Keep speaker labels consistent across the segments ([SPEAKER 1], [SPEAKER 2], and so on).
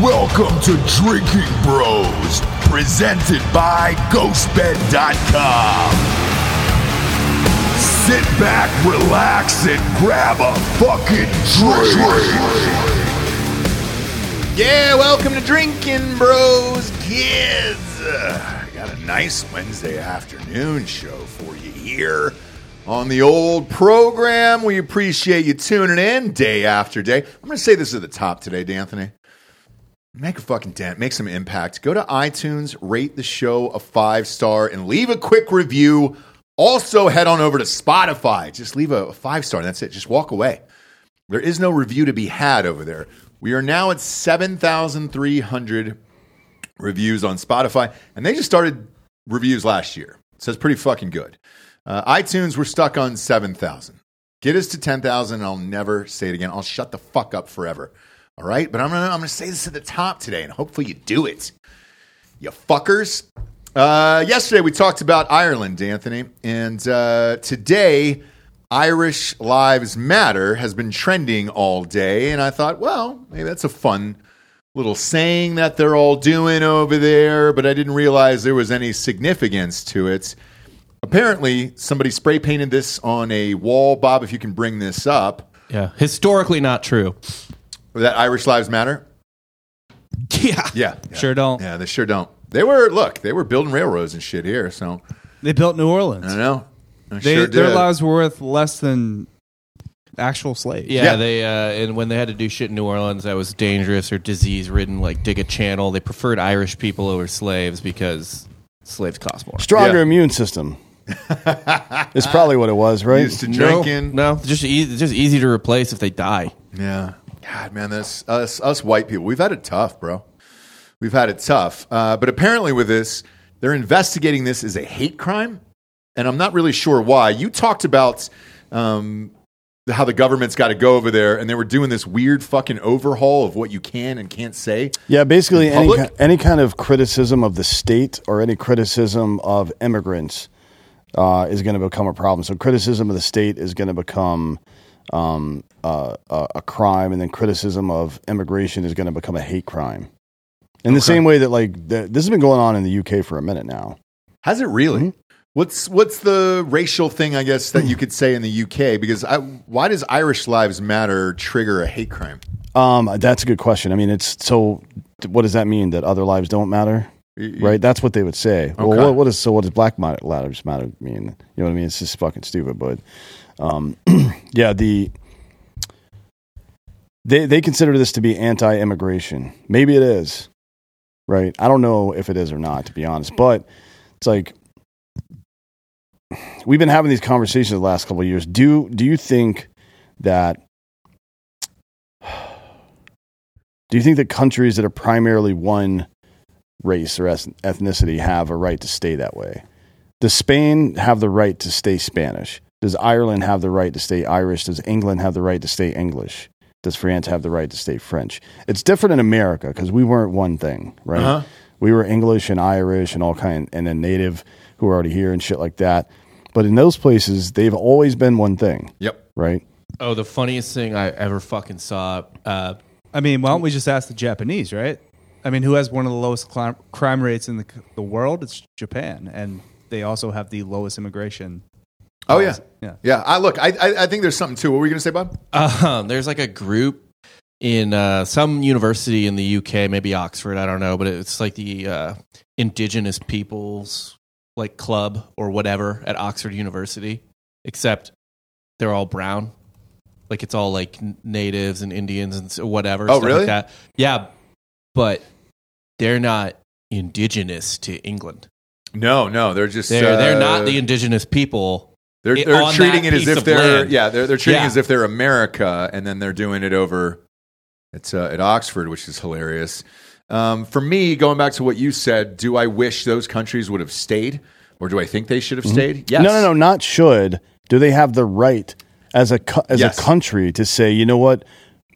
[SPEAKER 1] Welcome to Drinking Bros, presented by GhostBed.com. Sit back, relax, and grab a fucking drink. Yeah, welcome to Drinking Bros, kids. Uh, I got a nice Wednesday afternoon show for you here on the old program. We appreciate you tuning in day after day. I'm going to say this at the top today, D'Anthony. Make a fucking dent, make some impact. Go to iTunes, rate the show a five star, and leave a quick review. Also, head on over to Spotify. Just leave a five star, and that's it. Just walk away. There is no review to be had over there. We are now at 7,300 reviews on Spotify, and they just started reviews last year. So it's pretty fucking good. Uh, iTunes, we're stuck on 7,000. Get us to 10,000, and I'll never say it again. I'll shut the fuck up forever. All right? But I'm going to I'm gonna say this at the top today, and hopefully you do it you fuckers. Uh, yesterday we talked about Ireland, Anthony, and uh, today Irish Lives Matter has been trending all day, and I thought, well, maybe that's a fun little saying that they're all doing over there, but I didn't realize there was any significance to it. Apparently, somebody spray painted this on a wall. Bob, if you can bring this up,
[SPEAKER 2] Yeah, historically not true.
[SPEAKER 1] that Irish Lives Matter.
[SPEAKER 2] Yeah,
[SPEAKER 1] Yeah, yeah.
[SPEAKER 2] Sure don't.
[SPEAKER 1] Yeah, they sure don't. They were look, they were building railroads and shit here, so
[SPEAKER 3] They built New Orleans.
[SPEAKER 1] I don't know. I
[SPEAKER 3] They,
[SPEAKER 1] Uh, sure
[SPEAKER 3] their
[SPEAKER 1] did.
[SPEAKER 3] lives were worth less than actual slaves.
[SPEAKER 2] Yeah,
[SPEAKER 1] Yeah.
[SPEAKER 2] they uh, and when they had to do shit in New Orleans that was dangerous or disease ridden, like dig a channel, they preferred Irish people over slaves because slaves cost more.
[SPEAKER 4] Stronger
[SPEAKER 1] Yeah.
[SPEAKER 4] immune system. It's probably what it was, right?
[SPEAKER 1] used to drinking.
[SPEAKER 2] No, no, just easy, just easy to replace if they die.
[SPEAKER 1] Yeah. God, man, this us us white people, we've had it tough, bro. We've had it tough. Uh, but apparently, with this, they're investigating this as a hate crime, and I'm not really sure why. You talked about um, the- how the government's got to go over there, and they were doing this weird fucking overhaul of what you can and can't say.
[SPEAKER 4] Yeah, basically any
[SPEAKER 1] Public?
[SPEAKER 4] ki- any kind of criticism of the state or any criticism of immigrants uh, is going to become a problem. So criticism of the state is going to become um, uh, a, a crime, and then criticism of immigration is going to become a hate crime. In the same way that like the, this has been going on in the UK for a minute now.
[SPEAKER 1] Has it really? What's what's the racial thing? I guess that you could say in the UK because I, why does Irish lives matter trigger a hate crime?
[SPEAKER 4] Um, that's a good question. I mean, it's so. What does that mean that other lives don't matter? right? That's what they would say.
[SPEAKER 1] Okay.
[SPEAKER 4] Well, what, what is so? What does black ma- lives matter mean? You know what I mean? It's just fucking stupid. But um, yeah, the they they consider this to be anti-immigration. Maybe it is, right? I don't know if it is or not, to be honest. But it's like we've been having these conversations the last couple of years. Do do you think that? Do you think that countries that are primarily one race or eth- ethnicity have a right to stay that way? Does Spain have the right to stay Spanish? Does Ireland have the right to stay Irish? Does England have the right to stay English? Does France have the right to stay French? It's different in America because we weren't one thing, right?
[SPEAKER 1] Uh-huh.
[SPEAKER 4] We were English and Irish and all kind, and then native who were already here and shit like that. But in those places, they've always been one thing,
[SPEAKER 1] Yep.
[SPEAKER 4] right?
[SPEAKER 2] Oh, the funniest thing I ever fucking saw. Uh,
[SPEAKER 3] I mean, why don't we just ask the Japanese, right? I mean, who has one of the lowest cli- crime rates in the, c- the world? It's Japan. And they also have the lowest immigration.
[SPEAKER 1] Oh yeah,
[SPEAKER 3] Yeah.
[SPEAKER 1] yeah. I look. I, I I think there's something too. What were you gonna say, Bob?
[SPEAKER 2] um, there's like a group in uh, some university in the UK, maybe Oxford, I don't know, but it's like the uh, Indigenous Peoples like club or whatever at Oxford University, except they're all brown. Like it's all like n- natives and Indians and s- whatever.
[SPEAKER 1] Oh,
[SPEAKER 2] stuff like
[SPEAKER 1] really?
[SPEAKER 2] that. Yeah, but they're not indigenous to England.
[SPEAKER 1] No, no. They're just
[SPEAKER 2] They're they're not the
[SPEAKER 1] uh,
[SPEAKER 2] indigenous people.
[SPEAKER 1] They're,
[SPEAKER 2] it-
[SPEAKER 1] they're
[SPEAKER 2] on
[SPEAKER 1] treating it
[SPEAKER 2] that
[SPEAKER 1] as
[SPEAKER 2] piece
[SPEAKER 1] if
[SPEAKER 2] of
[SPEAKER 1] they're
[SPEAKER 2] land.
[SPEAKER 1] yeah. They're they're treating it
[SPEAKER 2] Yeah.
[SPEAKER 1] as if they're America, and then they're doing it over. It's uh, at Oxford, which is hilarious. Um, for me, going back to what you said, do I wish those countries would have stayed, or do I think they should
[SPEAKER 2] Mm-hmm.
[SPEAKER 1] have stayed? Yes.
[SPEAKER 4] No, no, no, not should. Do they have the right as a co- as
[SPEAKER 1] Yes.
[SPEAKER 4] a country to say, you know what,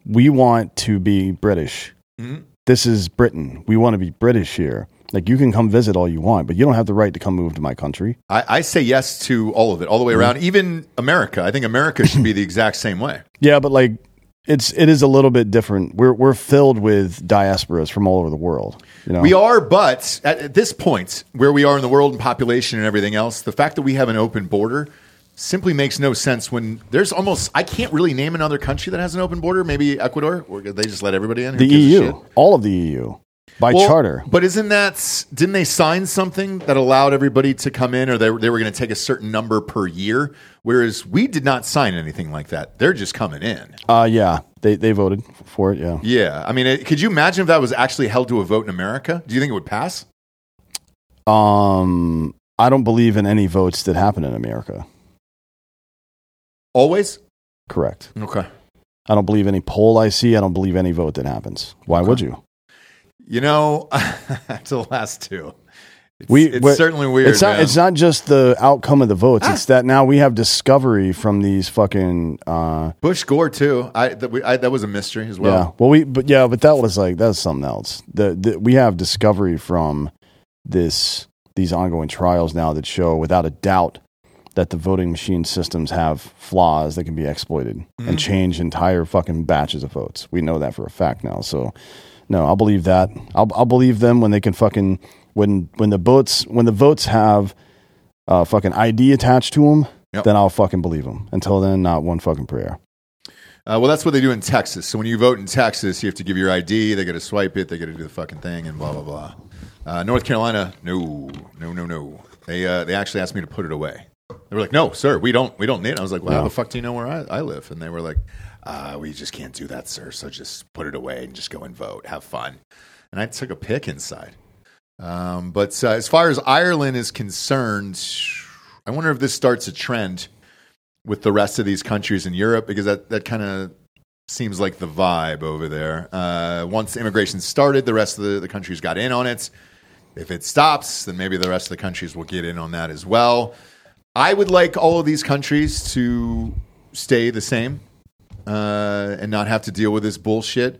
[SPEAKER 4] we want to be British.
[SPEAKER 1] Mm-hmm.
[SPEAKER 4] This is Britain. We want to be British here. Like you can come visit all you want, but you don't have the right to come move to my country.
[SPEAKER 1] I, I say yes
[SPEAKER 2] Mm-hmm.
[SPEAKER 1] to all of it, all the way around. Even America. I think America should be the exact same way.
[SPEAKER 4] Yeah, but like it's it is a little bit different. We're we're filled with diasporas from all over the world. You know,
[SPEAKER 1] We are, but at, at this point, where we are in the world and population and everything else, the fact that we have an open border simply makes no sense when there's almost, I can't really name another country that has an open border. Maybe Ecuador, or they just let everybody in. Who
[SPEAKER 4] the
[SPEAKER 1] gives a
[SPEAKER 4] EU,
[SPEAKER 1] shit?
[SPEAKER 4] all of the EU, by
[SPEAKER 1] Well,
[SPEAKER 4] charter.
[SPEAKER 1] But isn't that, didn't they sign something that allowed everybody to come in or they, they were going to take a certain number per year? Whereas we did not sign anything like that. They're just coming in.
[SPEAKER 4] Uh, yeah, they they voted for it. Yeah,
[SPEAKER 1] Yeah. I mean, it, could you imagine if that was actually held to a vote in America? Do you think it would pass?
[SPEAKER 4] um, I don't believe in any votes that happen in America.
[SPEAKER 1] Always?
[SPEAKER 4] Correct.
[SPEAKER 1] Okay.
[SPEAKER 4] I don't believe any poll I see. I don't believe any vote that happens. Why would you?
[SPEAKER 1] You know, to the last two. It's,
[SPEAKER 4] We-
[SPEAKER 1] it's
[SPEAKER 4] we-
[SPEAKER 1] certainly weird.
[SPEAKER 4] it's not.
[SPEAKER 1] man. Ah.
[SPEAKER 4] It's not just the outcome of the votes. It's that now we have discovery from these fucking. Uh,
[SPEAKER 1] Bush Gore too. I that, we, I that was a mystery as
[SPEAKER 4] yeah.
[SPEAKER 1] well.
[SPEAKER 4] Well, we. But yeah. But that was like that's something else. The, the we have discovery from this these ongoing trials now that show without a doubt that the voting machine systems have flaws that can be exploited
[SPEAKER 1] Mm-hmm.
[SPEAKER 4] and change entire fucking batches of votes. We know that for a fact now. So no, I'll believe that. I'll, I'll believe them when they can fucking when when the votes when the votes have uh, fucking ID attached to them.
[SPEAKER 1] Yep.
[SPEAKER 4] Then I'll fucking believe them. Until then, not one fucking prayer.
[SPEAKER 1] Uh, well, that's what they do in Texas. So when you vote in Texas, you have to give your ID. They got to swipe it. They got to do the fucking thing and blah blah blah. Uh, North Carolina, no, no, no, no. They uh, they actually asked me to put it away. They were like, "No, sir, we don't we don't need." it. I was like, "Well, how the fuck do you know where I, I live?" And they were like, uh, "We just can't do that, sir. So just put it away and just go and vote. Have fun." And I took a pick inside. Um, but uh, as far as Ireland is concerned, I wonder if this starts a trend with the rest of these countries in Europe because that, that kind of seems like the vibe over there. Uh, once immigration started, the rest of the, the countries got in on it. If it stops, then maybe the rest of the countries will get in on that as well. I would like all of these countries to stay the same uh, and not have to deal with this bullshit.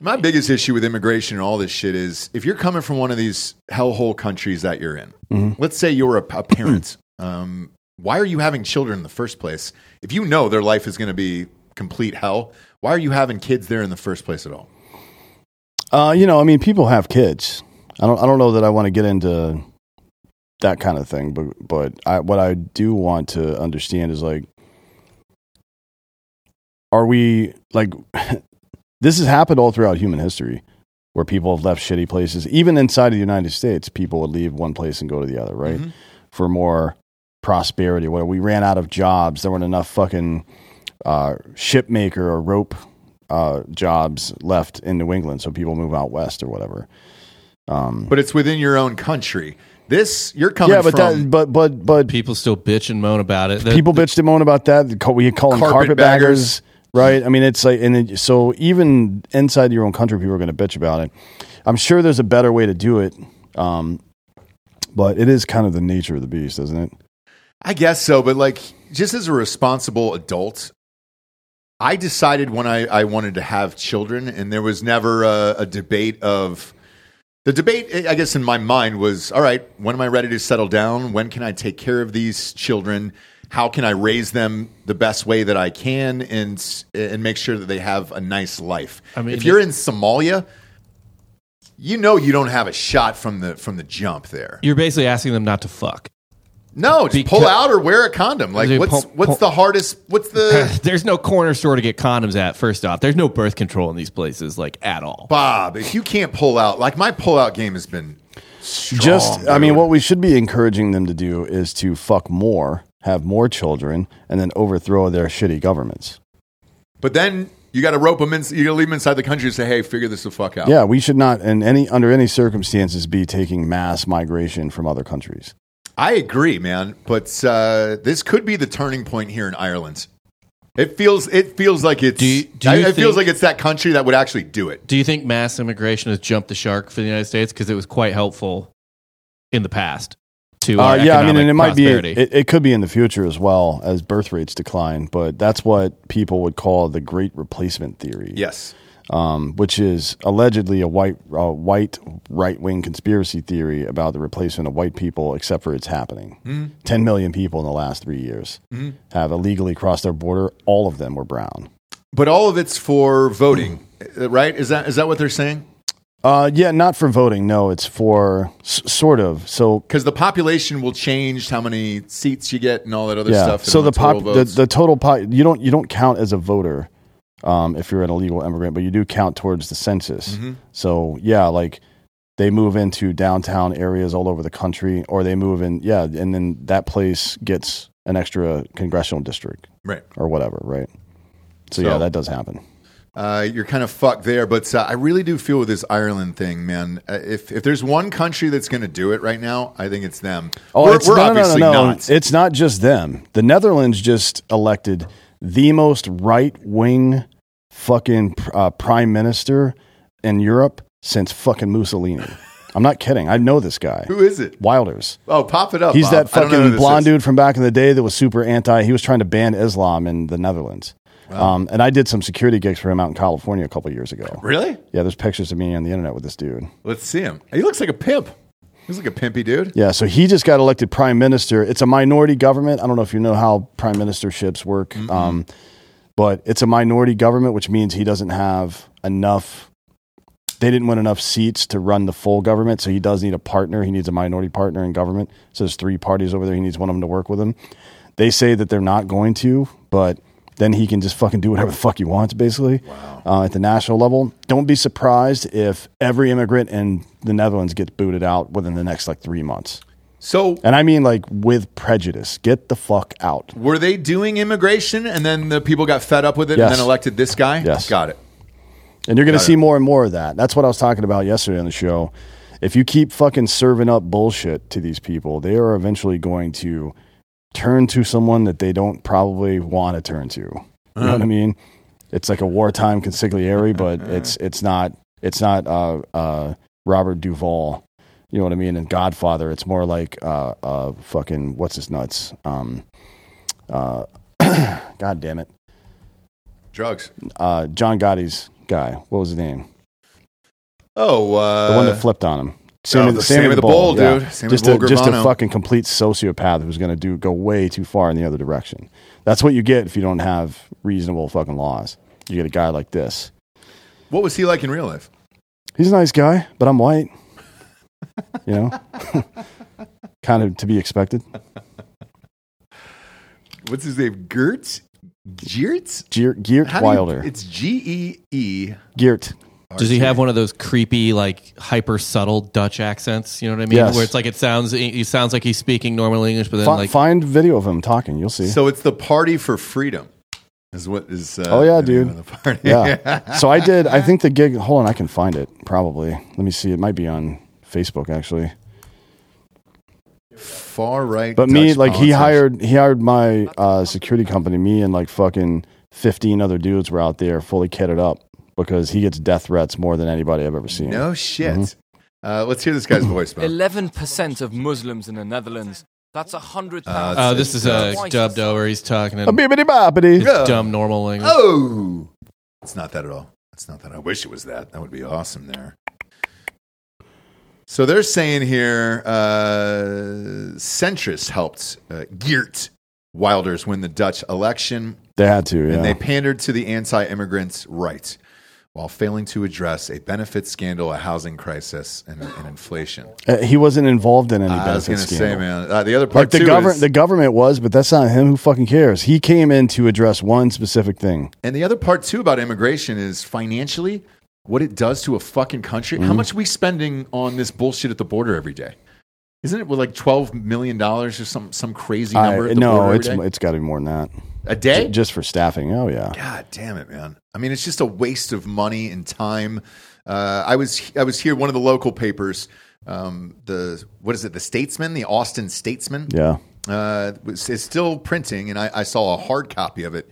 [SPEAKER 1] My biggest issue with immigration and all this shit is if you're coming from one of these hellhole countries that you're in,
[SPEAKER 4] Mm-hmm.
[SPEAKER 1] let's say you're a, a parent, um, why are you having children in the first place? If you know their life is going to be complete hell, why are you having kids there in the first place at all?
[SPEAKER 4] Uh, you know, I mean, people have kids. I don't. I don't know that I want to get into that kind of thing, but but I, what I do want to understand is like, are we like? this has happened all throughout human history, where people have left shitty places. Even inside of the United States, people would leave one place and go to the other, right? For more prosperity. Where we ran out of jobs, there weren't enough fucking uh, ship maker or rope uh, jobs left in New England, so people move out west or whatever. Um,
[SPEAKER 1] But it's within your own country. This you're coming
[SPEAKER 4] yeah, but
[SPEAKER 1] from
[SPEAKER 4] that, but but but
[SPEAKER 2] People still bitch and moan about it. That-
[SPEAKER 4] people bitched and moan about that. They call- We call them
[SPEAKER 1] Carpetbaggers. Mm-hmm.
[SPEAKER 4] carpetbaggers, right? I mean, it's like, and it, so even inside your own country, people are going to bitch about it. I'm sure there's a better way to do it, um, but it is kind of the nature of the beast, isn't it?
[SPEAKER 1] I guess so, but like just as a responsible adult, I decided when I, I wanted to have children, and there was never a, a debate of the debate. eh, I guess in my mind was all right. When am I ready to settle down? When can I take care of these children? How can I raise them the best way that I can, and and make sure that they have a nice life?
[SPEAKER 2] I mean,
[SPEAKER 1] if you're in Somalia, you know you don't have a shot from the from the jump there.
[SPEAKER 2] You're basically asking them not to fuck.
[SPEAKER 1] No, just
[SPEAKER 2] Because-
[SPEAKER 1] pull out or wear a condom. Like
[SPEAKER 2] Dude,
[SPEAKER 1] what's
[SPEAKER 2] pull-
[SPEAKER 1] what's
[SPEAKER 2] pull-
[SPEAKER 1] the hardest? What's the
[SPEAKER 2] There's no corner store to get condoms at. First off, there's no birth control in these places, like at all.
[SPEAKER 1] Bob? If you can't pull out, like my pull out game has been strong,
[SPEAKER 4] Just, I mean,
[SPEAKER 1] dude.
[SPEAKER 4] what we should be encouraging them to do is to fuck more, have more children, and then overthrow their shitty governments.
[SPEAKER 1] But then you got to rope them in. You got to leave them inside the country and say, "Hey, figure this the fuck out."
[SPEAKER 4] Yeah, we should not, in any under any circumstances, be taking mass migration from other countries.
[SPEAKER 1] I agree, man. But uh, this could be the turning point here in Ireland. It feels it feels like it's
[SPEAKER 2] Do you- do
[SPEAKER 1] I-
[SPEAKER 2] you
[SPEAKER 1] it feels like
[SPEAKER 2] think-
[SPEAKER 1] it's that country that would actually do it.
[SPEAKER 2] Do you think mass immigration has jumped the shark for the United States because it was quite helpful in the past to
[SPEAKER 4] Uh,
[SPEAKER 2] our
[SPEAKER 4] yeah, I mean, and it might
[SPEAKER 2] prosperity?
[SPEAKER 4] be it, it could be in the future as well as birth rates decline, but that's what people would call the Great Replacement theory,
[SPEAKER 1] Yes,
[SPEAKER 4] um, which is allegedly a white uh, white right wing conspiracy theory about the replacement of white people, except for it's happening. Ten million people in the last three years have illegally crossed our border. All of them were brown.
[SPEAKER 1] But all of it's for voting, uh, right? Is that is that what they're saying?
[SPEAKER 4] Uh, yeah, not for voting. No, it's for s- sort of. So
[SPEAKER 1] Because the population will change how many seats you get and all that other
[SPEAKER 4] yeah.
[SPEAKER 1] stuff. and
[SPEAKER 4] so
[SPEAKER 1] all
[SPEAKER 4] the
[SPEAKER 1] total
[SPEAKER 4] pop the,
[SPEAKER 1] votes.
[SPEAKER 4] the total pot you don't you don't count as a voter um, if you're an illegal immigrant, but you do count towards the census.
[SPEAKER 1] Mhm.
[SPEAKER 4] So yeah, like they move into downtown areas all over the country, or they move in yeah, and then that place gets an extra congressional district
[SPEAKER 1] right.
[SPEAKER 4] or whatever, right? So,
[SPEAKER 1] So-
[SPEAKER 4] yeah, that does happen.
[SPEAKER 1] Uh, you're kind of fucked there, but uh, I really do feel with this Ireland thing, man. Uh, if if there's one country that's going to do it right now, I think it's them. we're
[SPEAKER 4] Oh, it's-
[SPEAKER 1] we're obviously not.
[SPEAKER 4] It's not just them. The Netherlands just elected the most right wing fucking uh, prime minister in Europe since fucking Mussolini. I'm not kidding. I know this guy.
[SPEAKER 1] Who is it?
[SPEAKER 4] Wilders.
[SPEAKER 1] Oh, pop it up.
[SPEAKER 4] He's
[SPEAKER 1] Bob.
[SPEAKER 4] that
[SPEAKER 1] I don't know who
[SPEAKER 4] fucking
[SPEAKER 1] this
[SPEAKER 4] blonde
[SPEAKER 1] is.
[SPEAKER 4] dude from back in the day that was super anti. He was trying to ban Islam in the Netherlands. Um, and I did some security gigs for him out in California a couple years ago.
[SPEAKER 1] Really?
[SPEAKER 4] Yeah, there's pictures of me on the internet with this dude.
[SPEAKER 1] Let's see him. He looks like a pimp. He's like a pimpy dude.
[SPEAKER 4] Yeah, so he just got elected prime minister. It's a minority government. I don't know if you know how prime ministerships work, um, but it's a minority government, which means he doesn't have enough. They didn't win enough seats to run the full government, so he does need a partner. He needs a minority partner in government. So there's three parties over there. He needs one of them to work with him. They say that they're not going to, but then he can just fucking do whatever the fuck he wants, basically, uh, at the national level. Don't be surprised if every immigrant in the Netherlands gets booted out within the next like three months.
[SPEAKER 1] So
[SPEAKER 4] And I mean like with prejudice. Get the fuck out.
[SPEAKER 1] were they doing immigration and then the people got fed up with it
[SPEAKER 4] Yes.
[SPEAKER 1] and then elected this guy?
[SPEAKER 4] Yes.
[SPEAKER 1] Got it.
[SPEAKER 4] And you're going to see more and more of that. That's what I was talking about yesterday on the show. If you keep fucking serving up bullshit to these people, they are eventually going to turn to someone that they don't probably want to turn to. You know
[SPEAKER 1] Uh-huh.
[SPEAKER 4] what I mean? It's like a wartime consigliere, but it's it's not it's not uh, uh, Robert Duvall. You know what I mean? And Godfather, it's more like uh, uh, fucking what's his nuts? Um, uh, God damn it.
[SPEAKER 1] Drugs.
[SPEAKER 4] uh, John Gotti's guy. What was his name?
[SPEAKER 1] Oh, uh,
[SPEAKER 4] The one that flipped on him.
[SPEAKER 1] oh, the Sammy the Bull, dude. Sammy
[SPEAKER 4] just,
[SPEAKER 1] the
[SPEAKER 4] a,
[SPEAKER 1] Bull
[SPEAKER 4] just a
[SPEAKER 1] Gravano.
[SPEAKER 4] fucking complete sociopath who's going to do go way too far in the other direction. That's what you get if you don't have reasonable fucking laws. You get a guy like this.
[SPEAKER 1] what was he like in real life?
[SPEAKER 4] He's a nice guy, but I'm white. You know, kind of to be expected.
[SPEAKER 1] What's his name? Gertz? Geertz?
[SPEAKER 4] Geert, Geert
[SPEAKER 1] How do you-
[SPEAKER 4] Wilder.
[SPEAKER 1] it's G E E.
[SPEAKER 4] Geert.
[SPEAKER 2] Does he have one of those creepy, like hyper subtle Dutch accents? You know what I mean?
[SPEAKER 4] Yes.
[SPEAKER 2] Where it's like it sounds, he sounds like he's speaking normal English, but then
[SPEAKER 4] Fi-
[SPEAKER 2] like
[SPEAKER 4] find video of him talking. You'll see.
[SPEAKER 1] So it's the Party for Freedom, is what is. Uh,
[SPEAKER 4] Oh, yeah,
[SPEAKER 1] the name
[SPEAKER 4] dude.
[SPEAKER 1] of the party.
[SPEAKER 4] yeah. So I did. I think the gig. Hold on, I can find it. Probably. Let me see. It might be on Facebook actually.
[SPEAKER 1] Far right.
[SPEAKER 4] But me,
[SPEAKER 1] Dutch
[SPEAKER 4] like he
[SPEAKER 1] politics.
[SPEAKER 4] hired he hired my uh, security company. Me and like fucking fifteen other dudes were out there fully kitted up because he gets death threats more than anybody I've ever seen.
[SPEAKER 1] No shit.
[SPEAKER 4] Mm-hmm.
[SPEAKER 1] Uh, let's hear this guy's voice, man.
[SPEAKER 5] Eleven percent of Muslims in the Netherlands. That's a hundred thousand.
[SPEAKER 2] Oh, this is uh,
[SPEAKER 5] Twice
[SPEAKER 2] dubbed
[SPEAKER 5] as-
[SPEAKER 2] over. He's talking in
[SPEAKER 4] A bibbity boppity.
[SPEAKER 1] Yeah.
[SPEAKER 2] dumb normal language.
[SPEAKER 1] Oh, it's not that at all. It's not that. I wish it was that. That would be awesome there. So they're saying here, uh, centrist helped uh, Geert Wilders win the Dutch election,
[SPEAKER 4] They had to. Yeah.
[SPEAKER 1] and they pandered to the anti-immigrants' right while failing to address a benefit scandal, a housing crisis, and, and inflation.
[SPEAKER 4] Uh, he wasn't involved in any
[SPEAKER 1] I was
[SPEAKER 4] benefit
[SPEAKER 1] going to say,
[SPEAKER 4] scandal.
[SPEAKER 1] man, uh, the other
[SPEAKER 4] Like
[SPEAKER 1] part
[SPEAKER 4] the
[SPEAKER 1] too
[SPEAKER 4] government,
[SPEAKER 1] is-
[SPEAKER 4] the government was, but that's not him. Who fucking cares? He came in to address one specific thing.
[SPEAKER 1] And the other part too about immigration is financially what it does to a fucking country.
[SPEAKER 4] Mm-hmm.
[SPEAKER 1] How much are we spending on this bullshit at the border every day? Isn't it well, like twelve million dollars or some some crazy number?
[SPEAKER 4] I-
[SPEAKER 1] at the
[SPEAKER 4] no,
[SPEAKER 1] border
[SPEAKER 4] it's
[SPEAKER 1] every day?
[SPEAKER 4] it's got to be more than that.
[SPEAKER 1] a day.
[SPEAKER 4] J- just for staffing. Oh yeah.
[SPEAKER 1] God damn it, man! I mean, it's just a waste of money and time. Uh, I was I was here. One of the local papers, um, the what is it? The Statesman, the Austin Statesman
[SPEAKER 4] Yeah.
[SPEAKER 1] uh, was- is still printing, and I, I saw a hard copy of it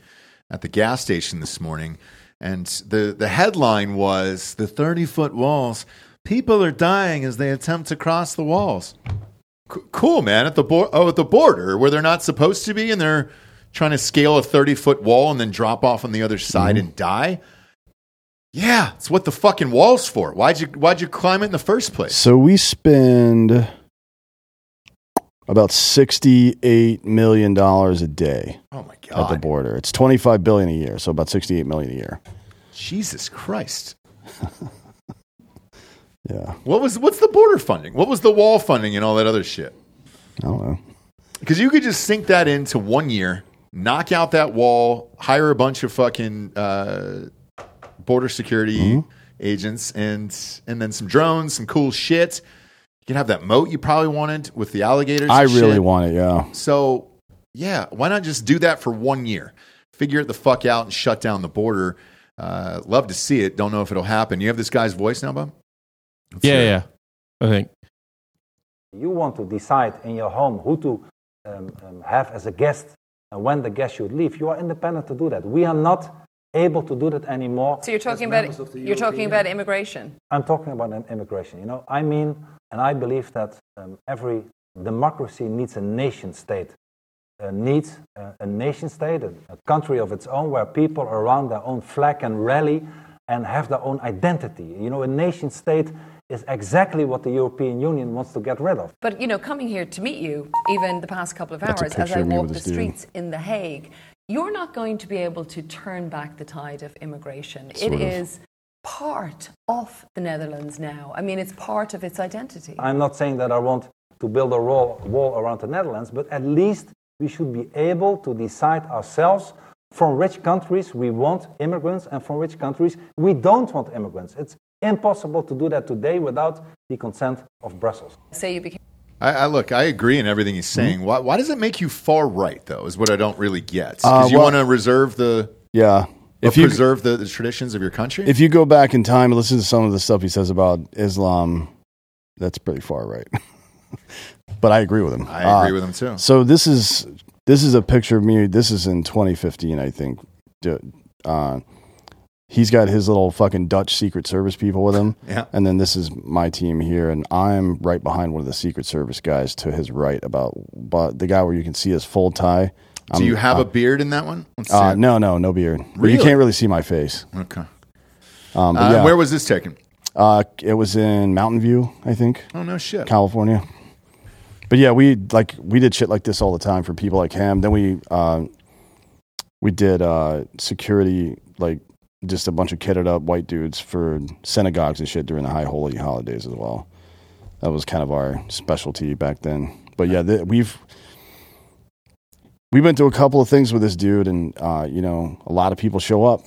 [SPEAKER 1] at the gas station this morning. And the, the headline was The 30 foot walls. People are dying as they attempt to cross the walls. C- cool, man. At the, bor- oh, at the border where they're not supposed to be, and they're trying to scale a 30 foot wall and then drop off on the other
[SPEAKER 4] Mm-hmm.
[SPEAKER 1] side and die. Yeah, it's what the fucking wall's for. Why'd you, why'd you climb it in the first place?
[SPEAKER 4] So we spend about sixty-eight million dollars a day
[SPEAKER 1] Oh my
[SPEAKER 4] at the
[SPEAKER 1] god.
[SPEAKER 4] border. It's twenty-five billion a year, so about sixty-eight million a year.
[SPEAKER 1] Jesus Christ.
[SPEAKER 4] Yeah,
[SPEAKER 1] What was what's the border funding? What was the wall funding and all that other shit?
[SPEAKER 4] I don't know.
[SPEAKER 1] Because you could just sink that into one year, knock out that wall, hire a bunch of fucking uh, border security
[SPEAKER 4] Mm-hmm.
[SPEAKER 1] agents, and and then some drones, some cool shit. You can have that moat you probably wanted with the alligators.
[SPEAKER 4] I
[SPEAKER 1] and
[SPEAKER 4] really
[SPEAKER 1] shit.
[SPEAKER 4] want it. Yeah,
[SPEAKER 1] So yeah, why not just do that for one year? Figure it the fuck out and shut down the border. Uh, love to see it. Don't know if it'll happen. You have this guy's voice now, Bob.
[SPEAKER 2] Yeah, yeah. I think.
[SPEAKER 6] You want to decide in your home who to um, um, have as a guest and when the guest should leave. You are independent to do that. We are not able to do that anymore.
[SPEAKER 7] So you're talking
[SPEAKER 6] as
[SPEAKER 7] about
[SPEAKER 6] members of the
[SPEAKER 7] you're talking
[SPEAKER 6] European
[SPEAKER 7] about
[SPEAKER 6] Union.
[SPEAKER 7] immigration.
[SPEAKER 6] I'm talking about im- immigration. You know, I mean, and I believe that um, every democracy needs a nation state. Uh, needs uh, a nation state, a, a country of its own, where people around their own flag can rally and have their own identity. You know, a nation state is exactly what the European Union wants to get rid of.
[SPEAKER 7] But you know, coming here to meet you, even the past couple of
[SPEAKER 4] That's a
[SPEAKER 7] hours, as
[SPEAKER 4] picture
[SPEAKER 7] I
[SPEAKER 4] of me
[SPEAKER 7] walk
[SPEAKER 4] with
[SPEAKER 7] the
[SPEAKER 4] this dude.
[SPEAKER 7] streets in The Hague, you're not going to be able to turn back the tide of immigration.
[SPEAKER 4] Sort of.
[SPEAKER 7] It is part of the Netherlands now. I mean, it's part of its identity.
[SPEAKER 6] I'm not saying that I want to build a wall, wall around the Netherlands, but at least we should be able to decide ourselves from which countries we want immigrants and from which countries we don't want immigrants. It's impossible to do that today without the consent of Brussels.
[SPEAKER 7] Say you became
[SPEAKER 1] I, I look, I agree in everything
[SPEAKER 4] Hmm?
[SPEAKER 1] he's saying. Why, why does it make you far right though? Is what I don't really get. Because
[SPEAKER 4] Uh,
[SPEAKER 1] you
[SPEAKER 4] well-
[SPEAKER 1] want to reserve the
[SPEAKER 4] yeah.
[SPEAKER 1] if
[SPEAKER 4] If you
[SPEAKER 1] preserve the, the traditions of your country.
[SPEAKER 4] if you go back in time and listen to some of the stuff he says about Islam, that's pretty far right. but I agree with him.
[SPEAKER 1] I
[SPEAKER 4] Uh,
[SPEAKER 1] agree with him too.
[SPEAKER 4] So this is this is a picture of me. This is in 2015, I think. D- Uh, he's got his little fucking Dutch Secret Service people with him,
[SPEAKER 1] Yeah.
[SPEAKER 4] and then this is my team here, and I'm right behind one of the Secret Service guys to his right, about but the guy where you can see his full tie.
[SPEAKER 1] Do
[SPEAKER 4] I'm-
[SPEAKER 1] you have
[SPEAKER 4] uh,
[SPEAKER 1] a beard in that one? Let's
[SPEAKER 4] Uh,
[SPEAKER 1] see
[SPEAKER 4] no, no, no beard.
[SPEAKER 1] Really?
[SPEAKER 4] You can't really see my face.
[SPEAKER 1] it. Okay.
[SPEAKER 4] Um, but
[SPEAKER 1] Uh,
[SPEAKER 4] yeah.
[SPEAKER 1] Where was this taken?
[SPEAKER 4] Uh, it was in Mountain View, I think,
[SPEAKER 1] Oh no shit.
[SPEAKER 4] California. But yeah, we like we did shit like this all the time for people like him. Then we uh, we did uh, security like just a bunch of kitted up white dudes for synagogues and shit during the high holy holidays as well. That was kind of our specialty back then. But yeah, th- we've we went through a couple of things with this dude, and uh, you know, a lot of people show up.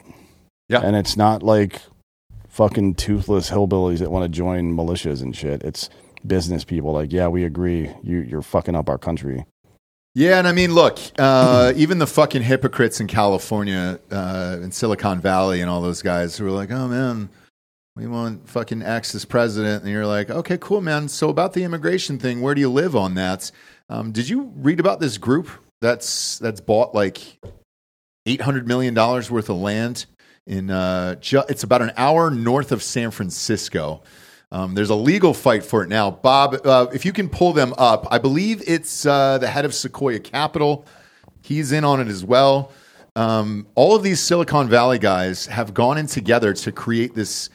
[SPEAKER 1] Yeah.
[SPEAKER 4] and it's not like fucking toothless hillbillies that want to join militias and shit. It's business people like, yeah, we agree. You you're fucking up our country.
[SPEAKER 1] Yeah, and I mean, look, uh, even the fucking hypocrites in California, uh, in Silicon Valley, and all those guys who are like, "Oh man, we want fucking X as president," and you're like, "Okay, cool, man." So about the immigration thing, where do you live on that? Um, did you read about this group that's that's bought like eight hundred million dollars worth of land in? Uh, ju- it's about an hour north of San Francisco. Um, there's a legal fight for it now. Bob, uh, if you can pull them up, I believe it's uh, the head of Sequoia Capital. He's in on it as well. Um, all of these Silicon Valley guys have gone in together to create this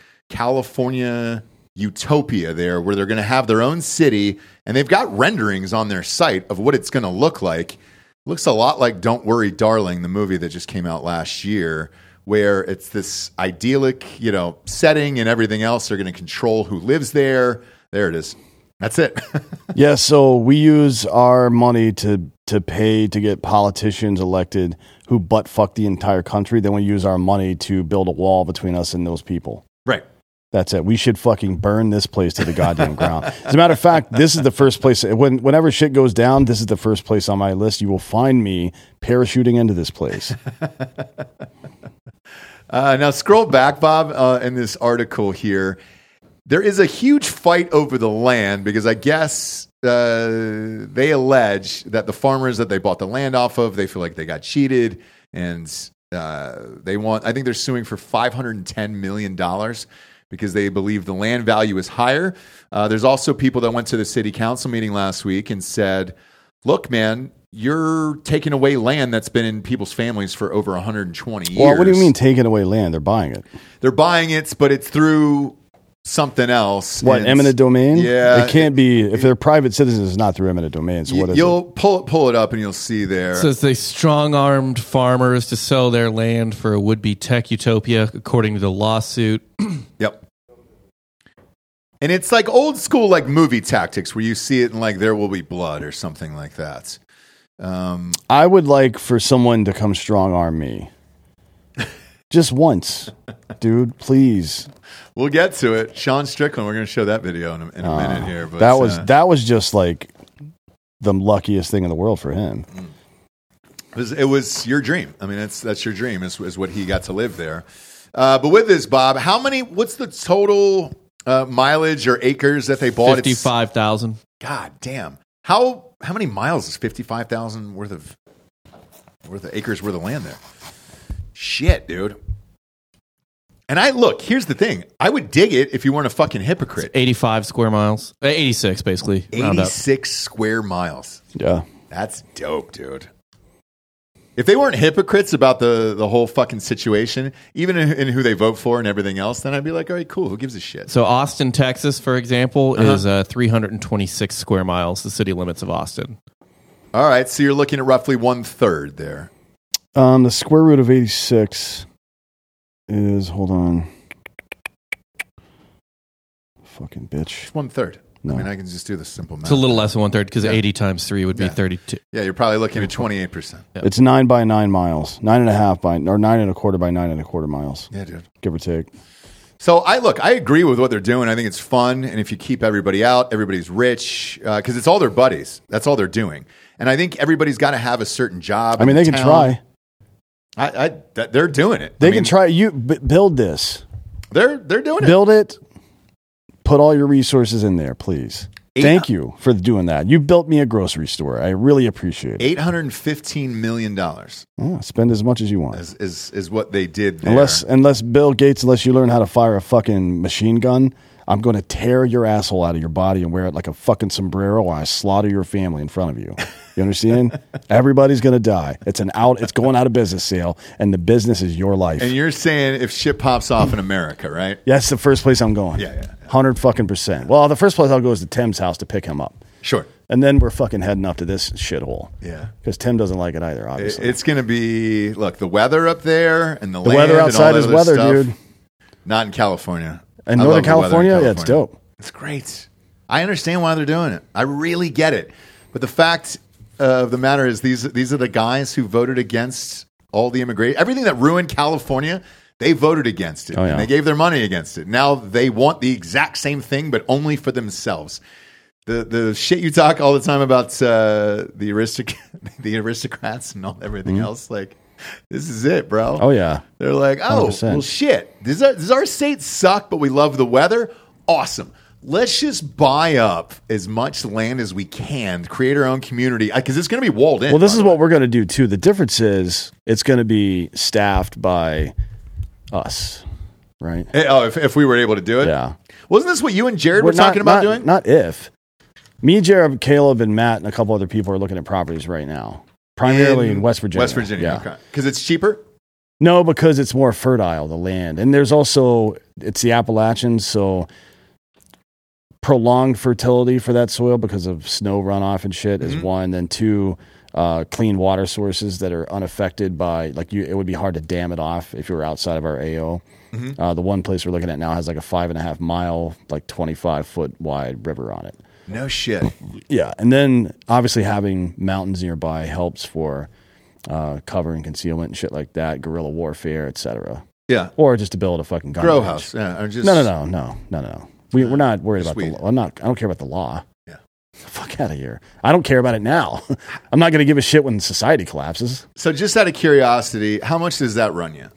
[SPEAKER 1] California utopia there where they're going to have their own city and they've got renderings on their site of what it's going to look like. Looks a lot like Don't Worry Darling, the movie that just came out last year, where it's this idyllic, you know, setting and everything else. They're going to control who lives there. There it is. That's it.
[SPEAKER 4] yeah, so we use our money to to pay to get politicians elected who butt fuck the entire country. Then we use our money to build a wall between us and those people.
[SPEAKER 1] right.
[SPEAKER 4] That's it. We should fucking burn this place to the goddamn ground. As a matter of fact, this is the first place. When, whenever shit goes down, this is the first place on my list. You will find me parachuting into this place.
[SPEAKER 1] Uh, now scroll back, Bob, uh, in this article here. There is a huge fight over the land because I guess uh, they allege that the farmers that they bought the land off of, they feel like they got cheated, and uh, they want. I think they're suing for five hundred and ten million dollars because they believe the land value is higher. Uh, there's also people that went to the city council meeting last week and said, "Look, man." You're taking away land that's been in people's families for over 120 years.
[SPEAKER 4] Well, what do you mean taking away land? They're buying it.
[SPEAKER 1] They're buying it, but it's through something else.
[SPEAKER 4] What
[SPEAKER 1] and-
[SPEAKER 4] eminent domain?
[SPEAKER 1] Yeah,
[SPEAKER 4] it can't be if they're private citizens. It's not through eminent domain. So
[SPEAKER 1] You,
[SPEAKER 4] what is
[SPEAKER 1] will pull pull it up and you'll see there.
[SPEAKER 2] Says they strong armed farmers to sell their land for a would be tech utopia, according to the lawsuit.
[SPEAKER 1] Yep. And it's like old school, like movie tactics, where you see it in like "There Will Be Blood" or something like that. Um,
[SPEAKER 4] it? I would like for someone to come strong arm me, just once, dude. Please.
[SPEAKER 1] we'll get to it. Sean Strickland, we're going to show that video in a, in a minute here. But
[SPEAKER 4] Ah, that was
[SPEAKER 1] uh,
[SPEAKER 4] that was just like the luckiest thing in the world for him.
[SPEAKER 1] Mm. It was, it was your dream. I mean, that's that's your dream is, is what he got to live there. Uh, but with this, Bob, how many? What's the total uh, mileage or acres that they bought? It's-
[SPEAKER 2] 55,000.
[SPEAKER 1] God damn. How how many miles is fifty five thousand worth of worth of acres worth of land there? Shit, dude. And I look. Here's the thing. I would dig it if you weren't a fucking hypocrite.
[SPEAKER 2] 85 square miles. Uh, 86, basically. Round
[SPEAKER 1] Eighty
[SPEAKER 2] up.
[SPEAKER 1] six square miles.
[SPEAKER 4] Yeah.
[SPEAKER 1] That's dope, dude. If they weren't hypocrites about the, the whole fucking situation, even in, in who they vote for and everything else, then I'd be like, all right, cool. Who gives a shit?
[SPEAKER 2] So Austin, Texas, for example,
[SPEAKER 1] Uh-huh.
[SPEAKER 2] is uh, 326 square miles, the city limits of Austin.
[SPEAKER 1] All right, so you're looking at roughly one third there.
[SPEAKER 4] Um, the square root of 86 is, hold on. Fucking bitch.
[SPEAKER 1] It's one third.
[SPEAKER 4] No.
[SPEAKER 1] I mean, I can just do the simple math.
[SPEAKER 2] It's a little less than one third because 80 times three would be
[SPEAKER 1] Yeah.
[SPEAKER 2] 32.
[SPEAKER 1] Yeah, you're probably looking at 28%.
[SPEAKER 4] It's nine by nine miles, nine and a half by, or nine and a quarter by nine and a quarter miles,
[SPEAKER 1] Yeah, dude.
[SPEAKER 4] give or take.
[SPEAKER 1] So I look, I agree with what they're doing. I think it's fun, and if you keep everybody out, everybody's rich because it's all their buddies. That's all they're doing, and I think everybody's got to have a certain job.
[SPEAKER 4] I mean,
[SPEAKER 1] in
[SPEAKER 4] they
[SPEAKER 1] the
[SPEAKER 4] can
[SPEAKER 1] town.
[SPEAKER 4] try.
[SPEAKER 1] I, I, that, they're doing it.
[SPEAKER 4] They
[SPEAKER 1] I
[SPEAKER 4] can
[SPEAKER 1] mean,
[SPEAKER 4] try. You b- build this,
[SPEAKER 1] They're they're doing it.
[SPEAKER 4] build it, put all your resources in there, please. Thank you for doing that. You built me a grocery store. I really appreciate it.
[SPEAKER 1] Eight hundred and fifteen million dollars
[SPEAKER 4] Yeah, spend as much as you want.
[SPEAKER 1] is, is is what they did. There.
[SPEAKER 4] Unless, unless Bill Gates, unless you learn how to fire a fucking machine gun, I'm going to tear your asshole out of your body and wear it like a fucking sombrero while I slaughter your family in front of you. You understand? Everybody's going to die. It's an out. It's going out of business sale, and the business is your life.
[SPEAKER 1] and you're saying if shit pops off in America, right?
[SPEAKER 4] Yeah, That's the first place I'm going.
[SPEAKER 1] Yeah, yeah, yeah.
[SPEAKER 4] hundred fucking percent. Well, the first place I'll go is to Tim's house to pick him up,
[SPEAKER 1] Sure.
[SPEAKER 4] and then we're fucking heading up to this shithole.
[SPEAKER 1] Yeah.
[SPEAKER 4] because Tim doesn't like it either.
[SPEAKER 1] It-
[SPEAKER 4] Obviously,
[SPEAKER 1] It's going to be look the weather up there and the,
[SPEAKER 4] the weather outside is weather, dude.
[SPEAKER 1] Not in California.
[SPEAKER 4] And
[SPEAKER 1] I
[SPEAKER 4] Northern
[SPEAKER 1] love the weather in
[SPEAKER 4] California, yeah, it's dope.
[SPEAKER 1] It's great. I understand why they're doing it. I really get it. But the fact of the matter is, these these are the guys who voted against all the immigration, everything that ruined California. They voted against it.
[SPEAKER 4] Oh, yeah.
[SPEAKER 1] And they gave their money against it. Now they want the exact same thing, but only for themselves. The the shit you talk all the time about uh, the aristoc- the aristocrats and all everything else. Like this is it, bro.
[SPEAKER 4] Mm-hmm. Oh yeah,
[SPEAKER 1] They're like, oh,
[SPEAKER 4] 100%.
[SPEAKER 1] well, shit. Does our, does our state suck, but we love the weather? Awesome. Let's just buy up as much land as we can, create our own community, because it's going to be walled in.
[SPEAKER 4] Well, this
[SPEAKER 1] by
[SPEAKER 4] is
[SPEAKER 1] the way.
[SPEAKER 4] what we're going to do too. The difference is it's going to be staffed by us, right?
[SPEAKER 1] Eh, Oh, if, if we were able to do it?
[SPEAKER 4] Yeah.
[SPEAKER 1] Wasn't this what you and Jared were,
[SPEAKER 4] We're not-
[SPEAKER 1] talking about
[SPEAKER 4] not-
[SPEAKER 1] doing?
[SPEAKER 4] Not if. Me, Jared, Caleb, and Matt, and a couple other people are looking at properties right now, primarily in, West Virginia.
[SPEAKER 1] West Virginia,
[SPEAKER 4] Yeah.
[SPEAKER 1] okay. Because it's cheaper?
[SPEAKER 4] No, because it's more fertile, the land. And there's also, it's the Appalachians, so prolonged fertility for that soil because of snow runoff and shit is one. Then two, uh, clean water sources that are unaffected by, like, you, it would be hard to dam it off if you were outside of our AO. Uh, the one place we're looking at now has like a five and a half mile, like 25 foot wide river on it.
[SPEAKER 1] No shit.
[SPEAKER 4] Yeah, and then obviously having mountains nearby helps for uh, cover and concealment and shit like that, guerrilla warfare, etc.
[SPEAKER 1] Yeah.
[SPEAKER 4] Or just to build a fucking gun
[SPEAKER 1] Grow
[SPEAKER 4] range.
[SPEAKER 1] house. Yeah, or just,
[SPEAKER 4] No, no, no, no, no, no. We, we're not worried
[SPEAKER 1] Just
[SPEAKER 4] about the
[SPEAKER 1] weed.
[SPEAKER 4] law. I'm not. I don't care about the law.
[SPEAKER 1] Yeah.
[SPEAKER 4] Fuck out of here. I don't care about it now. I'm not going to give a shit when society collapses.
[SPEAKER 1] So, just out of curiosity, how much does that run you?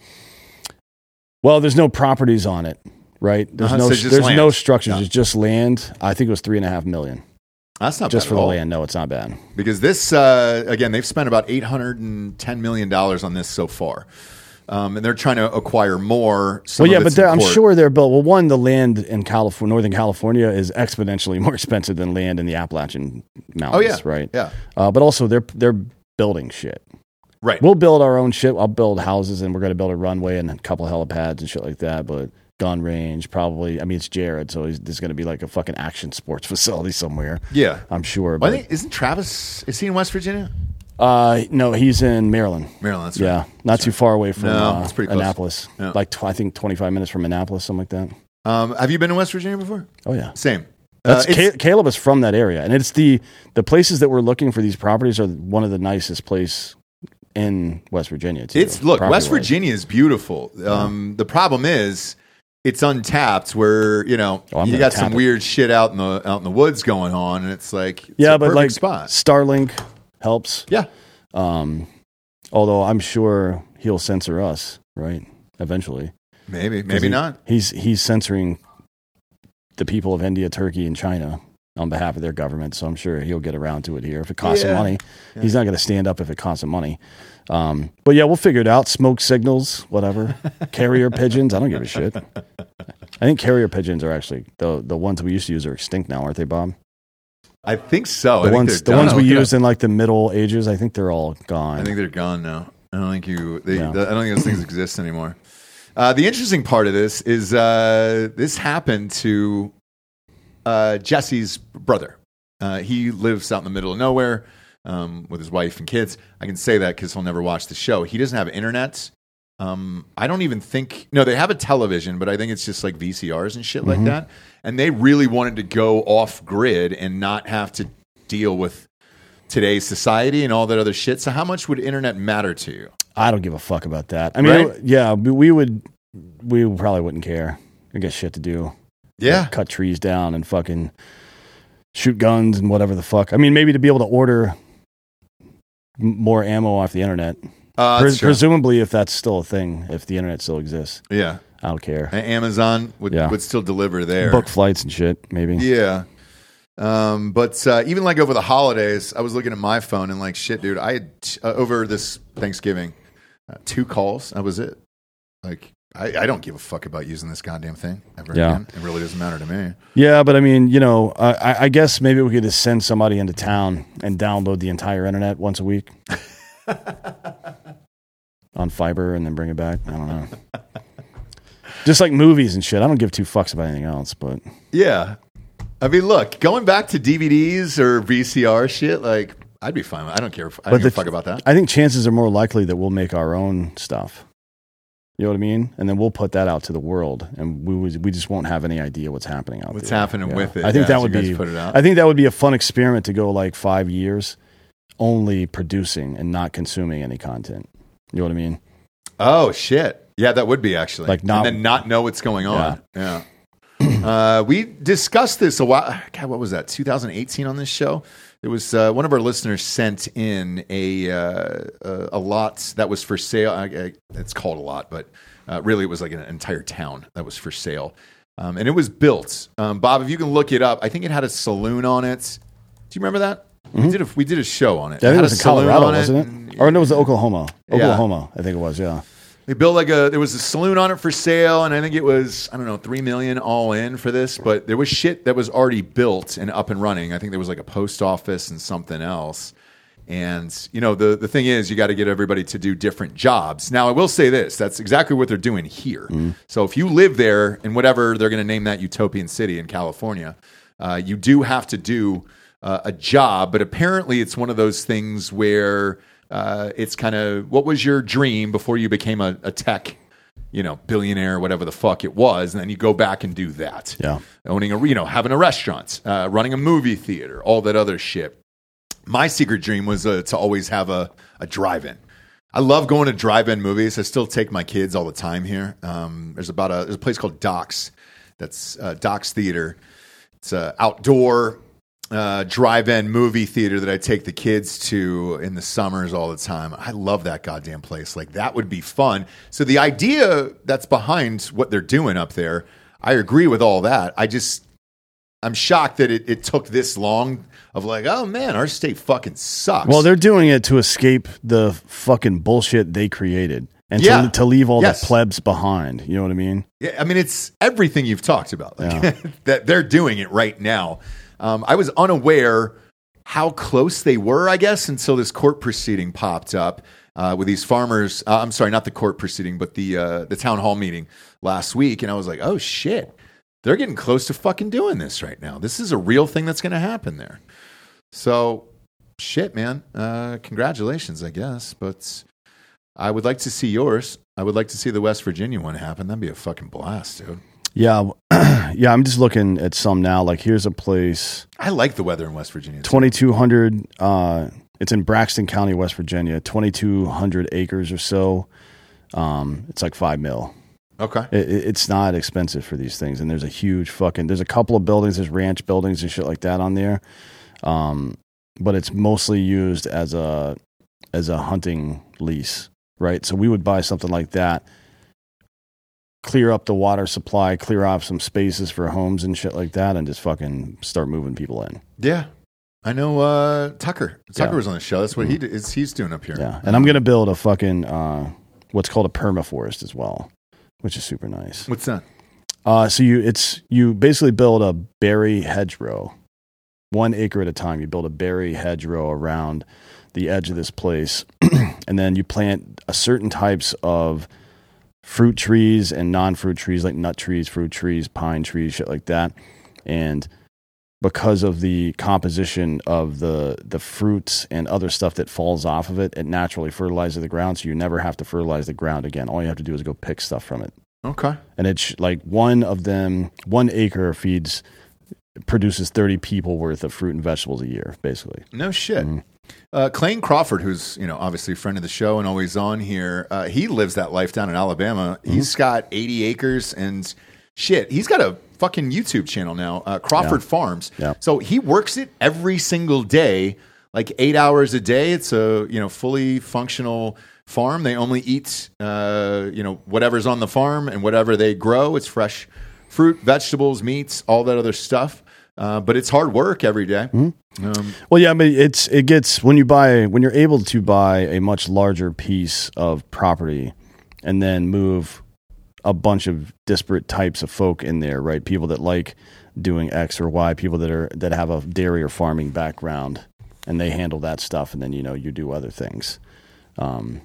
[SPEAKER 4] Well, there's no properties on it, right? There's
[SPEAKER 1] Uh-huh,
[SPEAKER 4] no
[SPEAKER 1] so just
[SPEAKER 4] there's
[SPEAKER 1] land.
[SPEAKER 4] no structures.
[SPEAKER 1] Yeah.
[SPEAKER 4] It's just land. I think it was three and a half million
[SPEAKER 1] That's not
[SPEAKER 4] just
[SPEAKER 1] bad at
[SPEAKER 4] for the
[SPEAKER 1] all.
[SPEAKER 4] land. No, it's not bad.
[SPEAKER 1] because this uh, again they've spent about 810 million dollars on this so far um, and they're trying to acquire more some
[SPEAKER 4] well, yeah,
[SPEAKER 1] of
[SPEAKER 4] but
[SPEAKER 1] it's
[SPEAKER 4] they're- I'm
[SPEAKER 1] import.
[SPEAKER 4] sure they're built. Well, one, the land in California, Northern California, is exponentially more expensive than land in the Appalachian
[SPEAKER 1] oh
[SPEAKER 4] Mountains,
[SPEAKER 1] yeah
[SPEAKER 4] right?
[SPEAKER 1] yeah
[SPEAKER 4] Uh, but also, they're they're building shit.
[SPEAKER 1] right
[SPEAKER 4] We'll build our own shit. I'll build houses, and we're going to build a runway and a couple helipads and shit like that. But gun range, probably. I mean, it's Jared, so he's, there's going to be like a fucking action sports facility somewhere.
[SPEAKER 1] Yeah.
[SPEAKER 4] I'm sure.
[SPEAKER 1] Well,
[SPEAKER 4] But
[SPEAKER 1] I think isn't Travis? Is he in West Virginia?
[SPEAKER 4] uh, no, he's in Maryland.
[SPEAKER 1] Maryland. That's
[SPEAKER 4] Yeah,
[SPEAKER 1] right.
[SPEAKER 4] not too far away from
[SPEAKER 1] No,
[SPEAKER 4] uh,
[SPEAKER 1] it's pretty close.
[SPEAKER 4] Annapolis.
[SPEAKER 1] Yeah.
[SPEAKER 4] Like tw- I think 25 minutes from Annapolis, something like that.
[SPEAKER 1] Um, have you been in West Virginia before?
[SPEAKER 4] Oh yeah,
[SPEAKER 1] Same.
[SPEAKER 4] that's
[SPEAKER 1] Uh, it's-
[SPEAKER 4] Ca- Caleb is from that area, and it's the the places that we're looking for these properties are one of the nicest place in West Virginia. Too,
[SPEAKER 1] It's look, West
[SPEAKER 4] property-wise.
[SPEAKER 1] Virginia is beautiful. Um, The problem is, it's untapped. Where you know
[SPEAKER 4] Oh, I'm
[SPEAKER 1] you
[SPEAKER 4] gonna
[SPEAKER 1] got
[SPEAKER 4] tap
[SPEAKER 1] some
[SPEAKER 4] it.
[SPEAKER 1] weird shit out in the out in the woods going on, and it's like it's
[SPEAKER 4] Yeah,
[SPEAKER 1] a
[SPEAKER 4] but
[SPEAKER 1] perfect spot.
[SPEAKER 4] like Starlink helps.
[SPEAKER 1] Yeah,
[SPEAKER 4] Um, although I'm sure he'll censor us, right? Eventually,
[SPEAKER 1] maybe
[SPEAKER 4] 'Cause
[SPEAKER 1] maybe
[SPEAKER 4] he-
[SPEAKER 1] not.
[SPEAKER 4] He's he's censoring the people of India, Turkey, and China on behalf of their government. So I'm sure he'll get around to it here if it costs him
[SPEAKER 1] Yeah.
[SPEAKER 4] money. He's not going to stand up if it costs him money. Um, but yeah, we'll figure it out. Smoke signals, whatever. carrier pigeons. I don't give a shit. I think carrier pigeons are actually the the ones we used to use are extinct now, aren't they, Bob?
[SPEAKER 1] I think so.
[SPEAKER 4] the
[SPEAKER 1] Oh, I
[SPEAKER 4] ones
[SPEAKER 1] think
[SPEAKER 4] the
[SPEAKER 1] they're
[SPEAKER 4] ones
[SPEAKER 1] done.
[SPEAKER 4] we
[SPEAKER 1] Look it
[SPEAKER 4] used in like the Middle Ages. I think they're all
[SPEAKER 1] up.
[SPEAKER 4] gone.
[SPEAKER 1] I think they're gone now. I don't think you. They,
[SPEAKER 4] Yeah.
[SPEAKER 1] I don't think those things exist anymore. Uh, the interesting part of this is uh, this happened to uh, Jesse's brother. Uh, he lives out in the middle of nowhere um, with his wife and kids. I can say that because he'll never watch the show. He doesn't have internet. Um, I don't even think, no, they have a television, but I think it's just like VCRs and shit like that. And they really wanted to go off grid and not have to deal with today's society and all that other shit. So, how much would internet matter to you?
[SPEAKER 4] I don't give a fuck about that. I mean,
[SPEAKER 1] Right?
[SPEAKER 4] it- yeah, we we would, we probably wouldn't care. I got shit to do.
[SPEAKER 1] Yeah.
[SPEAKER 4] cut trees down and fucking shoot guns and whatever the fuck. I mean, maybe to be able to order m- more ammo off the internet.
[SPEAKER 1] Uh, that's
[SPEAKER 4] Pres-
[SPEAKER 1] true.
[SPEAKER 4] presumably, if that's still a thing, if the internet still exists,
[SPEAKER 1] yeah.
[SPEAKER 4] I don't care.
[SPEAKER 1] And Amazon would,
[SPEAKER 4] Yeah.
[SPEAKER 1] would still deliver there.
[SPEAKER 4] Book flights and shit, maybe.
[SPEAKER 1] Yeah. Um, but uh, even like over the holidays, I was looking at my phone and like, shit, dude, I had t- uh, over this Thanksgiving uh, two calls. That was it. Like, I, I don't give a fuck about using this goddamn thing ever
[SPEAKER 4] Yeah.
[SPEAKER 1] again. It really doesn't matter to me.
[SPEAKER 4] Yeah, but I mean, you know, I, I- I guess maybe we could just send somebody into town and download the entire internet once a week on fiber and then bring it back. I don't know. Just like movies and shit. I don't give two fucks about anything else, but
[SPEAKER 1] Yeah. I mean, look, going back to DVDs or VCR shit, like, I'd be fine. with- I don't care. If, I don't
[SPEAKER 4] But
[SPEAKER 1] give a
[SPEAKER 4] the-
[SPEAKER 1] fuck about that.
[SPEAKER 4] I think chances are more likely that we'll make our own stuff. You know what I mean? And then we'll put that out to the world, and we would- we just won't have any idea what's happening out
[SPEAKER 1] What's
[SPEAKER 4] there.
[SPEAKER 1] happening with it.
[SPEAKER 4] I think
[SPEAKER 1] Yeah,
[SPEAKER 4] that
[SPEAKER 1] so
[SPEAKER 4] would
[SPEAKER 1] you guys
[SPEAKER 4] be.
[SPEAKER 1] put it out.
[SPEAKER 4] I think that would be a fun experiment to go like five years, only producing and not consuming any content. You know what I mean?
[SPEAKER 1] Oh shit! Yeah, that would be actually
[SPEAKER 4] Like, not-
[SPEAKER 1] and then not know what's going on. Yeah. uh, we discussed this a while. God, what was that? 2018 on this show. It was uh, one of our listeners sent in a uh, a, a lot that was for sale. I, I, it's called a lot, but uh, really it was like an entire town that was for sale, um, and it was built. Um, Bob, if you can look it up, I think it had a saloon on it. Do you remember that? We did a we did a show on it. Mm,
[SPEAKER 4] Mm-hmm. I think
[SPEAKER 1] had
[SPEAKER 4] it was in
[SPEAKER 1] a saloon
[SPEAKER 4] Colorado,
[SPEAKER 1] on
[SPEAKER 4] wasn't it? Or no, it was Oklahoma.
[SPEAKER 1] Yeah.
[SPEAKER 4] Oklahoma, I think it was. Yeah.
[SPEAKER 1] They built like a there was a saloon on it for sale, and I think it was I don't know three million all in for this. But there was shit that was already built and up and running. I think there was like a post office and something else. And you know the the thing is you got to get everybody to do different jobs. Now I will say this: that's exactly what they're doing here. So if you live there in whatever they're going to name that utopian city in California, uh, you do have to do uh, a job, but apparently it's one of those things where uh, it's kind of what was your dream before you became a, a tech, you know, billionaire, whatever the fuck it was, and then you go back and do that.
[SPEAKER 4] Yeah.
[SPEAKER 1] owning a you know having a restaurant, uh, running a movie theater, all that other shit. My secret dream was uh, to always have a, a drive-in. I love going to drive-in movies. I still take my kids all the time here. Um, there's about a there's a place called Docs, that's uh, Docs Theater. It's a outdoor uh, drive-in movie theater that I take the kids to in the summers all the time. I love that goddamn place. Like that would be fun. So the idea that's behind what they're doing up there, I agree with all that. I just I'm shocked that it, it took this long of like, oh man, our state fucking sucks.
[SPEAKER 4] Well, they're doing it to escape the fucking bullshit they created and
[SPEAKER 1] Yeah.
[SPEAKER 4] to, to leave all
[SPEAKER 1] Yes.
[SPEAKER 4] the plebs behind. You know what I mean?
[SPEAKER 1] Yeah, I mean, it's everything you've talked about. Like, that they're doing it right now. Um, I was unaware how close they were, I guess, until this court proceeding popped up uh, with these farmers. Uh, I'm sorry, not the court proceeding, but the uh, the town hall meeting last week, and I was like, oh shit, they're getting close to fucking doing this right now. This is a real thing that's going to happen there. So, shit, man. Uh, congratulations, I guess. But I would like to see yours. I would like to see the West Virginia one happen. That'd be a fucking blast, dude.
[SPEAKER 4] Yeah, w- yeah. I'm just looking at some now. Like here's a place
[SPEAKER 1] I like the weather in West Virginia. too.
[SPEAKER 4] 2200 uh it's in Braxton County, West Virginia, 2200 acres or so. Um it's like 5 mil.
[SPEAKER 1] Okay.
[SPEAKER 4] It, it- it's not expensive for these things and there's a huge fucking there's a couple of buildings, there's ranch buildings and shit like that on there. Um but it's mostly used as a as a hunting lease, right? So we would buy something like that clear up the water supply, clear off some spaces for homes and shit like that and just fucking start moving people in.
[SPEAKER 1] Yeah. I know uh, Tucker. Tucker
[SPEAKER 4] Yeah. Mm.
[SPEAKER 1] was on the show. That's what he d- is, he's doing up here.
[SPEAKER 4] Yeah, and I'm gonna build a fucking uh, what's called a permaforest as well, which is super nice.
[SPEAKER 1] What's that?
[SPEAKER 4] Uh, so you it's you basically build a berry hedgerow, one acre at a time. You build a berry hedgerow around the edge of this place, and then you plant a certain types of fruit trees and non-fruit trees like nut trees, fruit trees, pine trees, shit like that, and because of the composition of the the fruits and other stuff that falls off of it, it naturally fertilizes the ground. So you never have to fertilize the ground again. All you have to do is go pick stuff from it
[SPEAKER 1] Okay.
[SPEAKER 4] and it's like one of them one acre feeds produces 30 people worth of fruit and vegetables a year basically
[SPEAKER 1] No shit.
[SPEAKER 4] Mhm.
[SPEAKER 1] Uh, Clayne Crawford, who's you know obviously a friend of the show and always on here, uh, he lives that life down in Alabama.
[SPEAKER 4] Mm-hmm.
[SPEAKER 1] He's got 80 acres and shit. He's got a fucking YouTube channel now, uh, Crawford Farms.
[SPEAKER 4] Yeah.
[SPEAKER 1] So he works it every single day, like eight hours a day. It's a you know fully functional farm. They only eat uh, you know whatever's on the farm and whatever they grow. It's fresh fruit, vegetables, meats, all that other stuff. Uh, but it's hard work every day.
[SPEAKER 4] Mm-hmm.
[SPEAKER 1] Um,
[SPEAKER 4] well yeah i mean it's it gets when you buy when you're able to buy a much larger piece of property and then move a bunch of disparate types of folk in there right people that like doing x or y people that are that have a dairy or farming background and they handle that stuff and then you know you do other things um,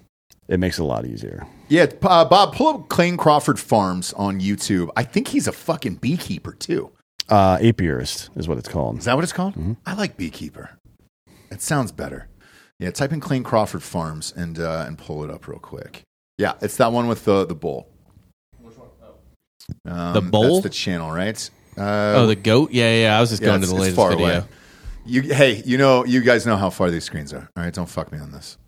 [SPEAKER 4] it makes it a lot easier
[SPEAKER 1] Yeah, uh, Bob, pull up Clayne Crawford Farms on YouTube. I think he's a fucking beekeeper too.
[SPEAKER 4] uh, apiarist is what it's called
[SPEAKER 1] Is that what it's called?
[SPEAKER 2] Mm-hmm.
[SPEAKER 1] I like beekeeper. It sounds better. Yeah, type in Clayne Crawford Farms and uh, and pull it up real quick. Yeah, it's that one with the the bull. Which one? Um,
[SPEAKER 2] The bull?
[SPEAKER 1] That's the channel, right? Uh,
[SPEAKER 2] Oh, the goat. Yeah, yeah. yeah. I was just going to the latest video.
[SPEAKER 1] You, hey, you know, you guys know how far these screens are. All right, don't fuck me on this.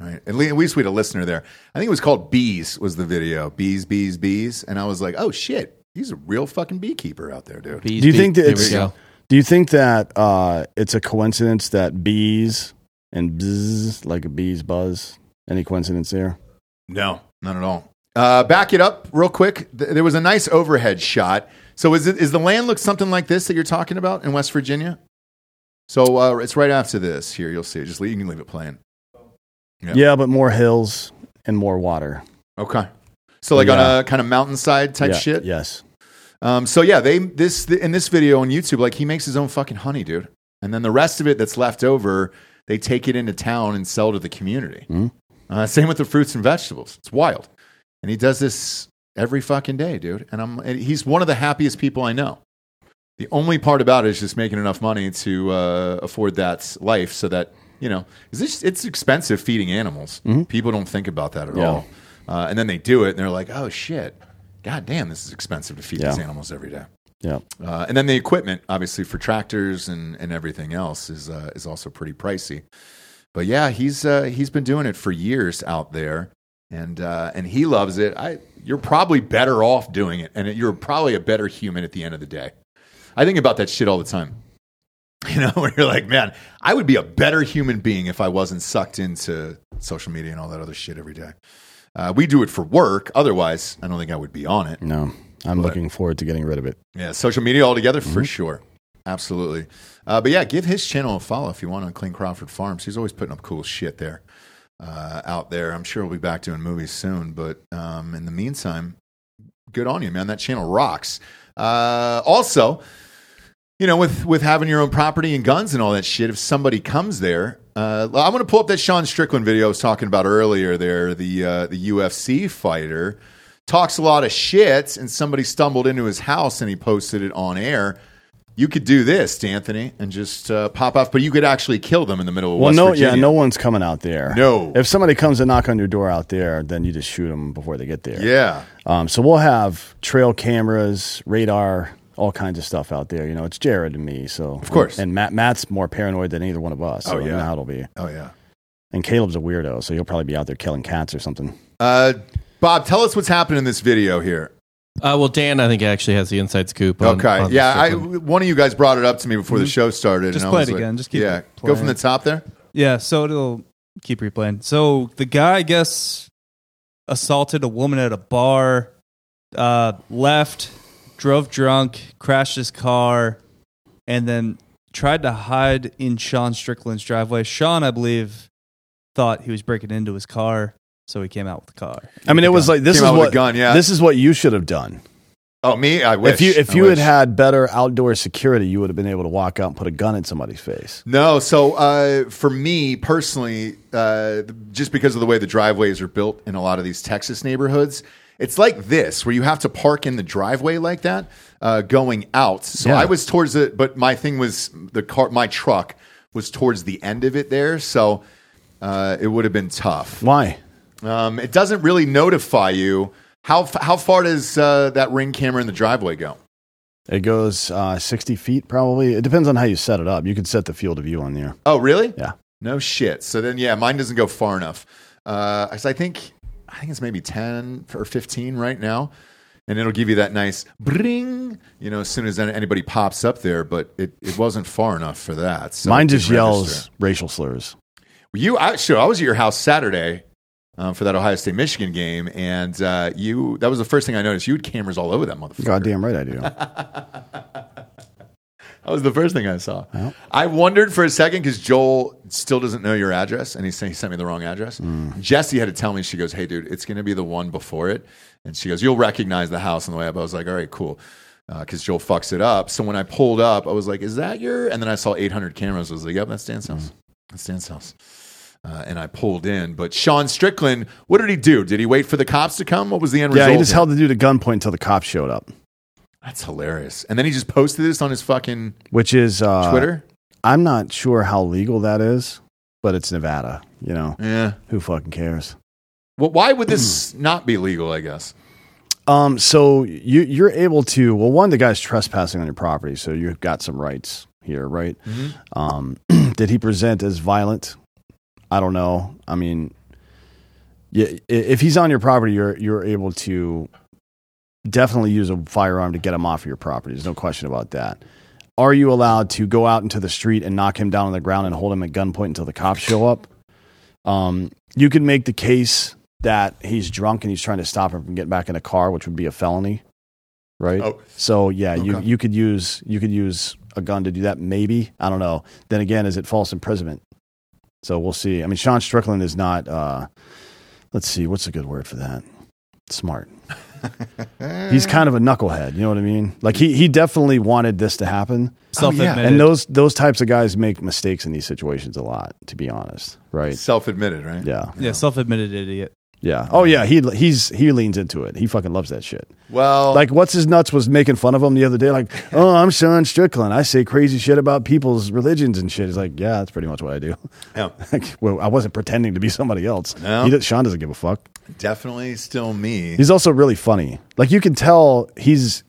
[SPEAKER 1] All right, at least, at least we had a listener there. I think it was called Bees was the video. Bees, bees, bees, and I was like, oh shit, he's a real fucking beekeeper out there, dude.
[SPEAKER 2] Bees
[SPEAKER 4] do you
[SPEAKER 2] beat-
[SPEAKER 4] think that
[SPEAKER 2] here
[SPEAKER 4] it's
[SPEAKER 2] we go.
[SPEAKER 4] do you think that uh, it's a coincidence that bees and bzzz like a bee's buzz any coincidence there
[SPEAKER 1] No, not at all. Uh, back it up real quick. Th- there was a nice overhead shot. So is it is the land look something like this that you're talking about in West Virginia? So uh, it's right after this. Here, you'll see. it. Just leave, you can leave it playing. Yeah.
[SPEAKER 4] yeah, but more hills and more water
[SPEAKER 1] Okay. So like on
[SPEAKER 4] Yeah.
[SPEAKER 1] a kind of mountainside type
[SPEAKER 4] Yeah,
[SPEAKER 1] shit.
[SPEAKER 4] yes
[SPEAKER 1] Um, so yeah, they this in this video on YouTube, like he makes his own fucking honey, dude, and then the rest of it that's left over, they take it into town and sell to the community.
[SPEAKER 4] Mhm.
[SPEAKER 1] Uh, same with the fruits and vegetables. It's wild, and he does this every fucking day, dude. And I'm and he's one of the happiest people I know. The only part about it is just making enough money to uh, afford that life, so that you know, 'cause it's it's expensive feeding animals. People don't think about that at
[SPEAKER 4] Yeah.
[SPEAKER 1] all, uh, and then they do it, and they're like, "Oh shit, god damn, this is expensive to feed
[SPEAKER 4] Yeah.
[SPEAKER 1] these animals every day."
[SPEAKER 4] yeah
[SPEAKER 1] Uh, and then the equipment, obviously for tractors and, and everything else, is uh, is also pretty pricey. But yeah, he's uh, he's been doing it for years out there, and uh, and he loves it. I you're probably better off doing it, and you're probably a better human at the end of the day. I think about that shit all the time. You know, when you're like, man, I would be a better human being if I wasn't sucked into social media and all that other shit every day. Uh, we do it for work. Otherwise, I don't think I would be on it.
[SPEAKER 4] no i'm looking forward to getting rid of it
[SPEAKER 1] Yeah, social media altogether for sure. Absolutely. Uh, but yeah, give his channel a follow if you want on Clean Crawford Farms. He's always putting up cool shit there uh, out there. I'm sure we'll be back doing movies soon. But um, in the meantime, good on you, man. That channel rocks. Uh, also, you know, with with having your own property and guns and all that shit, if somebody comes there, uh, I'm going to pull up that Sean Strickland video I was talking about earlier. There, the uh, the UFC fighter talks a lot of shit and somebody stumbled into his house and he posted it on air. You could do this, Anthony, and just uh, pop off, but you could actually kill them in the middle of
[SPEAKER 4] Well,
[SPEAKER 1] West
[SPEAKER 4] no,
[SPEAKER 1] Virginia.
[SPEAKER 4] yeah, no one's coming out there.
[SPEAKER 1] No.
[SPEAKER 4] If somebody comes and knock on your door out there, then you just shoot them before they get there.
[SPEAKER 1] Yeah.
[SPEAKER 4] Um, so we'll have trail cameras, radar, all kinds of stuff out there. You know, it's Jared and me. So of
[SPEAKER 1] course.
[SPEAKER 4] and Matt. Matt's more paranoid than either one of us.
[SPEAKER 1] Oh,
[SPEAKER 4] So I don't
[SPEAKER 1] yeah.
[SPEAKER 4] know how it'll be.
[SPEAKER 1] Oh yeah.
[SPEAKER 4] And Caleb's a weirdo, so he'll probably be out there killing cats or something.
[SPEAKER 1] Uh, Bob, tell us what's happening in this video here.
[SPEAKER 2] Uh, well, Dan, I think actually has the inside scoop. On,
[SPEAKER 1] Okay.
[SPEAKER 2] on this
[SPEAKER 1] yeah, I,
[SPEAKER 2] one.
[SPEAKER 1] one of you guys brought it up to me before the show started.
[SPEAKER 3] Just
[SPEAKER 1] and I
[SPEAKER 3] play
[SPEAKER 1] was
[SPEAKER 3] it
[SPEAKER 1] like-
[SPEAKER 3] again. Just keep
[SPEAKER 1] yeah.
[SPEAKER 3] it
[SPEAKER 1] Go
[SPEAKER 3] playing.
[SPEAKER 1] from the top there.
[SPEAKER 3] Yeah, so it'll keep replaying. So the guy, I guess, assaulted a woman at a bar, uh, left, drove drunk, crashed his car, and then tried to hide in Sean Strickland's driveway. Sean, I believe, thought he was breaking into his car, so he came out with the car.
[SPEAKER 4] I mean, it was like this
[SPEAKER 1] Came
[SPEAKER 4] is
[SPEAKER 1] out with a
[SPEAKER 4] what
[SPEAKER 1] gun, yeah.
[SPEAKER 4] this is what you should have done.
[SPEAKER 1] Oh, me? I wish.
[SPEAKER 4] if you if
[SPEAKER 1] I
[SPEAKER 4] you
[SPEAKER 1] wish.
[SPEAKER 4] had had better outdoor security, you would have been able to walk out and put a gun in somebody's face.
[SPEAKER 1] No, so uh, for me personally, uh, just because of the way the driveways are built in a lot of these Texas neighborhoods, it's like this where you have to park in the driveway like that uh, going out. So
[SPEAKER 4] Yeah.
[SPEAKER 1] I was towards it, but my thing was the car, my truck was towards the end of it there, so uh, it would have been tough.
[SPEAKER 4] Why?
[SPEAKER 1] Um, it doesn't really notify you how f- how far does uh, that ring camera in the driveway go?
[SPEAKER 4] It goes uh, sixty feet probably. It depends on how you set it up. You could set the field of view on there.
[SPEAKER 1] Oh, really?
[SPEAKER 4] Yeah.
[SPEAKER 1] No shit. So then, yeah, mine doesn't go far enough. Uh, so I think I think it's maybe ten or fifteen right now, and it'll give you that nice bring. You know, as soon as an- anybody pops up there, but it, it wasn't far enough for that. So
[SPEAKER 4] Mine
[SPEAKER 1] it
[SPEAKER 4] just
[SPEAKER 1] didn't
[SPEAKER 4] yells
[SPEAKER 1] register.
[SPEAKER 4] racial slurs.
[SPEAKER 1] You, I, sure. I was at your house Saturday. Um, for that Ohio State Michigan game, and uh, you—that was the first thing I noticed. You had cameras all over that motherfucker.
[SPEAKER 4] Goddamn right I do.
[SPEAKER 1] That was the first thing I saw. I wondered for a second because Joel still doesn't know your address, and he sent, he sent me the wrong address.
[SPEAKER 4] Mm.
[SPEAKER 1] Jesse had to tell me. She goes, "Hey, dude, it's going to be the one before it," and she goes, "You'll recognize the house on the way up." I was like, "All right, cool," because Joel fucks it up. So when I pulled up, I was like, "Is that your?" And then I saw 800 cameras. I was like, "Yep, that's Dan's
[SPEAKER 4] Mm.
[SPEAKER 1] house. That's Dan's house." Uh, and I pulled in, but Sean Strickland, what did he do? Did he wait for the cops to come? What was the end
[SPEAKER 4] yeah,
[SPEAKER 1] result?
[SPEAKER 4] he just
[SPEAKER 1] here?
[SPEAKER 4] held the dude at gunpoint until the cops showed up,
[SPEAKER 1] That's hilarious. And then he just posted this on his fucking
[SPEAKER 4] which is uh,
[SPEAKER 1] Twitter.
[SPEAKER 4] I'm not sure how legal that is, but it's Nevada. You know,
[SPEAKER 1] yeah.
[SPEAKER 4] who fucking cares?
[SPEAKER 1] Well, why would this
[SPEAKER 4] Hmm.
[SPEAKER 1] not be legal? I guess.
[SPEAKER 4] Um, so you you're able to well, one, the guy's trespassing on your property, so you've got some rights here, right? Um, did he present as violent? I don't know. I mean, yeah, i- if he's on your property, you're you're able to definitely use a firearm to get him off of your property. There's no question about that. Are you allowed to go out into the street and knock him down on the ground and hold him at gunpoint until the cops show up? Um, you could make the case that he's drunk and he's trying to stop him from getting back in a car, which would be a felony, right?
[SPEAKER 1] Oh.
[SPEAKER 4] So yeah, you
[SPEAKER 1] Okay.
[SPEAKER 4] you could use you could use a gun to do that. Maybe I don't know. Then again, is it false imprisonment? So we'll see. I mean, Sean Strickland is not. Uh, let's see, what's a good word for that? Smart. He's kind of a knucklehead. You know what I mean? Like he he definitely wanted this to happen.
[SPEAKER 3] Self-admitted.
[SPEAKER 4] oh, And those those types of guys make mistakes in these situations a lot, to be honest, right?
[SPEAKER 1] Self-admitted, right?
[SPEAKER 4] Yeah,
[SPEAKER 3] yeah, self-admitted idiot.
[SPEAKER 4] yeah. Oh yeah, he he's he leans into it. He fucking loves that shit.
[SPEAKER 1] Well,
[SPEAKER 4] Like what's his nuts was making fun of him the other day. Like, oh, I'm Sean Strickland. I say crazy shit about people's religions and shit. He's like, yeah, that's pretty much what I do.
[SPEAKER 1] yeah,
[SPEAKER 4] Like, well, I wasn't pretending to be somebody else.
[SPEAKER 1] No.
[SPEAKER 4] He does, Sean doesn't give a fuck.
[SPEAKER 1] definitely still me.
[SPEAKER 4] He's also really funny. Like you can tell he's.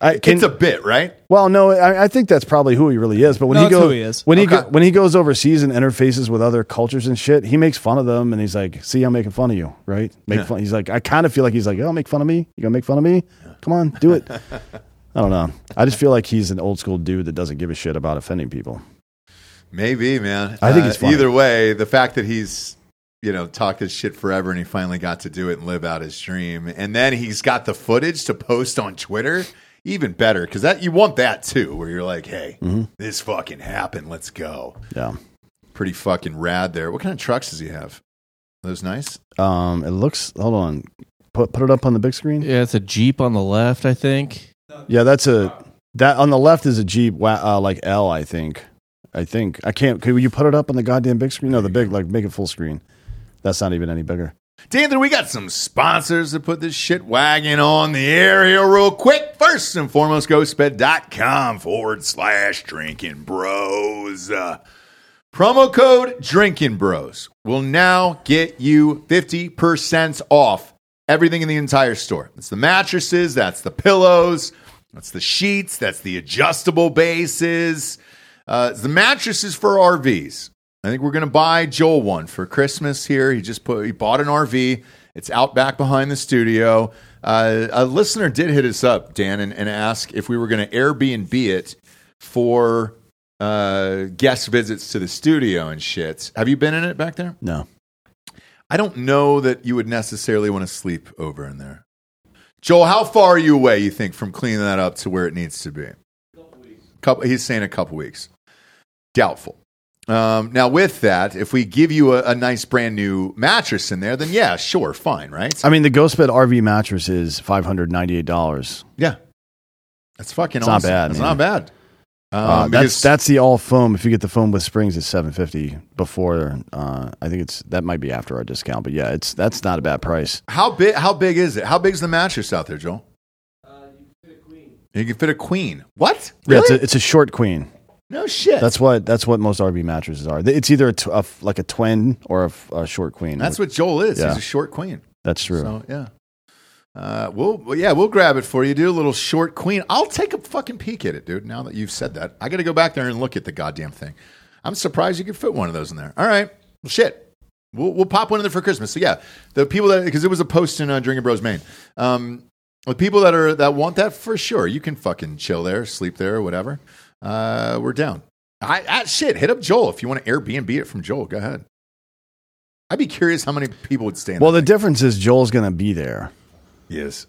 [SPEAKER 4] I, can,
[SPEAKER 1] it's a bit, right?
[SPEAKER 4] well, no, I, I think that's probably who he really is. But when
[SPEAKER 3] No,
[SPEAKER 4] he
[SPEAKER 3] that's
[SPEAKER 4] goes,
[SPEAKER 3] who he is.
[SPEAKER 4] when he
[SPEAKER 1] Okay.
[SPEAKER 4] go, when he goes overseas and interfaces with other cultures and shit, he makes fun of them, and he's like, "See, I'm making fun of you, right? Make
[SPEAKER 1] Yeah.
[SPEAKER 4] fun." He's like, "I kind of feel like he's like, oh, make fun of me. You gonna make fun of me? Come on, do it." I don't know. I just feel like he's an old school dude that doesn't give a shit about offending people.
[SPEAKER 1] Maybe, man. Uh,
[SPEAKER 4] I think he's funny.
[SPEAKER 1] Either way, the fact that he's you know talked his shit forever and he finally got to do it and live out his dream, and then he's got the footage to post on Twitter. Even better because that you want that too, where you're like, "Hey,
[SPEAKER 4] Mm-hmm.
[SPEAKER 1] this fucking happened. Let's go."
[SPEAKER 4] Yeah.
[SPEAKER 1] Pretty fucking rad there. What kind of trucks does he have? Are those nice.
[SPEAKER 4] Um, it looks. Hold on. Put put it up on the big screen.
[SPEAKER 2] yeah, it's a Jeep on the left, I think.
[SPEAKER 4] Yeah, that's a that on the left is a Jeep, wa- uh, like L, I think. I think I can't. Could you put it up on the goddamn big screen? No, the big like make it full screen. That's not even any bigger.
[SPEAKER 1] Danton, we got some sponsors to put this shit wagon on the air here real quick. First and foremost, ghostbed.com forward slash drinking bros. Uh, promo code drinking bros will now get you 50% off everything in the entire store. That's the mattresses, that's the pillows, that's the sheets, that's the adjustable bases. Uh, it's the mattresses for RVs. I think we're going to buy Joel one for Christmas here. He just put he bought an RV. It's out back behind the studio. Uh, a listener did hit us up, Dan, and, and ask if we were going to Airbnb it for uh, guest visits to the studio and shit. Have you been in it back there?
[SPEAKER 4] No.
[SPEAKER 1] I don't know that you would necessarily want to sleep over in there. Joel, how far are you away, you think, from cleaning that up to where it needs to be? Couple, he's saying a couple weeks. Doubtful. Um, now, with that, if we give you a, a nice brand new mattress in there, then yeah, sure, fine, right?
[SPEAKER 4] I mean, the Ghost Bed RV mattress is five hundred ninety eight dollars.
[SPEAKER 1] yeah. That's fucking
[SPEAKER 4] It's not
[SPEAKER 1] awesome.
[SPEAKER 4] bad,
[SPEAKER 1] It's
[SPEAKER 4] man.
[SPEAKER 1] not bad. Um,
[SPEAKER 4] Uh,
[SPEAKER 1] because-
[SPEAKER 4] that's that's the all foam. If you get the foam with springs, it's seven fifty before. Uh, I think it's that might be after our discount, but yeah, it's that's not a bad price.
[SPEAKER 1] How big? How big is it? How big's the mattress out there, Joel? Uh, you can fit a queen. You can fit a queen. What?
[SPEAKER 4] Yeah,
[SPEAKER 1] Really?
[SPEAKER 4] it's a, it's a short queen.
[SPEAKER 1] no shit.
[SPEAKER 4] That's what that's what most RV mattresses are. It's either a tw- a f- like a twin or a, f- a short queen.
[SPEAKER 1] That's what Joel is.
[SPEAKER 4] Yeah.
[SPEAKER 1] He's a short queen.
[SPEAKER 4] that's true.
[SPEAKER 1] So yeah. Uh, we'll well, yeah, we'll grab it for you. Do a little short queen. I'll take a fucking peek at it, dude. Now that you've said that, I got to go back there and look at the goddamn thing. I'm surprised you could fit one of those in there. All right, well, shit. We'll, we'll pop one in there for Christmas. So yeah, the people that because it was a post in uh, Drinking Bros Maine. Um, the people that are that want that for sure, you can fucking chill there, sleep there, whatever. Uh, we're down. I, I shit. Hit up Joel if you want to Airbnb it from Joel. Go ahead. I'd be curious how many people would stand.
[SPEAKER 4] well, the difference is Joel's going to be there,
[SPEAKER 1] yes.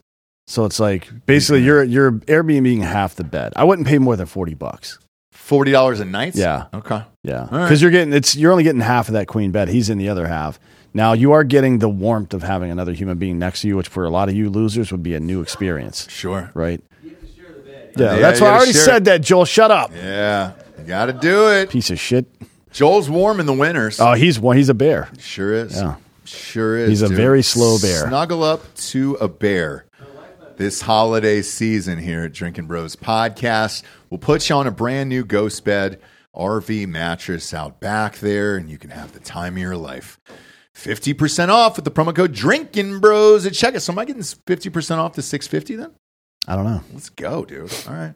[SPEAKER 4] so it's like basically you're you're Airbnb half the bed. I wouldn't pay more than forty bucks.
[SPEAKER 1] Forty dollars a night.
[SPEAKER 4] Yeah.
[SPEAKER 1] Okay. All
[SPEAKER 4] Yeah,
[SPEAKER 1] right.
[SPEAKER 4] because you're getting it's you're only getting half of that queen bed. He's in the other half. Now you are getting the warmth of having another human being next to you, which for a lot of you losers would be a new experience,
[SPEAKER 1] Sure.
[SPEAKER 4] right? Yeah,
[SPEAKER 1] Yeah,
[SPEAKER 4] that's
[SPEAKER 1] you gotta
[SPEAKER 4] why I already
[SPEAKER 1] share it.
[SPEAKER 4] said that. Joel, shut up,
[SPEAKER 1] Yeah. You got to do it.
[SPEAKER 4] piece of shit.
[SPEAKER 1] Joel's warm in the winters.
[SPEAKER 4] Oh, he's one. He's a bear.
[SPEAKER 1] sure is.
[SPEAKER 4] Yeah.
[SPEAKER 1] Sure is.
[SPEAKER 4] He's a
[SPEAKER 1] dude.
[SPEAKER 4] very slow bear.
[SPEAKER 1] Snuggle up to a bear. This holiday season here at Drinking Bros Podcast, we'll put you on a brand new ghost bed, RV mattress out back there, and you can have the time of your life. 50% off with the promo code Drinking Bros at checkout. So am I getting 50% off to 650 then?
[SPEAKER 4] I don't know.
[SPEAKER 1] Let's go, dude. All right.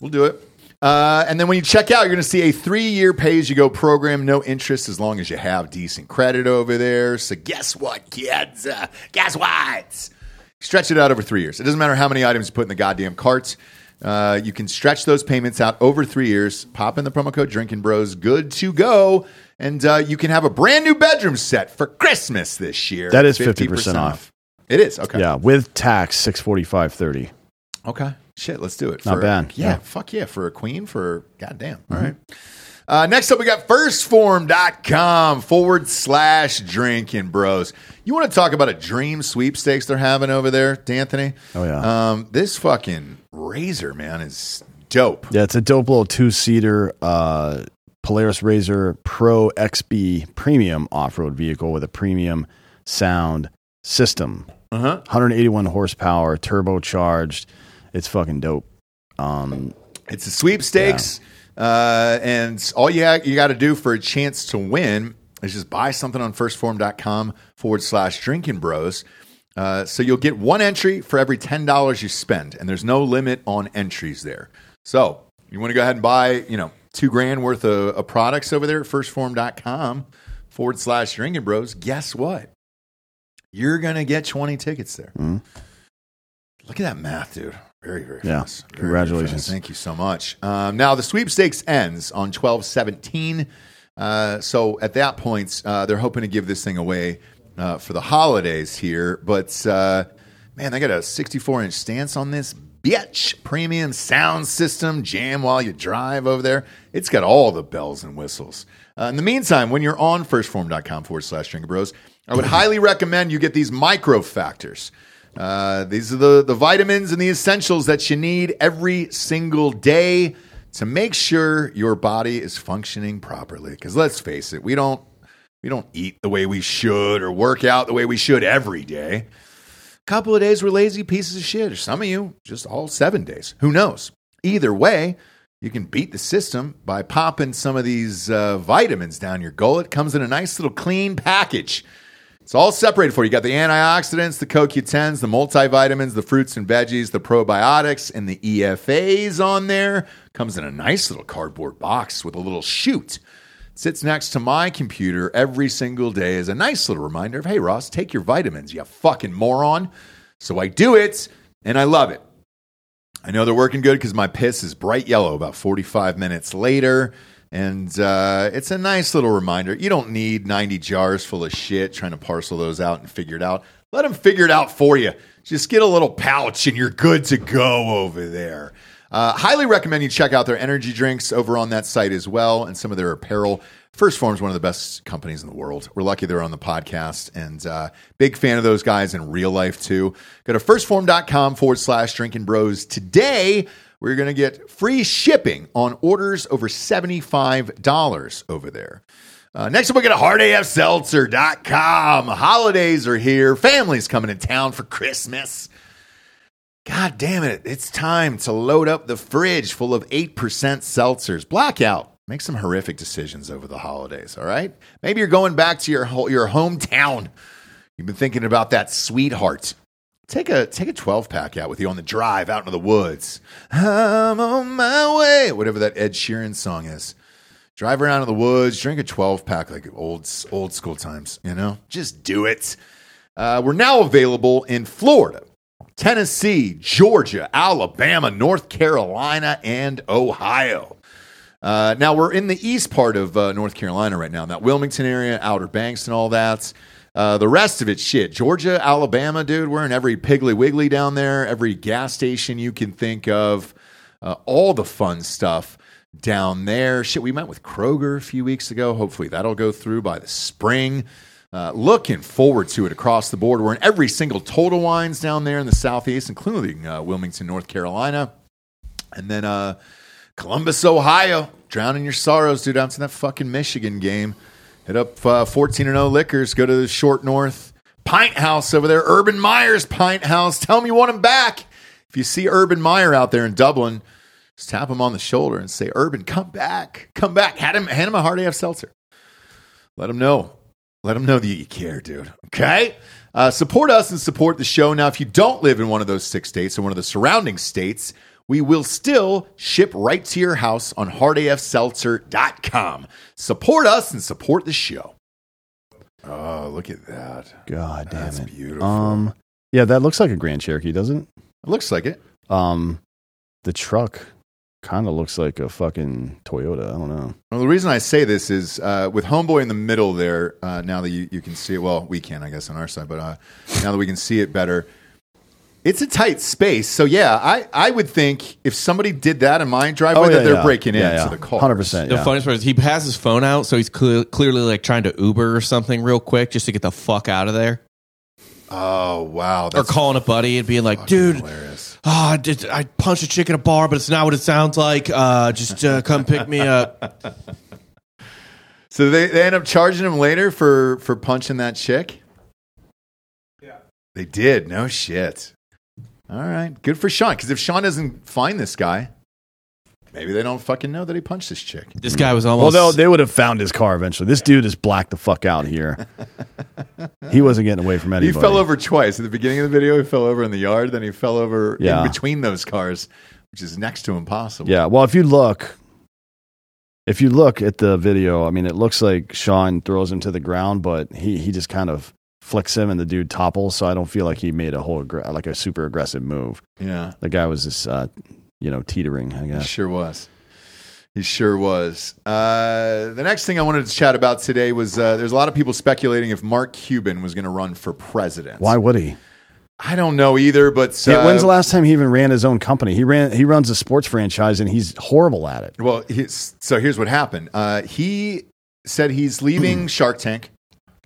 [SPEAKER 1] We'll do it. Uh, and then when you check out, you're going to see a three year pay as you go program. No interest as long as you have decent credit over there. So, guess what, kids? Uh, guess what? Stretch it out over three years. It doesn't matter how many items you put in the goddamn carts. Uh, you can stretch those payments out over three years. Pop in the promo code Drinking Bros. Good to go. And uh, you can have a brand new bedroom set for Christmas this year.
[SPEAKER 4] That is 50% off.
[SPEAKER 1] It is. Okay.
[SPEAKER 4] Yeah, with tax six forty five thirty.
[SPEAKER 1] Okay. Shit, let's do it.
[SPEAKER 4] Not
[SPEAKER 1] for,
[SPEAKER 4] bad.
[SPEAKER 1] Yeah,
[SPEAKER 4] Yeah. Mm-hmm.
[SPEAKER 1] fuck yeah. For a queen, for goddamn. All right. Uh, next up, we got firstform.com forward slash drinking bros. You want to talk about a dream sweepstakes they're having over there, D'Anthony?
[SPEAKER 4] Oh, yeah.
[SPEAKER 1] Um, this fucking razor, man, is dope.
[SPEAKER 4] Yeah, it's a dope little two seater uh, Polaris Razor Pro XB premium off road vehicle with a premium sound system.
[SPEAKER 1] Uh-huh.
[SPEAKER 4] 181 horsepower, turbocharged. It's fucking dope. Um,
[SPEAKER 1] It's a sweepstakes, uh, and all you ha- you got to do for a chance to win is just buy something on firstform.com forward slash drinking bros. Uh, so you'll get one entry for every ten dollars you spend, and there's no limit on entries there. So you want to go ahead and buy, you know, two grand worth of, of products over there at firstform.com forward slash drinking bros. Guess what? You're gonna get twenty tickets there. Look at that math, dude. Very, very
[SPEAKER 4] Mm-hmm. Yeah.
[SPEAKER 1] fast. Very, very
[SPEAKER 4] Congratulations.
[SPEAKER 1] fast. Thank you so much. Um, now, the sweepstakes ends on 12 17. Uh, so at that point, uh, they're hoping to give this thing away uh, for the holidays here. But uh, man, they got a 64 inch stance on this bitch. Premium sound system, jam while you drive over there. It's got all the bells and whistles. Uh, in the meantime, when you're on firstform.com forward slash drinker bros, I would highly recommend you get these micro factors. Uh, these are the, the vitamins and the essentials that you need every single day to make sure your body is functioning properly. Because let's face it, we don't We don't eat the way we should or work out the way we should every day. couple of days we're lazy pieces of shit, or some of you just all seven days. Who knows? Either way, you can beat the system by popping some of these uh, vitamins down your gullet. Comes in a nice little clean package. It's all separated for you. You got the antioxidants, the CoQ10s, the multivitamins, the fruits and veggies, the probiotics, and the EFAs on there. Comes in a nice little cardboard box with a little chute. Sits next to my computer every single day as a nice little reminder of, hey, Ross, take your vitamins, you fucking moron. So I do it, and I love it. I know they're working good because my piss is bright yellow about 45 minutes later. And uh, it's a nice little reminder. You don't need 90 jars full of shit trying to parcel those out and figure it out. Let them figure it out for you. Just get a little pouch and you're good to go over there. Uh, highly recommend you check out their energy drinks over on that site as well and some of their apparel. First Form's one of the best companies in the world. We're lucky they're on the podcast and uh, big fan of those guys in real life too. Go to firstform.com forward slash drinking bros today. We're going to get free shipping on orders over $75 over there. Uh, next up, we get a hardafseltzer.com. Holidays are here. Families coming to town for Christmas. God damn it. It's time to load up the fridge full of 8% seltzers. Blackout. Make some horrific decisions over the holidays, all right? Maybe you're going back to your, ho- your hometown. You've been thinking about that sweetheart. Take a, take a 12 pack out with you on the drive out into the woods. I'm on my way. Whatever that Ed Sheeran song is. Drive around in the woods, drink a 12 pack like old, old school times, you know? Just do it. Uh, we're now available in Florida, Tennessee, Georgia, Alabama, North Carolina, and Ohio. Uh, now we're in the east part of uh, North Carolina right now, that Wilmington area, Outer Banks, and all that. Uh, the rest of it, shit, Georgia, Alabama, dude, we're in every Piggly Wiggly down there, every gas station you can think of, uh, all the fun stuff down there. Shit, we met with Kroger a few weeks ago. Hopefully that'll go through by the spring. Uh, looking forward to it across the board. We're in every single Total Wines down there in the southeast, including uh, Wilmington, North Carolina. And then uh, Columbus, Ohio, drowning your sorrows, dude. Out to that fucking Michigan game. Hit up uh, 14 and 0 liquors. Go to the short north. Pint House over there. Urban Meyer's Pint House. Tell them you want him back. If you see Urban Meyer out there in Dublin, just tap him on the shoulder and say, Urban, come back. Come back. Hand him, hand him a hard AF seltzer. Let him know. Let them know that you care, dude. Okay? Uh, support us and support the show. Now, if you don't live in one of those six states or one of the surrounding states, we will still ship right to your house on hardafseltzer.com. Support us and support the show. Oh, look at that.
[SPEAKER 4] God damn
[SPEAKER 1] That's
[SPEAKER 4] it.
[SPEAKER 1] beautiful.
[SPEAKER 4] Um, yeah, that looks like a Grand Cherokee, doesn't it?
[SPEAKER 1] It looks like it.
[SPEAKER 4] Um, the truck kind of looks like a fucking Toyota. I don't know.
[SPEAKER 1] Well, the reason I say this is uh, with Homeboy in the middle there, uh, now that you, you can see it, well, we can, I guess, on our side, but uh, now that we can see it better, it's a tight space. So, yeah, I, I would think if somebody did that in my
[SPEAKER 4] Oh,
[SPEAKER 1] driveway, that they're breaking into the car.
[SPEAKER 4] Hundred percent.
[SPEAKER 2] The funniest part is he has his phone out, so he's cle- clearly like trying to Uber or something real quick just to get the fuck out of there,
[SPEAKER 1] Oh, wow.
[SPEAKER 2] or calling a buddy and being like,
[SPEAKER 1] fucking
[SPEAKER 2] "Dude,
[SPEAKER 1] hilarious.
[SPEAKER 2] ah, I did I punched a chick in a bar, but it's not what it sounds like. Uh, just uh, come pick me up."
[SPEAKER 1] So they, they end up charging him later for, for punching that chick? Yeah. They did. No shit. All right. Good for Sean. Because if Sean doesn't find this guy, maybe they don't fucking know that he punched this chick.
[SPEAKER 2] This guy was almost.
[SPEAKER 4] Although they would have found his car eventually. This dude is blacked the fuck out here. he wasn't getting away from anybody.
[SPEAKER 1] He fell over twice. At the beginning of the video, he fell over in the yard. Then he fell over
[SPEAKER 4] Yeah.
[SPEAKER 1] in between those cars, which is next to impossible.
[SPEAKER 4] Yeah. Well, if you look, if you look at the video, I mean, it looks like Sean throws him to the ground, but he he just kind of flicks him, and the dude topples. So I don't feel like he made a whole aggra- like a super aggressive move.
[SPEAKER 1] Yeah.
[SPEAKER 4] The guy was just uh, you know teetering. I
[SPEAKER 1] He
[SPEAKER 4] guess.
[SPEAKER 1] sure was. He sure was. Uh, the next thing I wanted to chat about today was uh, there's a lot of people speculating if Mark Cuban was going to run for president.
[SPEAKER 4] Why would he?
[SPEAKER 1] I don't know either, but. Uh,
[SPEAKER 4] Yeah, when's the last time he even ran his own company? He ran he runs a sports franchise and he's horrible at it.
[SPEAKER 1] Well, he's, so here's what happened. Uh, he said he's leaving Shark Tank.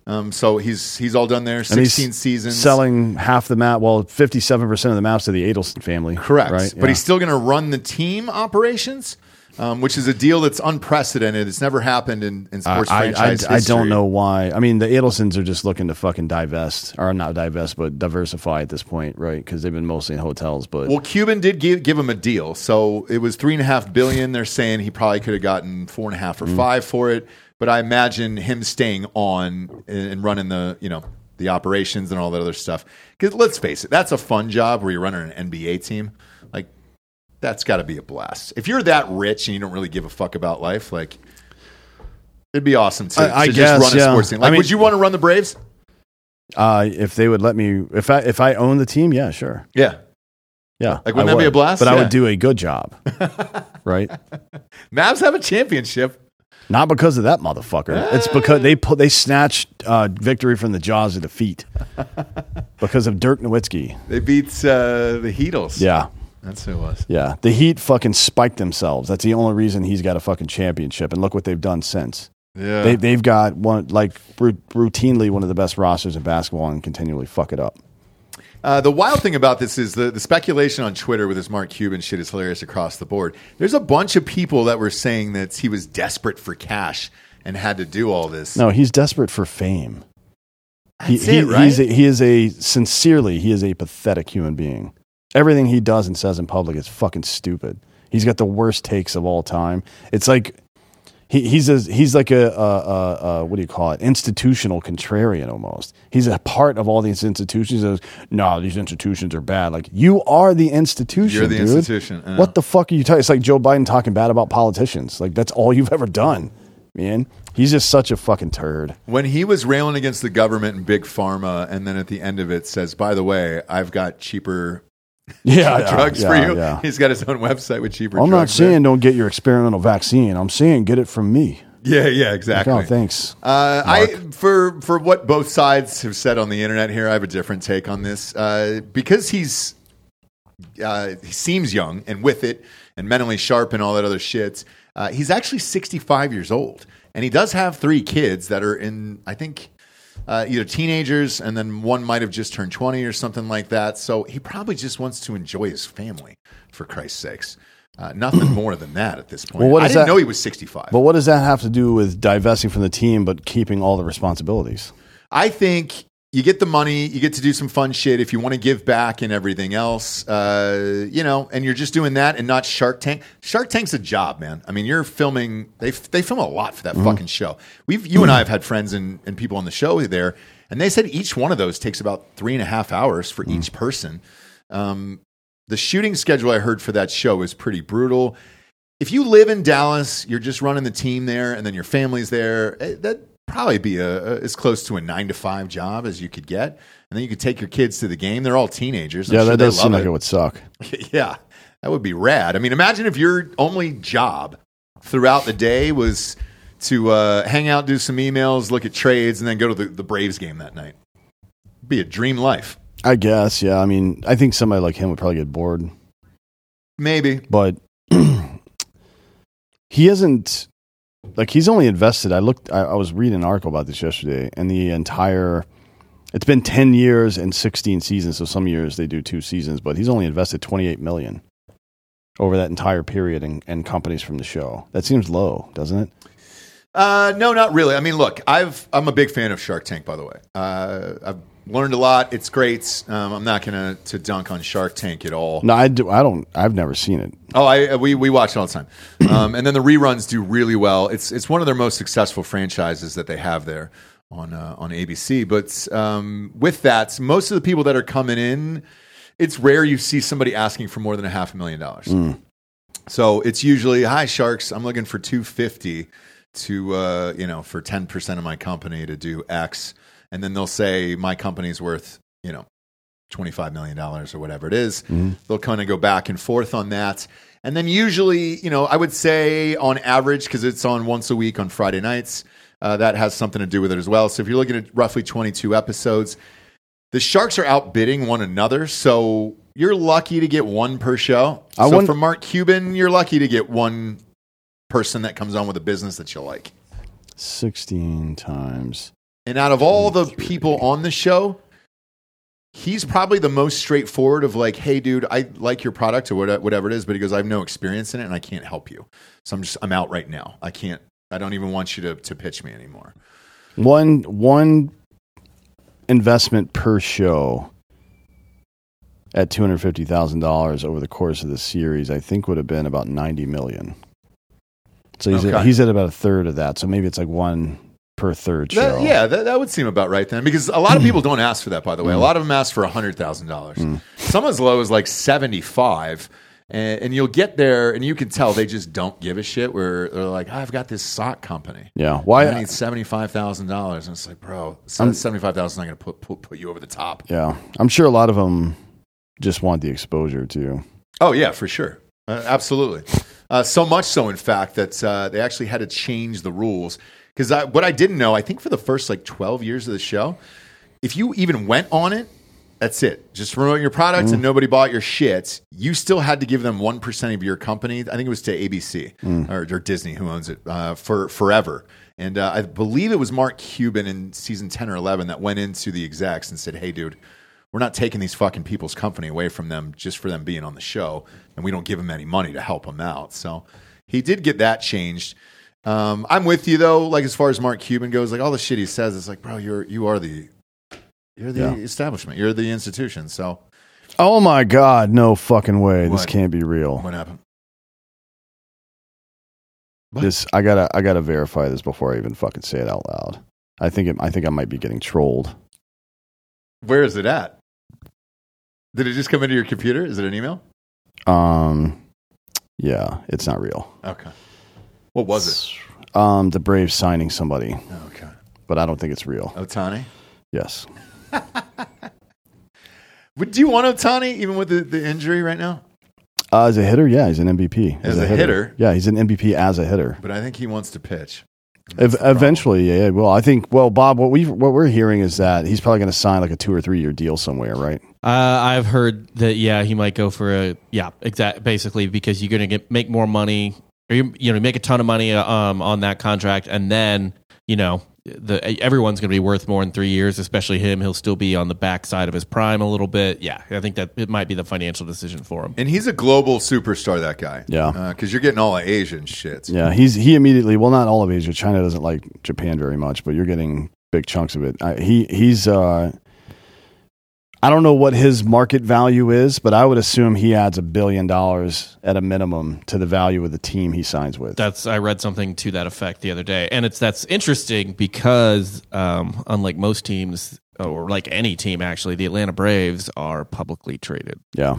[SPEAKER 1] Um, so he's he's all done there.
[SPEAKER 4] And he's
[SPEAKER 1] 16 seasons.
[SPEAKER 4] Selling half the map, well, fifty seven percent of the maps to the Adelson family.
[SPEAKER 1] Correct.
[SPEAKER 4] Right.
[SPEAKER 1] But
[SPEAKER 4] Yeah.
[SPEAKER 1] he's still going to run the team operations. um, which is a deal that's unprecedented. It's never happened in, in
[SPEAKER 4] Uh, I,
[SPEAKER 1] sports
[SPEAKER 4] I, I,
[SPEAKER 1] franchise
[SPEAKER 4] I
[SPEAKER 1] history.
[SPEAKER 4] don't know why. I mean, the Adelsons are just looking to fucking divest, or not divest, but diversify at this point, right? Because they've been mostly in hotels. But
[SPEAKER 1] Well, Cuban did give, give him a deal, so it was three and a half billion. They're saying he probably could have gotten four and a half or
[SPEAKER 4] Mm.
[SPEAKER 1] five for it, but I imagine him staying on and, and running the you know the operations and all that other stuff. Because let's face it, that's a fun job where you're running an NBA team. Like that's got to be a blast. If you're that rich and you don't really give a fuck about life, like it'd be awesome to,
[SPEAKER 4] I- I
[SPEAKER 1] to
[SPEAKER 4] guess,
[SPEAKER 1] just run a
[SPEAKER 4] yeah.
[SPEAKER 1] sports team.
[SPEAKER 4] I
[SPEAKER 1] Like,
[SPEAKER 4] mean-
[SPEAKER 1] would you want to run the Braves?
[SPEAKER 4] uh, if they would let me, if I if I own the team, yeah, sure,
[SPEAKER 1] Yeah,
[SPEAKER 4] yeah,
[SPEAKER 1] Like, wouldn't
[SPEAKER 4] I
[SPEAKER 1] that be a
[SPEAKER 4] would.
[SPEAKER 1] blast?
[SPEAKER 4] But I
[SPEAKER 1] Yeah.
[SPEAKER 4] would do a good job, right?
[SPEAKER 1] Mavs have a championship.
[SPEAKER 4] Not because of that motherfucker. It's because they put they snatched uh, victory from the jaws of defeat because of Dirk Nowitzki.
[SPEAKER 1] They beat uh, the Heatles.
[SPEAKER 4] Yeah,
[SPEAKER 1] that's who it was.
[SPEAKER 4] yeah. The Heat fucking spiked themselves. That's the only reason he's got a fucking championship. And look what they've done since.
[SPEAKER 1] Yeah.
[SPEAKER 4] They, they've got one like ru- routinely one of the best rosters in basketball and continually fuck it up.
[SPEAKER 1] Uh, the wild thing about this is the, the speculation on Twitter with this Mark Cuban shit is hilarious across the board. There's a bunch of people that were saying that he was desperate for cash and had to do all this.
[SPEAKER 4] No, he's desperate for fame.
[SPEAKER 1] That's it, right?
[SPEAKER 4] He's a, he is a sincerely he is a pathetic human being. Everything he does and says in public is fucking stupid. He's got the worst takes of all time. It's like he, he's a, he's like a, a, a, a what do you call it institutional contrarian almost. He's a part of all these institutions. That no, these institutions are bad. Like you are the institution.
[SPEAKER 1] You're the
[SPEAKER 4] dude.
[SPEAKER 1] institution, I know.
[SPEAKER 4] What the fuck are you talking? It's like Joe Biden talking bad about politicians. Like that's all you've ever done, man. He's just such a fucking turd.
[SPEAKER 1] when he was railing against the government and big pharma, and then at the end of it says, "By the way, I've got cheaper
[SPEAKER 4] Yeah, yeah,
[SPEAKER 1] drugs
[SPEAKER 4] yeah,
[SPEAKER 1] for you."
[SPEAKER 4] yeah.
[SPEAKER 1] He's got his own website with cheaper.
[SPEAKER 4] I'm not
[SPEAKER 1] drugs there.
[SPEAKER 4] saying don't get your experimental vaccine. I'm saying get it from me.
[SPEAKER 1] Yeah, yeah, exactly.
[SPEAKER 4] Oh, thanks.
[SPEAKER 1] Uh, I for for what both sides have said on the internet here, I have a different take on this uh, because he's uh, he seems young and with it and mentally sharp and all that other shit. Uh, he's actually 65 years old and he does have three kids that are in I think uh, either teenagers and then one might have just turned 20 or something like that. So he probably just wants to enjoy his family for Christ's sakes. Uh, nothing more than that at this point.
[SPEAKER 4] Well, what
[SPEAKER 1] I
[SPEAKER 4] is
[SPEAKER 1] didn't
[SPEAKER 4] that-
[SPEAKER 1] know he was 65.
[SPEAKER 4] But what does that have to do with divesting from the team but keeping all the responsibilities?
[SPEAKER 1] I think you get the money, you get to do some fun shit if you want to give back and everything else, uh, you know, and you're just doing that and not Shark Tank. Shark Tank's a job, man. I mean, you're filming, they, they film a lot for that fucking show. We've, you and I have had friends and, and people on the show there, and they said each one of those takes about three and a half hours for each person. Um, the shooting schedule I heard for that show is pretty brutal. If you live in Dallas, you're just running the team there, and then your family's there. eh, That'd probably be a, a- as close to a nine to five job as you could get, and then you could take your kids to the game. They're all teenagers. I'm
[SPEAKER 4] yeah,
[SPEAKER 1] sure
[SPEAKER 4] that
[SPEAKER 1] they
[SPEAKER 4] does
[SPEAKER 1] love
[SPEAKER 4] seem like
[SPEAKER 1] it.
[SPEAKER 4] it would suck.
[SPEAKER 1] yeah, that would be rad. I mean, imagine if your only job throughout the day was to uh, hang out, do some emails, look at trades, and then go to the, the Braves game that night. Be a dream life,
[SPEAKER 4] I guess. Yeah. I mean, I think somebody like him would probably get bored,
[SPEAKER 1] maybe.
[SPEAKER 4] but he isn't like he's only invested. I looked. I, I was reading an article about this yesterday, and the entire it's been ten years and sixteen seasons. So some years they do two seasons, but he's only invested twenty eight million over that entire period in, in companies from the show. That seems low, doesn't it?
[SPEAKER 1] Uh, no, not really. I mean, look, I've I'm a big fan of Shark Tank, by the way. Uh, I've learned a lot. It's great. Um, I'm not gonna to dunk on Shark Tank at all.
[SPEAKER 4] No, I do. I don't. I've never seen it.
[SPEAKER 1] Oh, I we we watch it all the time. Um, and then the reruns do really well. It's it's one of their most successful franchises that they have there on uh, on ABC. But um, with that, most of the people that are coming in, it's rare you see somebody asking for more than a half a million dollars. So it's usually hi sharks. I'm looking for 250 to uh, you know for 10 percent of my company to do X, and then they'll say my company's worth you know 25 million dollars or whatever it is. They'll kind of go back and forth on that. And then usually, you know, I would say on average because it's on once a week on Friday nights. Uh, that has something to do with it as well. So if you're looking at roughly 22 episodes, the sharks are outbidding one another. So you're lucky to get one per show.
[SPEAKER 4] I
[SPEAKER 1] so
[SPEAKER 4] wonder-
[SPEAKER 1] for Mark Cuban, you're lucky to get one person that comes on with a business that you like.
[SPEAKER 4] Sixteen times.
[SPEAKER 1] And out of all the people on the show, he's probably the most straightforward of like, hey, dude, I like your product or what- whatever it is, but he goes, I have no experience in it and I can't help you. So I'm just, I'm out right now. I can't, I don't even want you to, to pitch me anymore.
[SPEAKER 4] One one investment per show at two hundred fifty thousand dollars over the course of the series, I think would have been about ninety million. So he's
[SPEAKER 1] Okay.
[SPEAKER 4] at, he's at about a third of that. So maybe it's like one per third show.
[SPEAKER 1] That, yeah, that, that would seem about right then because a lot of people don't ask for that, by the way. A lot of them ask for $100,000. Some as low as like 75 and, and you'll get there and you can tell they just don't give a shit. Where they're like, I've got this sock company.
[SPEAKER 4] Yeah.
[SPEAKER 1] I,
[SPEAKER 4] Why?
[SPEAKER 1] need $75,000. And it's like, bro, $75,000 is not going to put, put, put you over the top.
[SPEAKER 4] yeah, I'm sure a lot of them just want the exposure too.
[SPEAKER 1] Oh yeah, for sure, uh, absolutely. Uh, so much so, in fact, that uh, they actually had to change the rules because I, what I didn't know, I think for the first like twelve years of the show, if you even went on it, that's it. Just promote your product and nobody bought your shit. You still had to give them one percent of your company. I think it was to ABC or, or Disney, who owns it, uh, for forever. And uh, I believe it was Mark Cuban in season ten or eleven that went into the execs and said, "Hey, dude." we're not taking these fucking people's company away from them just for them being on the show, and we don't give them any money to help them out. So he did get that changed. Um, I'm with you though. Like as far as Mark Cuban goes, like all the shit he says, it's like, bro, you're you are the you're the
[SPEAKER 4] Yeah.
[SPEAKER 1] establishment, you're the institution. So
[SPEAKER 4] Oh my God! No fucking way! This
[SPEAKER 1] What?
[SPEAKER 4] can't be real.
[SPEAKER 1] what happened? What?
[SPEAKER 4] This I gotta I gotta verify this before I even fucking say it out loud. I think it, I think I might be getting trolled.
[SPEAKER 1] Where is it at? Did it just come into your computer? Is it an email?
[SPEAKER 4] Um, yeah, it's not real.
[SPEAKER 1] Okay. What was
[SPEAKER 4] it? Um, the Braves signing somebody,
[SPEAKER 1] it? Okay.
[SPEAKER 4] but I don't think it's real.
[SPEAKER 1] Otani.
[SPEAKER 4] Yes,
[SPEAKER 1] Would do you want Otani even with the, the injury right now?
[SPEAKER 4] uh, as a hitter, yeah, he's an MVP.
[SPEAKER 1] As a hitter?
[SPEAKER 4] yeah, he's an MVP as a hitter.
[SPEAKER 1] But I think he wants to pitch.
[SPEAKER 4] Ev- eventually, yeah, yeah. Well, I think. Well, Bob, what we what we're hearing is that he's probably going to sign like a two or three year deal somewhere, right?
[SPEAKER 2] Uh, I've heard that yeah, he might go for a yeah, exact basically because you're gonna get make more money or you you know make a ton of money uh, um on that contract and then you know the everyone's gonna be worth more in three years, especially him. He'll still be on the backside of his prime a little bit. Yeah, I think that it might be the financial decision for him.
[SPEAKER 1] And he's a global superstar, that guy.
[SPEAKER 4] Yeah.
[SPEAKER 1] Because you're getting all of Asian shit.
[SPEAKER 4] Yeah, he's he immediately. Well, not all of Asia. China doesn't like Japan very much, but you're getting big chunks of it. I, he he's. uh I don't know what his market value is, but I would assume he adds a billion dollars at a minimum to the value of the team he signs with.
[SPEAKER 2] That's I read something to that effect the other day, and it's that's interesting because um, unlike most teams or like any team actually, the Atlanta Braves are publicly traded.
[SPEAKER 4] yeah,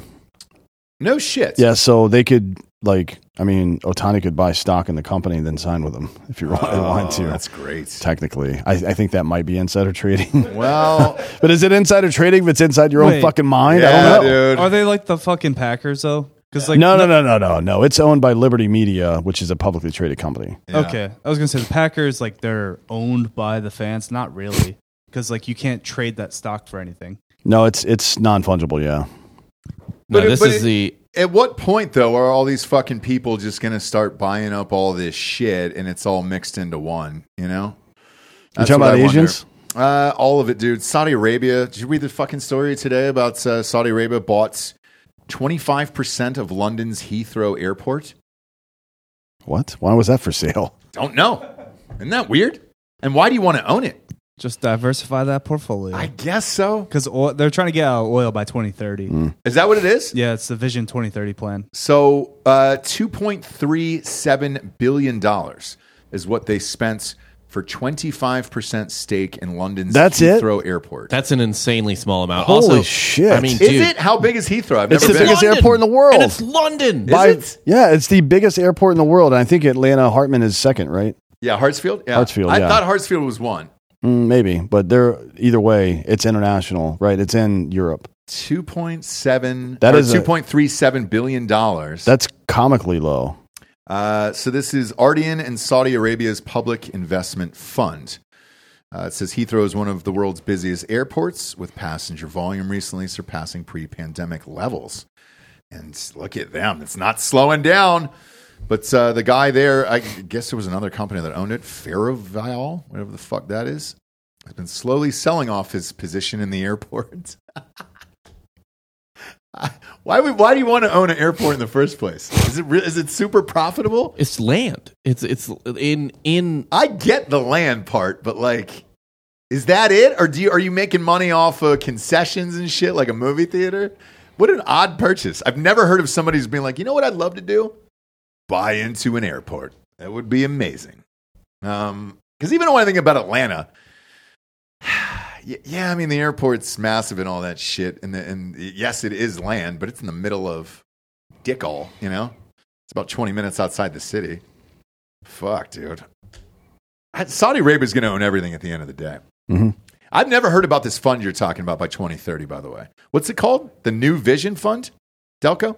[SPEAKER 1] No shit.
[SPEAKER 4] yeah. So they could like, I mean, Otani could buy stock in the company and then sign with them if you wa-
[SPEAKER 1] Oh,
[SPEAKER 4] want to.
[SPEAKER 1] That's great.
[SPEAKER 4] Technically, I, I think that might be insider trading.
[SPEAKER 1] Well,
[SPEAKER 4] but is it insider trading if it's inside your own
[SPEAKER 3] Wait.
[SPEAKER 4] fucking mind? I
[SPEAKER 1] yeah,
[SPEAKER 4] don't know.
[SPEAKER 1] dude.
[SPEAKER 3] Are they like the fucking Packers though? Because like
[SPEAKER 4] no, no, no, no, no, no. It's owned by Liberty Media, which is a publicly traded company.
[SPEAKER 1] Yeah.
[SPEAKER 3] Okay, I was gonna say the Packers like they're owned by the fans, not really, because like you can't trade that stock for anything.
[SPEAKER 4] No, it's it's non fungible. Yeah,
[SPEAKER 2] No,
[SPEAKER 1] But it-
[SPEAKER 2] this
[SPEAKER 1] but
[SPEAKER 2] is
[SPEAKER 1] it-
[SPEAKER 2] the
[SPEAKER 1] At what point, though, are all these fucking people just going to start buying up all this shit and it's all mixed into one, you know?
[SPEAKER 4] you
[SPEAKER 1] That's
[SPEAKER 4] talking
[SPEAKER 1] what
[SPEAKER 4] about
[SPEAKER 1] I wonder.
[SPEAKER 4] Asians?
[SPEAKER 1] Uh, all of it, dude. Saudi Arabia. Did you read the fucking story today about uh, Saudi Arabia bought 25% of London's Heathrow Airport?
[SPEAKER 4] What? Why was that for sale?
[SPEAKER 1] Don't know. Isn't that weird? And why do you want to own it?
[SPEAKER 3] Just diversify that
[SPEAKER 1] I
[SPEAKER 3] portfolio
[SPEAKER 1] guess so.
[SPEAKER 3] because they're trying to get out of oil by 2030.
[SPEAKER 1] Is that what it is?
[SPEAKER 3] Yeah, it's the Vision 2030 plan.
[SPEAKER 1] So, uh, $2.37 billion is what they spent for 25% stake in London's
[SPEAKER 4] That's it?
[SPEAKER 1] Heathrow Airport.
[SPEAKER 2] That's an insanely small amount.
[SPEAKER 4] Holy
[SPEAKER 2] also,
[SPEAKER 4] shit.
[SPEAKER 2] I mean,
[SPEAKER 1] is
[SPEAKER 2] dude,
[SPEAKER 1] it? How big is Heathrow? I've
[SPEAKER 4] It's
[SPEAKER 1] never
[SPEAKER 4] the
[SPEAKER 1] been.
[SPEAKER 4] biggest airport in the world.
[SPEAKER 2] and it's London.
[SPEAKER 1] Is
[SPEAKER 4] By-
[SPEAKER 1] it?
[SPEAKER 4] Yeah, it's the biggest airport in the world. And I think Atlanta Hartman is second, right?
[SPEAKER 1] Yeah, Hartsfield? Yeah.
[SPEAKER 4] Hartsfield,
[SPEAKER 1] I
[SPEAKER 4] yeah.
[SPEAKER 1] thought Hartsfield was one.
[SPEAKER 4] Mm, maybe, but they're either way, it's international, right? It's in Europe.
[SPEAKER 1] 2.7
[SPEAKER 4] That
[SPEAKER 1] or
[SPEAKER 4] is a-
[SPEAKER 1] 2.37 billion dollars.
[SPEAKER 4] That's comically low.
[SPEAKER 1] Uh, so this is Ardian and Saudi Arabia's public investment fund. Uh, it says Heathrow is one of the world's busiest airports, with passenger volume recently surpassing pre-pandemic levels. And look at them; it's not slowing down. But uh, the guy there, I guess there was another company that owned it, Faraval, whatever the fuck that is. has been slowly selling off his position in the airport. why would why do you want to own an airport in the first place? Is it re- is it super profitable?
[SPEAKER 2] It's land. It's it's in in
[SPEAKER 1] I get the land part, but like is that it or do you are you making money off of concessions and shit like a movie theater? What an odd purchase. I've never heard of somebody who's being like, "You know what I'd love to do? Buy into an airport. That would be amazing." Um cuz even when I think about Atlanta, Y- yeah, I mean the airport's massive and all that shit, and the, and yes, it is land, but it's in the middle of dick all, you know. It's about twenty minutes outside the city. Fuck, dude. I- Saudi Arabia's going to own everything at the end of the day.
[SPEAKER 4] Mhm.
[SPEAKER 1] I've never heard about this fund you're talking about by 2030. By the way, what's it called? The New Vision Fund, Delco.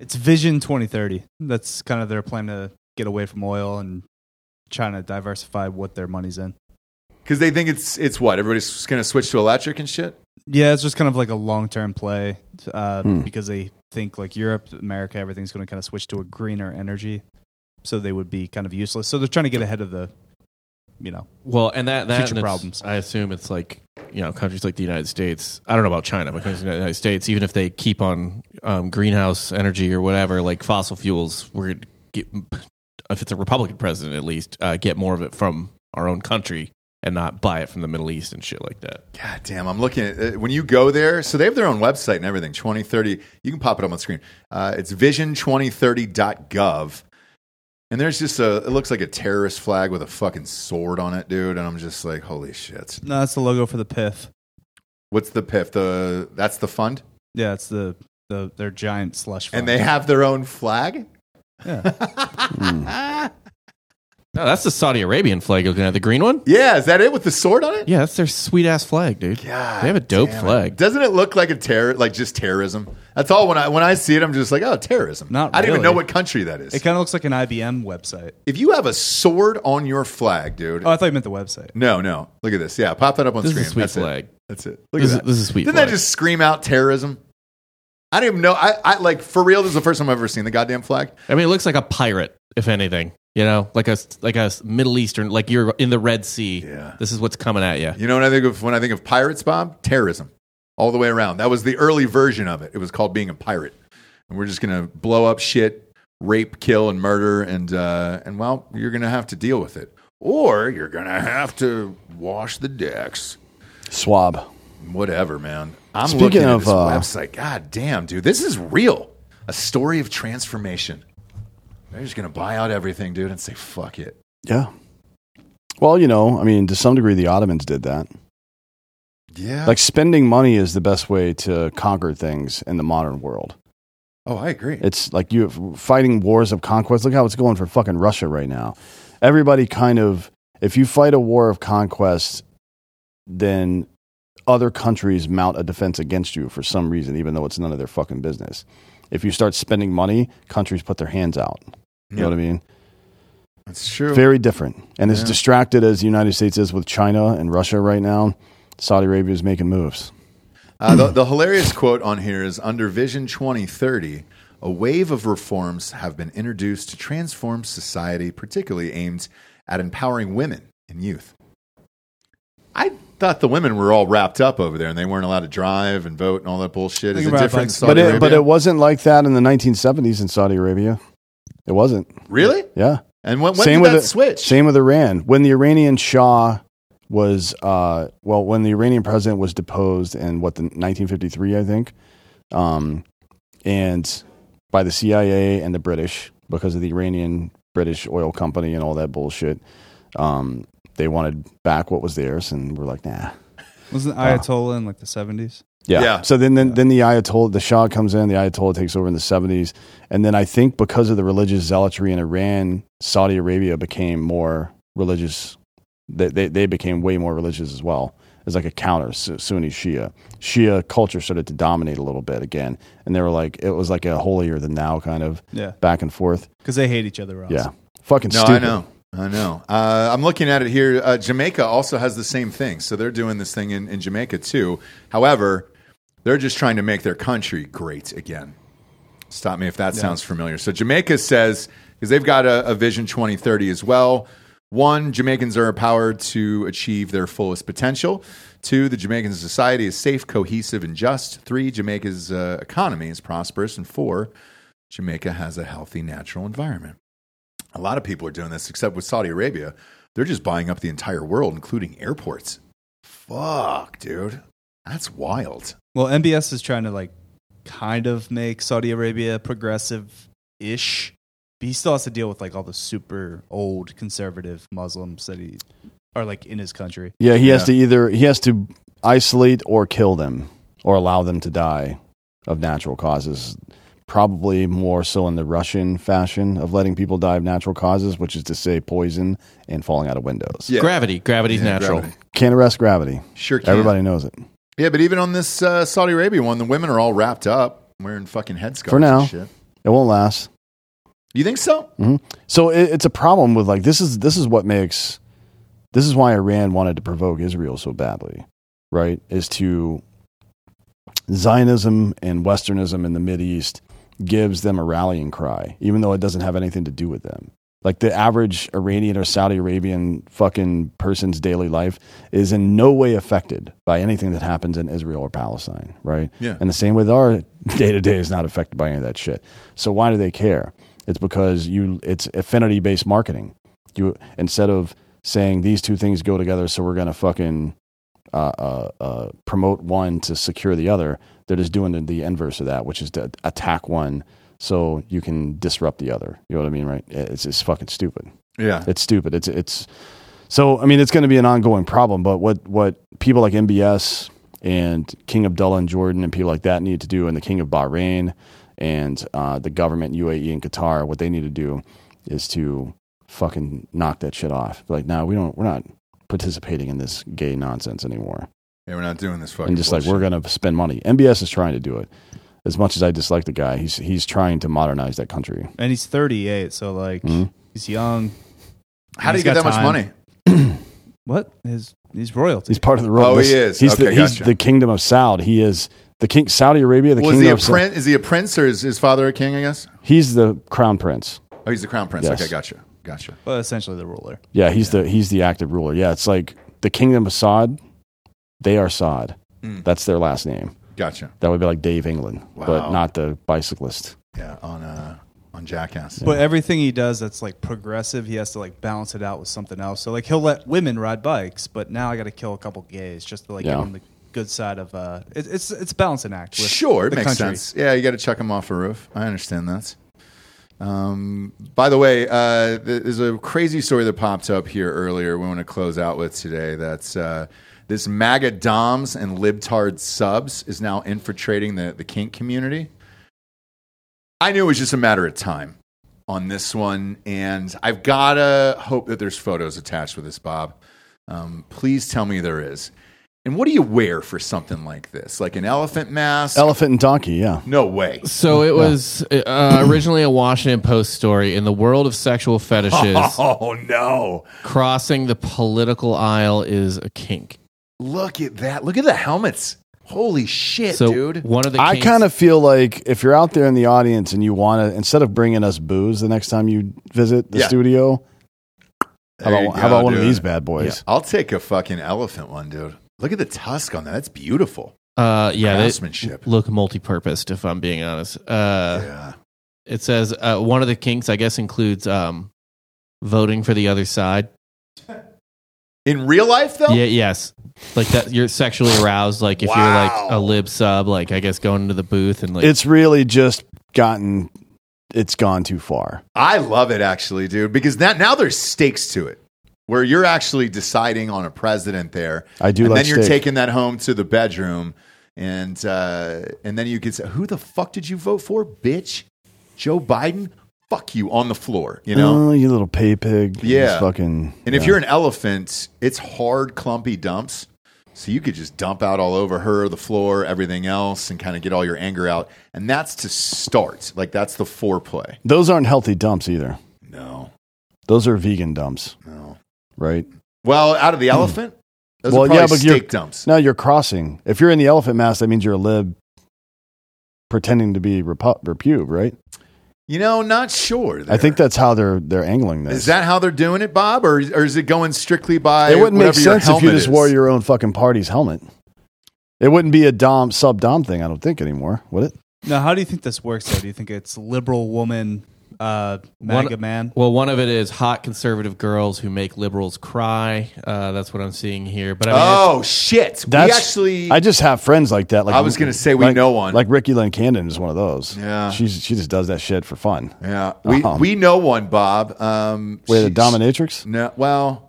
[SPEAKER 3] It's Vision 2030. That's kind of their plan to get away from oil and trying to diversify what their money's in.
[SPEAKER 1] Because they think it's it's what everybody's going to switch to electric and shit.
[SPEAKER 3] Yeah, it's just kind of like a long term play uh,
[SPEAKER 4] Hmm.
[SPEAKER 3] because they think like Europe, America, everything's going to kind of switch to a greener energy, so they would be kind of useless. So they're trying to get ahead of the, you know,
[SPEAKER 2] well, and that that
[SPEAKER 3] Future
[SPEAKER 2] and it's-
[SPEAKER 3] problems.
[SPEAKER 2] I assume it's like you know countries like the United States. I don't know about China, but countries like the United States, even if they keep on um, greenhouse energy or whatever, like fossil fuels, we're gonna get if it's a Republican president at least uh, get more of it from our own country and not buy it from the Middle East and shit like that.
[SPEAKER 1] God damn, I'm looking at uh, when you go there. So they have their own website and everything. 2030, you can pop it up on screen. Uh, it's vision2030.gov. And there's just a, it looks like a terrorist flag with a fucking sword on it, dude. And I'm just like, holy shit.
[SPEAKER 3] no, that's the logo for the PIF.
[SPEAKER 1] What's the PIF? The, that's the fund?
[SPEAKER 3] Yeah, it's the the their giant slush. Fund.
[SPEAKER 1] And they have their own flag?
[SPEAKER 2] No, that's the Saudi Arabian flag. Looking at the green one.
[SPEAKER 1] Yeah, is that it with the sword on it?
[SPEAKER 2] Yeah, that's their sweet ass flag, dude.
[SPEAKER 1] God
[SPEAKER 2] they have a dope
[SPEAKER 1] damn it.
[SPEAKER 2] flag.
[SPEAKER 1] Doesn't it look like a terror, like just terrorism? That's all. When I when I see it, I'm just like, oh, terrorism.
[SPEAKER 3] Not
[SPEAKER 1] I don't even
[SPEAKER 3] really.
[SPEAKER 1] know what country that is.
[SPEAKER 3] it kind of looks like an IBM website.
[SPEAKER 1] if you have a sword on your flag, dude,
[SPEAKER 3] Oh, I thought you meant the website.
[SPEAKER 1] No, no. Look at this. Yeah, pop that up on
[SPEAKER 2] This
[SPEAKER 1] screen.
[SPEAKER 2] is a sweet
[SPEAKER 1] That's
[SPEAKER 2] flag.
[SPEAKER 1] It. That's it. Look
[SPEAKER 2] This is,
[SPEAKER 1] at that.
[SPEAKER 2] this is a sweet.
[SPEAKER 1] Didn't
[SPEAKER 2] flag.
[SPEAKER 1] that just scream out terrorism? I don't even know. I, I like for real. This is the first time I've ever seen the goddamn flag.
[SPEAKER 2] I mean, it looks like a pirate, if anything. You know, like a like a Middle Eastern, like you're in the Red Sea.
[SPEAKER 1] Yeah.
[SPEAKER 2] This is what's coming at you.
[SPEAKER 1] You know what I think of when I think of pirates, Bob? Terrorism, all the way around. That was the early version of it. It was called being a pirate, and we're just gonna blow up shit, rape, kill, and murder, and uh, and well, you're gonna have to deal with it, or you're gonna have to wash the decks.
[SPEAKER 4] Swab.
[SPEAKER 1] whatever, man. I'm
[SPEAKER 4] Speaking
[SPEAKER 1] looking
[SPEAKER 4] of,
[SPEAKER 1] at this
[SPEAKER 4] uh,
[SPEAKER 1] website. God damn, dude, this is real. A story of transformation. They're just gonna buy out everything, dude, and say fuck it.
[SPEAKER 4] Yeah. Well, you know, I mean, to some degree, the Ottomans did that.
[SPEAKER 1] Yeah.
[SPEAKER 4] Like, spending money is the best way to conquer things in the modern world.
[SPEAKER 1] oh, I agree.
[SPEAKER 4] It's like you fighting wars of conquest. Look how it's going for fucking Russia right now. Everybody kind of, if you fight a war of conquest, then other countries mount a defense against you for some reason, even though it's none of their fucking business. If you start spending money, countries put their hands out. You know what I mean?
[SPEAKER 1] That's true.
[SPEAKER 4] Very different. And as
[SPEAKER 1] Yeah.
[SPEAKER 4] distracted as the United States is with China and Russia right now, Saudi Arabia is making moves.
[SPEAKER 1] Uh, the, the hilarious quote on here is under Vision 2030, a wave of reforms have been introduced to transform society, particularly aimed at empowering women and youth. I thought the women were all wrapped up over there and they weren't allowed to drive and vote and all that bullshit.
[SPEAKER 3] They
[SPEAKER 1] Is
[SPEAKER 3] can
[SPEAKER 1] it
[SPEAKER 3] ride
[SPEAKER 1] different in
[SPEAKER 3] bikes.
[SPEAKER 1] Saudi
[SPEAKER 4] But it,
[SPEAKER 1] Arabia?
[SPEAKER 4] but it wasn't like that in the 1970s in Saudi Arabia. It wasn't.
[SPEAKER 1] really?
[SPEAKER 4] Yeah.
[SPEAKER 1] And when, when
[SPEAKER 4] same
[SPEAKER 1] did
[SPEAKER 4] with
[SPEAKER 1] that
[SPEAKER 4] the-
[SPEAKER 1] switch?
[SPEAKER 4] Same with Iran. When the Iranian Shah was, uh, well, when the Iranian president was deposed in what the 1953, I think, um, and by the CIA and the British because of the Iranian British oil company and all that bullshit. Um, they wanted back what was theirs, and we're like, nah.
[SPEAKER 3] Wasn't
[SPEAKER 4] Ah.
[SPEAKER 3] Ayatollah in like the seventies?
[SPEAKER 4] Yeah.
[SPEAKER 1] Yeah.
[SPEAKER 4] So then, then, then the Ayatollah, the Shah comes in, the Ayatollah takes over in the 70s. And then I think because of the religious zealotry in Iran, Saudi Arabia became more religious. They, they, they became way more religious as well. It's like a counter Su- Sunni Shia. Shia culture started to dominate a little bit again. And they were like, it was like a holier than thou kind of
[SPEAKER 3] Yeah,
[SPEAKER 4] back and forth.
[SPEAKER 3] because they hate each other. Ross.
[SPEAKER 4] Yeah. Fucking
[SPEAKER 1] No,
[SPEAKER 4] stupid.
[SPEAKER 1] I know. I know. Uh, I'm looking at it here. Uh, Jamaica also has the same thing. So they're doing this thing in, in Jamaica too. However, they're just trying to make their country great again. Stop me if that sounds familiar. So Jamaica says, because they've got a, a Vision 2030 as well. One, Jamaicans are empowered to achieve their fullest potential. Two, the Jamaican society is safe, cohesive, and just. Three, Jamaica's uh, economy is prosperous. And four, Jamaica has a healthy natural environment. A lot of people are doing this, except with Saudi Arabia. They're just buying up the entire world, including airports. Fuck, dude. That's wild.
[SPEAKER 3] Well, MBS is trying to like kind of make Saudi Arabia progressive ish, but he still has to deal with like all the super old conservative Muslims that he are like in his country.
[SPEAKER 4] Yeah, he
[SPEAKER 1] Yeah.
[SPEAKER 4] has to either he has to isolate or kill them or allow them to die of natural causes. Probably more so in the Russian fashion of letting people die of natural causes, which is to say poison and falling out of windows.
[SPEAKER 1] Yeah.
[SPEAKER 2] Gravity. Gravity's
[SPEAKER 1] Yeah,
[SPEAKER 2] natural.
[SPEAKER 1] gravity.
[SPEAKER 4] Can't arrest gravity.
[SPEAKER 1] Sure can.
[SPEAKER 4] Everybody knows it.
[SPEAKER 1] Yeah, but even on this uh, Saudi Arabia one, the women are all wrapped up wearing fucking headscarves.
[SPEAKER 4] For now.
[SPEAKER 1] and shit.
[SPEAKER 4] It won't last. Mm-hmm.
[SPEAKER 1] you think so?
[SPEAKER 4] So it, it's a problem with like this is this is what makes this is why Iran wanted to provoke Israel so badly, right? Is to Zionism and Westernism in the Mid East gives them a rallying cry, even though it doesn't have anything to do with them. Like the average Iranian or Saudi Arabian fucking person's daily life is in no way affected by anything that happens in Israel or Palestine, right?
[SPEAKER 1] Yeah.
[SPEAKER 4] And the same with our day to day is not affected by any of that shit. So why do they care? It's because you it's affinity based marketing. You instead of saying these two things go together, so we're gonna fucking uh, uh, uh, promote one to secure the other, they're just doing the, the inverse of that, which is to attack one so you can disrupt the other. You know what I mean, right? It's it's fucking stupid.
[SPEAKER 1] Yeah.
[SPEAKER 4] It's stupid. It's it's so I mean it's going to be an ongoing problem. But what what people like MBS and King Abdullah and Jordan and people like that need to do, and the King of Bahrain and uh, the government UAE and Qatar, what they need to do is to fucking knock that shit off. Like, no, we don't. We're not participating in this gay nonsense anymore.
[SPEAKER 1] Yeah, we're not doing this fucking
[SPEAKER 4] And just like
[SPEAKER 1] bullshit.
[SPEAKER 4] we're going to spend money. MBS is trying to do it. As much as I dislike the guy, he's he's trying to modernize that country.
[SPEAKER 3] And he's 38, so like
[SPEAKER 4] Mhm.
[SPEAKER 3] he's young.
[SPEAKER 1] How do you
[SPEAKER 3] He's
[SPEAKER 1] get that
[SPEAKER 3] got
[SPEAKER 1] much
[SPEAKER 3] time.
[SPEAKER 1] money?
[SPEAKER 3] What? His he's royalty.
[SPEAKER 4] He's part of the royal.
[SPEAKER 1] Oh, he
[SPEAKER 4] this-
[SPEAKER 1] is.
[SPEAKER 4] He's, the,
[SPEAKER 1] Okay,
[SPEAKER 4] he's
[SPEAKER 1] gotcha.
[SPEAKER 4] the kingdom of Saud. He is the king. Saudi Arabia, the
[SPEAKER 1] Was
[SPEAKER 4] kingdom
[SPEAKER 1] he a
[SPEAKER 4] of Sa-
[SPEAKER 1] prince? Is he a prince or is his father a king? I guess.
[SPEAKER 4] He's the crown prince.
[SPEAKER 1] Oh, he's the crown prince.
[SPEAKER 4] Yes.
[SPEAKER 1] Okay, gotcha, gotcha.
[SPEAKER 3] well, essentially the ruler.
[SPEAKER 4] Yeah, he's the he's the active ruler. Yeah, it's like the kingdom of Saud. They are Saud.
[SPEAKER 1] Hmm.
[SPEAKER 4] That's their last name.
[SPEAKER 1] Gotcha.
[SPEAKER 4] That would be like Dave England,
[SPEAKER 1] Wow.
[SPEAKER 4] but not the bicyclist.
[SPEAKER 1] Yeah, on uh, on Jackass.
[SPEAKER 3] But everything he does that's like progressive, he has to like balance it out with something else. So like he'll let women ride bikes, but now I got to kill a couple gays just to like
[SPEAKER 4] Yeah.
[SPEAKER 3] give him the good side of uh. It, it's it's a balancing act. With
[SPEAKER 1] sure, it
[SPEAKER 3] the
[SPEAKER 1] makes
[SPEAKER 3] country.
[SPEAKER 1] sense. Yeah, you got to chuck him off a roof. I understand that. Um, by the way, uh, th- there's a crazy story that popped up here earlier. We want to close out with today. That's uh, this MAGA DOMs and libtard subs is now infiltrating the, the kink community. I knew it was just a matter of time on this one, and I've gotta hope that there's photos attached with this, Bob. Um, please tell me there is. And what do you wear for something like this? Like an elephant mask?
[SPEAKER 4] Elephant and donkey. Yeah,
[SPEAKER 1] no way.
[SPEAKER 2] So it was uh, originally a Washington Post story in the world of sexual fetishes.
[SPEAKER 1] Oh no!
[SPEAKER 2] crossing the political aisle is a kink.
[SPEAKER 1] Look at that! Look at the helmets! Holy shit,
[SPEAKER 2] So
[SPEAKER 1] dude!
[SPEAKER 2] one of the
[SPEAKER 4] I
[SPEAKER 2] kinks-
[SPEAKER 4] kind of feel like if you're out there in the audience and you want to, instead of bringing us booze the next time you visit the
[SPEAKER 1] Yeah.
[SPEAKER 4] studio, how
[SPEAKER 1] There
[SPEAKER 4] about,
[SPEAKER 1] you
[SPEAKER 4] how
[SPEAKER 1] go,
[SPEAKER 4] about one of
[SPEAKER 1] dude.
[SPEAKER 4] these bad boys?
[SPEAKER 1] I'll take a fucking elephant one, dude. Look at the tusk on that. That's beautiful.
[SPEAKER 2] uh, yeah, they
[SPEAKER 1] craftsmanship.
[SPEAKER 2] look multi-purposed. If I'm being honest, uh,
[SPEAKER 1] yeah.
[SPEAKER 2] it says uh, one of the kinks, I guess, includes um, voting for the other side.
[SPEAKER 1] In real life, though,
[SPEAKER 2] Yeah, yes, like that. You're sexually aroused. Like if you're like
[SPEAKER 1] Wow.
[SPEAKER 2] a lib sub, like I guess going to the booth and like
[SPEAKER 4] it's really just gotten it's gone too far
[SPEAKER 1] I love it actually, dude. Because that now there's stakes to it, where you're actually deciding on a president there.
[SPEAKER 4] I do
[SPEAKER 1] and
[SPEAKER 4] like
[SPEAKER 1] then you're
[SPEAKER 4] steak.
[SPEAKER 1] taking that home to the bedroom, and uh, and then you could say, "Who the fuck did you vote for, bitch? Joe Biden? Fuck you on the floor, you know."
[SPEAKER 4] oh, you little pay pig
[SPEAKER 1] Yeah.
[SPEAKER 4] Just fucking
[SPEAKER 1] And if you're an elephant, it's hard, clumpy dumps. So you could just dump out all over her, the floor, everything else, and kind of get all your anger out. And that's to start. Like that's the foreplay.
[SPEAKER 4] those aren't healthy dumps either
[SPEAKER 1] No,
[SPEAKER 4] those are vegan dumps
[SPEAKER 1] no.
[SPEAKER 4] right
[SPEAKER 1] Well, out of the elephant, those
[SPEAKER 4] Hmm. Well,
[SPEAKER 1] are
[SPEAKER 4] yeah,
[SPEAKER 1] probably
[SPEAKER 4] but you're-
[SPEAKER 1] steak dumps.
[SPEAKER 4] now you're crossing if you're in the elephant mass that means you're a lib pretending to be repu- repube right
[SPEAKER 1] You know, not sure.
[SPEAKER 4] I think that's how they're they're angling this.
[SPEAKER 1] Is that how they're doing it, Bob, or is, or is it going strictly by?
[SPEAKER 4] it wouldn't make
[SPEAKER 1] whatever your
[SPEAKER 4] sense if you
[SPEAKER 1] helmet
[SPEAKER 4] just
[SPEAKER 1] is?
[SPEAKER 4] wore your own fucking party's helmet. It wouldn't be a dom sub dom thing, I don't think anymore, would it?
[SPEAKER 3] Now, how do you think this works? Though, do you think it's liberal woman, uh,
[SPEAKER 2] One-
[SPEAKER 3] MAGA man?
[SPEAKER 2] Well, one of it is hot conservative girls who make liberals cry. Uh, that's what I'm seeing here. But I mean, it's-
[SPEAKER 1] Oh shit! we actually.
[SPEAKER 4] I just have friends like that. Like
[SPEAKER 1] I was gonna say we
[SPEAKER 4] like-
[SPEAKER 1] know one.
[SPEAKER 4] Like Ricky Lynn Camden is one of those.
[SPEAKER 1] Yeah.
[SPEAKER 4] she's she just does that shit for fun.
[SPEAKER 1] yeah, we
[SPEAKER 4] Um,
[SPEAKER 1] we know one, Bob. Um,
[SPEAKER 4] Wait,
[SPEAKER 1] she-
[SPEAKER 4] the dominatrix?
[SPEAKER 1] No, well,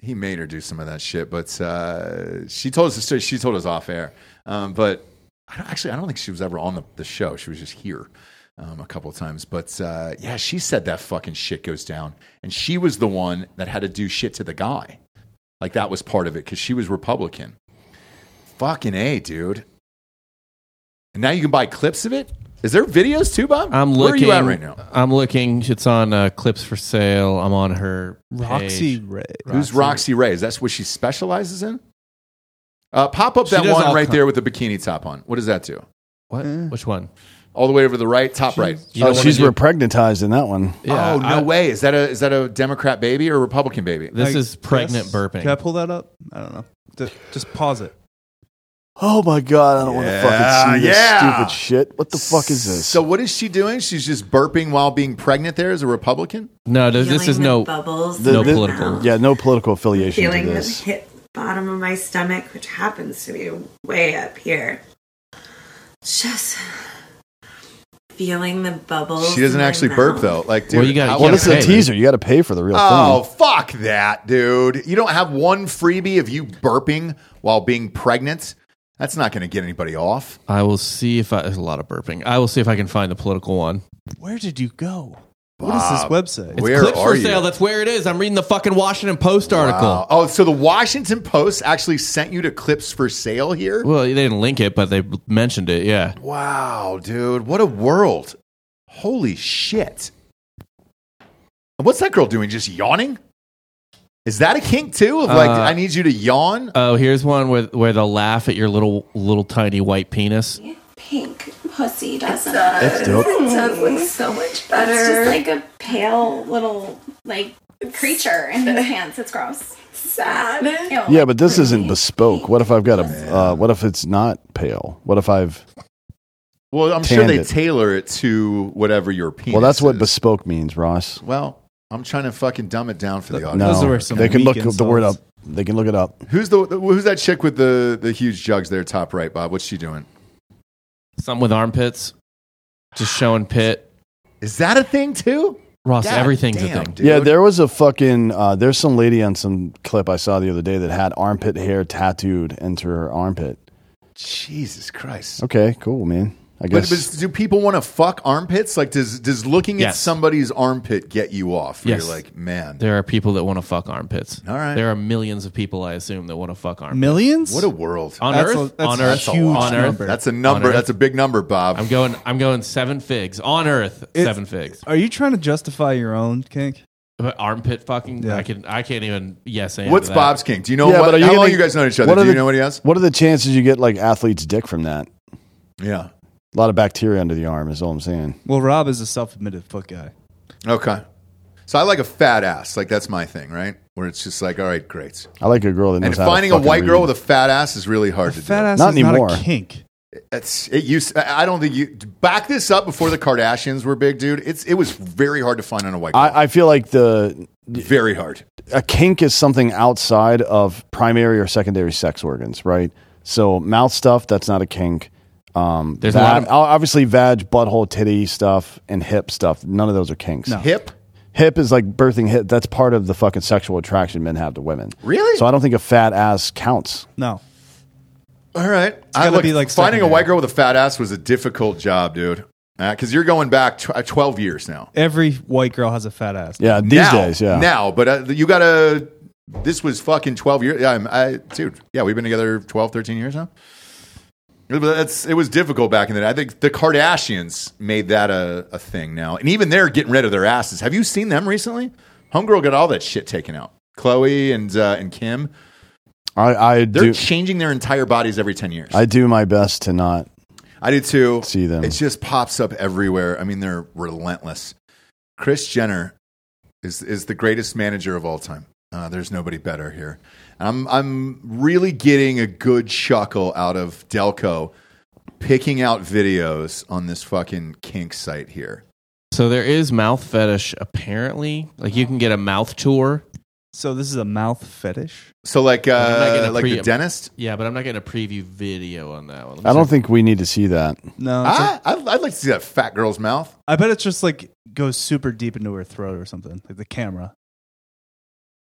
[SPEAKER 1] he made her do some of that shit, but uh, she told us the story. She told us off air, um, but I don't, actually, I don't think she was ever on the, the show. She was just here um, a couple of times, but uh, yeah, she said that fucking shit goes down, and she was the one that had to do shit to the guy. Like that was part of it because she was Republican. Fucking a, dude. And now you can buy clips of it. Is there videos too, Bob?
[SPEAKER 2] I'm
[SPEAKER 1] Where are
[SPEAKER 2] looking
[SPEAKER 1] you at right now?
[SPEAKER 2] I'm looking. It's on uh, clips for sale. I'm on her
[SPEAKER 3] Roxy
[SPEAKER 2] page.
[SPEAKER 3] Ray.
[SPEAKER 1] Who's Roxy Ray? Is that what she specializes in? Uh, pop up
[SPEAKER 2] She
[SPEAKER 1] that
[SPEAKER 2] does
[SPEAKER 1] one
[SPEAKER 2] all
[SPEAKER 1] right
[SPEAKER 2] kin-
[SPEAKER 1] there with the bikini top on. What does that do?
[SPEAKER 2] What?
[SPEAKER 3] Eh.
[SPEAKER 2] Which one?
[SPEAKER 1] All the way over to the right, top right.
[SPEAKER 2] You
[SPEAKER 4] Oh,
[SPEAKER 2] don't wanna
[SPEAKER 4] she's
[SPEAKER 2] do-
[SPEAKER 4] repregnantized in that one.
[SPEAKER 2] Yeah,
[SPEAKER 1] oh no
[SPEAKER 2] I-
[SPEAKER 1] way! Is that a is that a Democrat baby or Republican baby?
[SPEAKER 2] This
[SPEAKER 3] I
[SPEAKER 2] is pregnant
[SPEAKER 3] guess-
[SPEAKER 2] burping.
[SPEAKER 3] Can I pull that up? I don't know. Just, just pause it.
[SPEAKER 4] Oh my god, I don't want to
[SPEAKER 1] Yeah,
[SPEAKER 4] fucking see this
[SPEAKER 1] yeah.
[SPEAKER 4] stupid shit. What the fuck is this?
[SPEAKER 1] So what is she doing? She's just burping while being pregnant. There as a Republican.
[SPEAKER 2] no, th- this is no.
[SPEAKER 8] bubbles.
[SPEAKER 4] The-
[SPEAKER 2] no
[SPEAKER 4] the-
[SPEAKER 2] political.
[SPEAKER 4] Yeah, no political affiliation
[SPEAKER 8] Feeling
[SPEAKER 4] to
[SPEAKER 8] them
[SPEAKER 4] this.
[SPEAKER 8] hit bottom of my stomach, which happens to be way up here. Just feeling the bubbles.
[SPEAKER 1] She doesn't
[SPEAKER 8] in my
[SPEAKER 1] actually burp
[SPEAKER 8] mouth.
[SPEAKER 1] though. Like, dude,
[SPEAKER 2] Well, you gotta-
[SPEAKER 1] how-
[SPEAKER 2] you
[SPEAKER 4] Well,
[SPEAKER 2] gotta
[SPEAKER 4] this is a
[SPEAKER 2] pay.
[SPEAKER 4] teaser. You got to pay for the real
[SPEAKER 1] Oh,
[SPEAKER 4] thing.
[SPEAKER 1] fuck that, dude. You don't have one freebie of you burping while being pregnant. That's not going to get anybody off.
[SPEAKER 2] I will see if I. There's a lot of burping. I will see if I can find the political one.
[SPEAKER 3] Where did you go? What is this
[SPEAKER 1] Bob,
[SPEAKER 3] website?
[SPEAKER 1] Where
[SPEAKER 2] clips
[SPEAKER 1] are
[SPEAKER 2] for
[SPEAKER 1] you?
[SPEAKER 2] sale. That's where it is. I'm reading the fucking Washington Post article.
[SPEAKER 1] Wow. Oh, so the Washington Post actually sent you to clips for sale here?
[SPEAKER 2] Well, they didn't link it, but they mentioned it. Yeah.
[SPEAKER 1] Wow, dude. What a world. Holy shit. And What's that girl doing? Just yawning? Is that a kink too? Of like,
[SPEAKER 2] Uh,
[SPEAKER 1] I need you to yawn?
[SPEAKER 2] Oh, here's one with where they'll laugh at your little little tiny white penis.
[SPEAKER 9] pink pussy doesn't. It
[SPEAKER 4] That's dope.
[SPEAKER 9] does look so much better. It's just like a pale little like creature in his pants. It's gross. Sad.
[SPEAKER 4] Yeah, but this isn't bespoke. What if I've got a? Uh, what if it's not pale? What if I've?
[SPEAKER 1] Well, I'm sure they
[SPEAKER 4] tangent.
[SPEAKER 1] tailor it to whatever your penis
[SPEAKER 4] Well, that's what
[SPEAKER 1] is.
[SPEAKER 4] bespoke means, Ross.
[SPEAKER 1] well, I'm trying to fucking dumb it down for the audience.
[SPEAKER 3] Those
[SPEAKER 4] No,
[SPEAKER 3] were some
[SPEAKER 4] they can
[SPEAKER 3] weak
[SPEAKER 4] look the word up.
[SPEAKER 3] insults.
[SPEAKER 4] They can look it up.
[SPEAKER 1] Who's the who's that chick with the the huge jugs there top right, Bob? What's she doing?
[SPEAKER 2] Some with armpits, just showing pit.
[SPEAKER 1] Is that a thing too?
[SPEAKER 2] Ross,
[SPEAKER 1] God
[SPEAKER 2] everything's
[SPEAKER 1] damn,
[SPEAKER 2] a thing.
[SPEAKER 1] dude.
[SPEAKER 4] Yeah, there was a fucking. Uh, there's some lady on some clip I saw the other day that had armpit hair tattooed into her armpit.
[SPEAKER 1] Jesus Christ.
[SPEAKER 4] Okay, cool, man. I
[SPEAKER 1] But,
[SPEAKER 4] guess.
[SPEAKER 1] but do people want to fuck armpits? Like, does does looking at
[SPEAKER 2] Yes.
[SPEAKER 1] somebody's armpit get you off? Where You're
[SPEAKER 2] Yes.
[SPEAKER 1] like, man,
[SPEAKER 2] There are people that want to fuck armpits.
[SPEAKER 1] All right.
[SPEAKER 2] There are millions of people, I assume, that want to fuck armpits.
[SPEAKER 3] Millions?
[SPEAKER 1] what a world.
[SPEAKER 2] on
[SPEAKER 3] That's a-
[SPEAKER 2] Earth,
[SPEAKER 3] that's
[SPEAKER 2] on
[SPEAKER 3] a
[SPEAKER 2] Earth,
[SPEAKER 3] huge
[SPEAKER 2] on Earth.
[SPEAKER 3] number.
[SPEAKER 1] That's a number.
[SPEAKER 2] On Earth.
[SPEAKER 1] That's a big number, Bob.
[SPEAKER 2] I'm going. I'm going seven figs on Earth.
[SPEAKER 3] It-
[SPEAKER 2] seven figs.
[SPEAKER 3] Are you trying to justify your own kink?
[SPEAKER 2] But armpit fucking.
[SPEAKER 3] Yeah.
[SPEAKER 2] I can. I can't even. Yes. and
[SPEAKER 1] What's
[SPEAKER 2] that.
[SPEAKER 1] Bob's king? Do you know what?
[SPEAKER 4] but are
[SPEAKER 1] How long
[SPEAKER 4] gonna-
[SPEAKER 1] you guys know each other?
[SPEAKER 4] what
[SPEAKER 1] Do
[SPEAKER 4] are
[SPEAKER 1] you
[SPEAKER 4] the-
[SPEAKER 1] know what he has?
[SPEAKER 4] What are the chances you get like athlete's dick from that?
[SPEAKER 1] Yeah.
[SPEAKER 4] A lot of bacteria under the arm is all I'm saying.
[SPEAKER 3] Well, Rob is a self-admitted foot guy.
[SPEAKER 1] Okay. So I like a fat ass. Like that's my thing, right? Where it's just like, all right, great.
[SPEAKER 4] I like a girl that knows
[SPEAKER 1] And
[SPEAKER 4] how to
[SPEAKER 1] finding a
[SPEAKER 4] fucking
[SPEAKER 1] white girl
[SPEAKER 4] read.
[SPEAKER 1] with a fat ass is really hard to
[SPEAKER 3] Fat
[SPEAKER 1] do.
[SPEAKER 3] ass
[SPEAKER 4] Not
[SPEAKER 3] is
[SPEAKER 4] anymore.
[SPEAKER 3] not a kink.
[SPEAKER 1] It's it used. I I don't think you back this up before the Kardashians were big, dude. It's it was very hard to find on a white girl.
[SPEAKER 4] I, I feel like the
[SPEAKER 1] very hard.
[SPEAKER 4] a kink is something outside of primary or secondary sex organs, right? So mouth stuff, that's not a kink. Um,
[SPEAKER 2] There's a
[SPEAKER 4] vag,
[SPEAKER 2] lot of-
[SPEAKER 4] o- obviously vag, butthole, titty stuff, and hip stuff. None of those are kinks.
[SPEAKER 3] No.
[SPEAKER 1] Hip.
[SPEAKER 4] Hip is like birthing hip. That's part of the fucking sexual attraction men have to women.
[SPEAKER 1] Really?
[SPEAKER 4] So I don't think a fat ass counts.
[SPEAKER 3] No.
[SPEAKER 1] All right. I
[SPEAKER 3] gotta
[SPEAKER 1] look,
[SPEAKER 3] be, like,
[SPEAKER 1] finding a
[SPEAKER 3] secondary.
[SPEAKER 1] white girl with a fat ass was a difficult job, dude. Because you're going back tw- uh, 12 years now.
[SPEAKER 3] Every white girl has a fat ass.
[SPEAKER 4] Yeah, these
[SPEAKER 1] now,
[SPEAKER 4] days, yeah.
[SPEAKER 1] Now, but uh, you got to. This was fucking 12 years. Yeah, I'm, I, dude. Yeah, we've been together 12, 13 years now. But That's it was difficult back in the day. I think the Kardashians made that a, a thing now, and even they're getting rid of their asses. Have you seen them recently? Homegirl got all that shit taken out. Chloe and uh, and Kim,
[SPEAKER 4] I, I
[SPEAKER 1] they're
[SPEAKER 4] do
[SPEAKER 1] changing their entire bodies every ten years.
[SPEAKER 4] I do my best to not
[SPEAKER 1] I do too.
[SPEAKER 4] See them.
[SPEAKER 1] It just pops up everywhere. I mean, they're relentless. Chris Jenner is is the greatest manager of all time. Uh, there's nobody better here. I'm I'm really getting a good chuckle out of Delco picking out videos on this fucking kink site here.
[SPEAKER 2] So there is mouth fetish apparently. Like you can get a mouth tour.
[SPEAKER 3] So this is a mouth fetish.
[SPEAKER 1] So like
[SPEAKER 2] I'm not
[SPEAKER 1] uh,
[SPEAKER 2] gonna
[SPEAKER 1] like
[SPEAKER 2] pre-
[SPEAKER 1] the dentist.
[SPEAKER 2] Yeah, but I'm not getting a preview video on that one.
[SPEAKER 4] I don't think we need to see that.
[SPEAKER 3] No, it's like-
[SPEAKER 1] Ah, I'd, I'd like to see that fat girl's mouth.
[SPEAKER 3] I bet it's just like goes super deep into her throat or something, like the camera,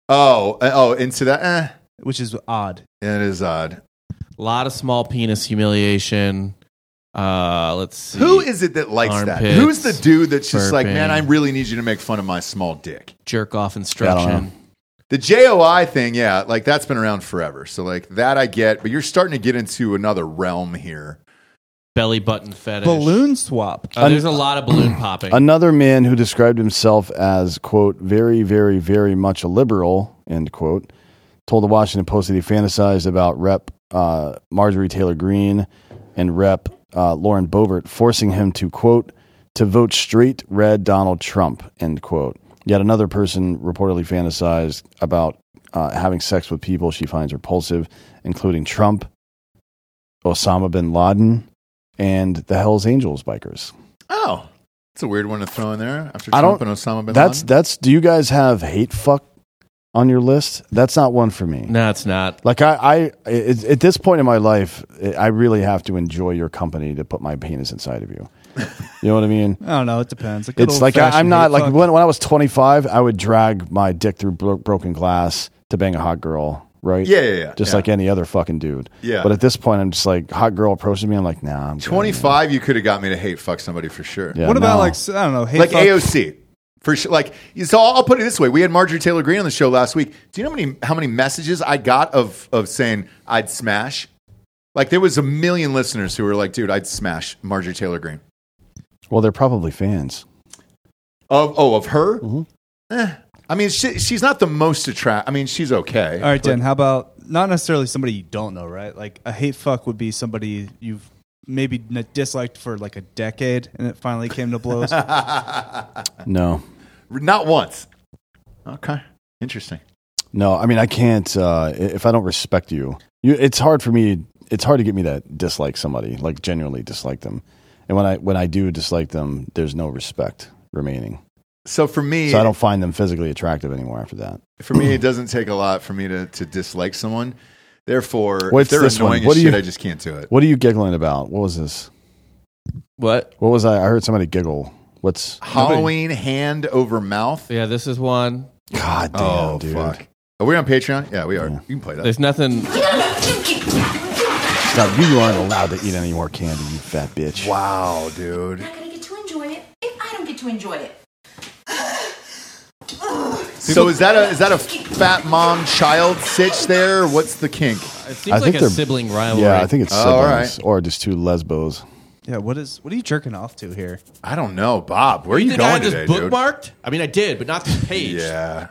[SPEAKER 1] Oh, uh, oh, into that. Eh,
[SPEAKER 3] which is odd.
[SPEAKER 1] it is odd.
[SPEAKER 2] a lot of small penis humiliation. Uh, let's see.
[SPEAKER 1] Who is it that likes that?
[SPEAKER 2] Armpits,
[SPEAKER 1] Who's the dude that's just like,
[SPEAKER 2] burping.
[SPEAKER 1] man, I really need you to make fun of my small dick?
[SPEAKER 2] jerk off
[SPEAKER 4] I don't know.
[SPEAKER 2] instruction?
[SPEAKER 1] The JOI thing, yeah, like that's been around forever. So like that I get, but you're starting to get into another realm here.
[SPEAKER 2] Belly button fetish.
[SPEAKER 3] Balloon swap.
[SPEAKER 2] Uh, there's a lot of balloon popping.
[SPEAKER 4] Another man who described himself as, quote, very, very, very much a liberal, end quote, told the Washington Post that he fantasized about Rep uh, Marjorie Taylor Greene and Rep uh, Lauren Boebert forcing him to, quote, to vote straight red Donald Trump, end quote. Yet another person reportedly fantasized about uh, having sex with people she finds repulsive, including Trump, Osama bin Laden, and the Hells Angels bikers.
[SPEAKER 1] Oh, it's a weird one to throw in there after
[SPEAKER 4] I
[SPEAKER 1] Trump
[SPEAKER 4] don't-
[SPEAKER 1] and Osama bin
[SPEAKER 4] That's
[SPEAKER 1] Laden.
[SPEAKER 4] that's. Do you guys have hate fuck on your list? That's not one for me.
[SPEAKER 2] no, it's not.
[SPEAKER 4] Like I, I it, at this point in my life, i I really have to enjoy your company to put my penis inside of you. You know what I mean?
[SPEAKER 3] I don't know. It depends. A good
[SPEAKER 4] It's like I, I'm
[SPEAKER 3] old-fashioned
[SPEAKER 4] not
[SPEAKER 3] hate
[SPEAKER 4] like
[SPEAKER 3] fuck.
[SPEAKER 4] when, when I was 25, I would drag my dick through bro- broken glass to bang a hot girl, right?
[SPEAKER 1] Yeah, yeah, yeah.
[SPEAKER 4] Just
[SPEAKER 1] Yeah.
[SPEAKER 4] like any other fucking dude.
[SPEAKER 1] Yeah.
[SPEAKER 4] But at this point, I'm just like, hot girl approaches me, I'm like, nah, I'm good, man.
[SPEAKER 1] 25, you could have got me to hate fuck somebody for sure.
[SPEAKER 4] Yeah,
[SPEAKER 3] what about
[SPEAKER 4] no.
[SPEAKER 3] like s- I don't know? Hate
[SPEAKER 1] like
[SPEAKER 3] fuck-
[SPEAKER 1] AOC. For sure, like so, I'll I'll put it this way: We had Marjorie Taylor Greene on the show last week. Do you know how many how many messages I got of of saying I'd smash? Like there was a million listeners who were like, "Dude, I'd smash Marjorie Taylor Greene."
[SPEAKER 4] Well, they're probably fans.
[SPEAKER 1] Of oh, of her.
[SPEAKER 4] Mm-hmm.
[SPEAKER 1] Eh. I mean, she, she's not the most attract. I mean, she's okay.
[SPEAKER 3] All right,
[SPEAKER 1] but-
[SPEAKER 3] Dan. How about not necessarily somebody you don't know, right? Like a hate fuck would be somebody you've maybe n- disliked for like a decade, and it finally came to blows.
[SPEAKER 4] No.
[SPEAKER 1] Not once. Okay, interesting.
[SPEAKER 4] No, I mean I can't. Uh, i- if I don't respect you, you, it's hard for me. It's hard to get me to dislike somebody, like genuinely dislike them. And when I when I do dislike them, there's no respect remaining.
[SPEAKER 1] So for me,
[SPEAKER 4] So I don't find them physically attractive anymore after that.
[SPEAKER 1] for me, it doesn't take a lot for me to, to dislike someone. Therefore,
[SPEAKER 4] What's
[SPEAKER 1] if they're
[SPEAKER 4] this one?
[SPEAKER 1] annoying
[SPEAKER 4] What
[SPEAKER 1] as
[SPEAKER 4] do
[SPEAKER 1] shit,
[SPEAKER 4] you-
[SPEAKER 1] I just can't do it.
[SPEAKER 4] What are you giggling about? What was this?
[SPEAKER 2] What?
[SPEAKER 4] What was I? I heard somebody giggle. What's
[SPEAKER 1] Halloween hand over mouth.
[SPEAKER 2] Yeah, this is one.
[SPEAKER 4] God damn,
[SPEAKER 1] oh
[SPEAKER 4] dude!
[SPEAKER 1] fuck! Are we on Patreon? Yeah, we are. You can play that.
[SPEAKER 2] There's nothing.
[SPEAKER 4] Stop! You aren't allowed to eat any more candy, you fat bitch.
[SPEAKER 1] Wow, dude.
[SPEAKER 9] not gonna get to enjoy it if I don't get to enjoy it.
[SPEAKER 1] So is that a is that a fat mom child sitch there? What's the kink?
[SPEAKER 2] It
[SPEAKER 4] I
[SPEAKER 2] seems
[SPEAKER 4] think
[SPEAKER 2] like a
[SPEAKER 4] they're-
[SPEAKER 2] sibling rivalry.
[SPEAKER 4] Yeah, I think it's siblings
[SPEAKER 1] Oh, All
[SPEAKER 4] or just two lesbos.
[SPEAKER 3] yeah. What is? What are you jerking off to here?
[SPEAKER 1] I don't know, Bob. Where are
[SPEAKER 2] You
[SPEAKER 1] you,
[SPEAKER 2] think I
[SPEAKER 1] going
[SPEAKER 2] had this
[SPEAKER 1] today, dude?
[SPEAKER 2] bookmarked? I mean, I did, but not this page.
[SPEAKER 1] Yeah.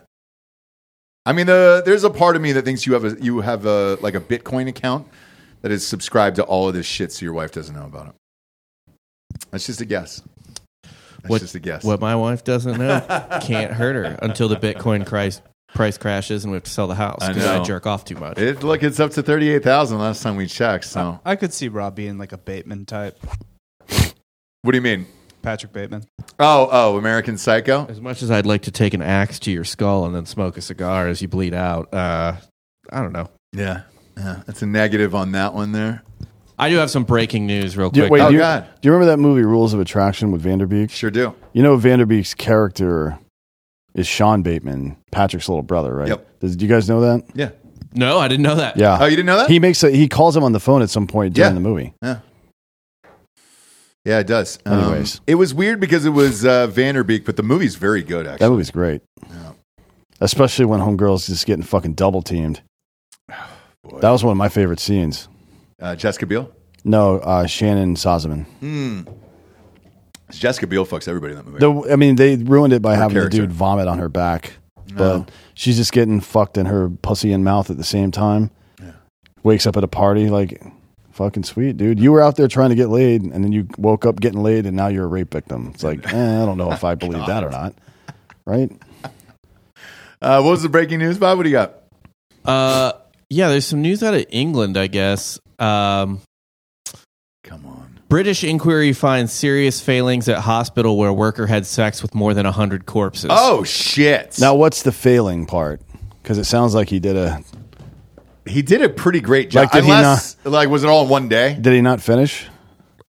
[SPEAKER 1] I mean, the, there's a part of me that thinks you have a you have a like a Bitcoin account that is subscribed to all of this shit, so your wife doesn't know about it. That's just a guess. That's
[SPEAKER 2] What-
[SPEAKER 1] just a guess.
[SPEAKER 2] What my wife doesn't know can't hurt her until the Bitcoin price, price crashes and we have to sell the house
[SPEAKER 1] I
[SPEAKER 2] because I,
[SPEAKER 1] know.
[SPEAKER 2] jerk off too much.
[SPEAKER 1] It, look, it's up to thirty-eight thousand last time we checked. So,
[SPEAKER 3] I could see Rob being like a Bateman type,
[SPEAKER 1] what do you mean?
[SPEAKER 3] Patrick Bateman.
[SPEAKER 1] Oh, oh, American Psycho.
[SPEAKER 2] as much as I'd like to take an axe to your skull and then smoke a cigar as you bleed out, uh, I don't know.
[SPEAKER 1] Yeah, yeah. That's a negative on that one there.
[SPEAKER 2] I do have some breaking news real
[SPEAKER 4] Do you,
[SPEAKER 2] quick.
[SPEAKER 4] wait,
[SPEAKER 1] Oh,
[SPEAKER 4] do, you,
[SPEAKER 1] God.
[SPEAKER 4] do you remember that movie Rules of Attraction with Vanderbeek?
[SPEAKER 1] Sure do.
[SPEAKER 4] You know Vanderbeek's character is Sean Bateman, Patrick's little brother, right?
[SPEAKER 1] Yep.
[SPEAKER 4] Does, do you guys know that?
[SPEAKER 1] Yeah.
[SPEAKER 2] no, I didn't know that.
[SPEAKER 4] Yeah.
[SPEAKER 1] Oh, you didn't know that?
[SPEAKER 4] he makes a, he calls him on the phone at some point during
[SPEAKER 1] Yeah.
[SPEAKER 4] the movie.
[SPEAKER 1] Yeah. Yeah, it does. Um,
[SPEAKER 4] Anyways.
[SPEAKER 1] it was weird because it was uh, Vanderbeek, but the movie's very good. Actually,
[SPEAKER 4] That movie's great. Especially when homegirl's just getting fucking double teamed. That was one of my favorite scenes.
[SPEAKER 1] Uh, Jessica Biel.
[SPEAKER 4] No, uh, Shannon Sosaman.
[SPEAKER 1] Jessica Biel fucks everybody in that movie.
[SPEAKER 4] The, I mean, they ruined it by having
[SPEAKER 1] character.
[SPEAKER 4] the dude vomit on her back, but she's just getting fucked in her pussy and mouth at the same time. Wakes up at a party like, Fucking sweet, dude. You were out there trying to get laid, and then you woke up getting laid, and now you're a rape victim. It's like, eh, I don't know if I believe that or not. Right?
[SPEAKER 1] Uh, what was the breaking news, Bob? What do you got?
[SPEAKER 2] Uh, yeah, there's some news out of England, I guess. Um,
[SPEAKER 1] Come on.
[SPEAKER 2] British inquiry finds serious failings at hospital where worker had sex with more than 100 corpses.
[SPEAKER 1] Oh shit!
[SPEAKER 4] Now, what's the failing part? Because it sounds like he did a.
[SPEAKER 1] he did a pretty great job.
[SPEAKER 4] Like, did he
[SPEAKER 1] Unless, like, was it all in one day?
[SPEAKER 4] Did he not finish?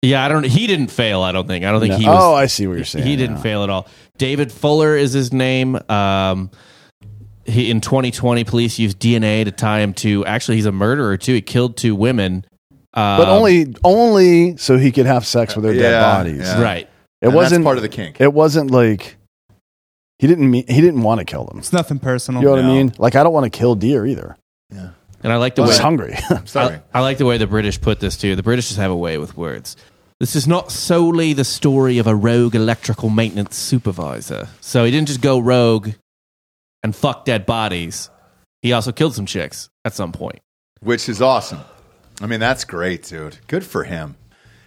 [SPEAKER 2] Yeah, I don't he didn't fail, I don't think. I don't think
[SPEAKER 4] No.
[SPEAKER 2] he was
[SPEAKER 4] oh, I see what you're saying.
[SPEAKER 2] he didn't
[SPEAKER 4] now.
[SPEAKER 2] fail at all. David Fuller is his name. Um, he, in 2020, police used DNA to tie him to. Actually, he's a murderer too. He killed two women, um,
[SPEAKER 4] But only, only so he could have sex with their dead
[SPEAKER 1] Yeah,
[SPEAKER 4] bodies.
[SPEAKER 1] yeah.
[SPEAKER 2] right.
[SPEAKER 4] It
[SPEAKER 1] And that's
[SPEAKER 4] wasn't
[SPEAKER 1] part of the kink.
[SPEAKER 4] It wasn't like he didn't mean he didn't want to kill them.
[SPEAKER 3] It's nothing personal.
[SPEAKER 4] You know what
[SPEAKER 1] No.
[SPEAKER 4] I mean? Like I don't want to kill deer either.
[SPEAKER 2] And I like the
[SPEAKER 4] I'm
[SPEAKER 2] way
[SPEAKER 4] just hungry.
[SPEAKER 1] Sorry.
[SPEAKER 2] I, I like the way the British put this too. The British just have a way with words. This is not solely the story of a rogue electrical maintenance supervisor. So he didn't just go rogue and fuck dead bodies. He also killed some chicks at some point.
[SPEAKER 1] Which is awesome. I mean, that's great, dude. Good for him.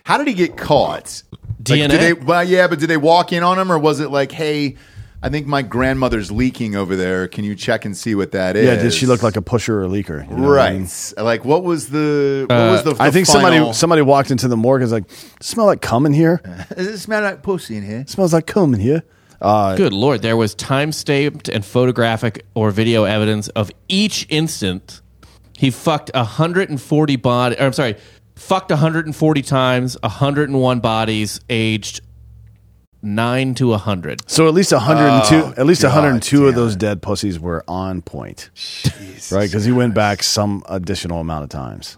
[SPEAKER 1] How did he get caught? Like,
[SPEAKER 2] DNA.
[SPEAKER 1] did they, well, yeah, but did they walk in on him, or was it like, hey, I think my grandmother's leaking over there. Can you check and see what that is?
[SPEAKER 4] yeah, did she look like a pusher or a leaker? You know what I mean?
[SPEAKER 1] right? Like, what was the? What was the?
[SPEAKER 4] I
[SPEAKER 1] the
[SPEAKER 4] think
[SPEAKER 1] final-
[SPEAKER 4] somebody somebody walked into the morgue and was like, "Smell like cum in here.
[SPEAKER 1] Does it smell like pussy in here?
[SPEAKER 4] Smells like cum in here."
[SPEAKER 2] Good lord, there was time stamped and photographic or video evidence of each instant. He fucked 140 body or I'm sorry, fucked 140 times, 101 bodies aged 9 to 100.
[SPEAKER 4] So at least 102 at least
[SPEAKER 1] Oh, God
[SPEAKER 4] 102 of
[SPEAKER 1] damn
[SPEAKER 4] those
[SPEAKER 1] it.
[SPEAKER 4] dead pussies were on point. Right? Cuz he went back some additional amount of times.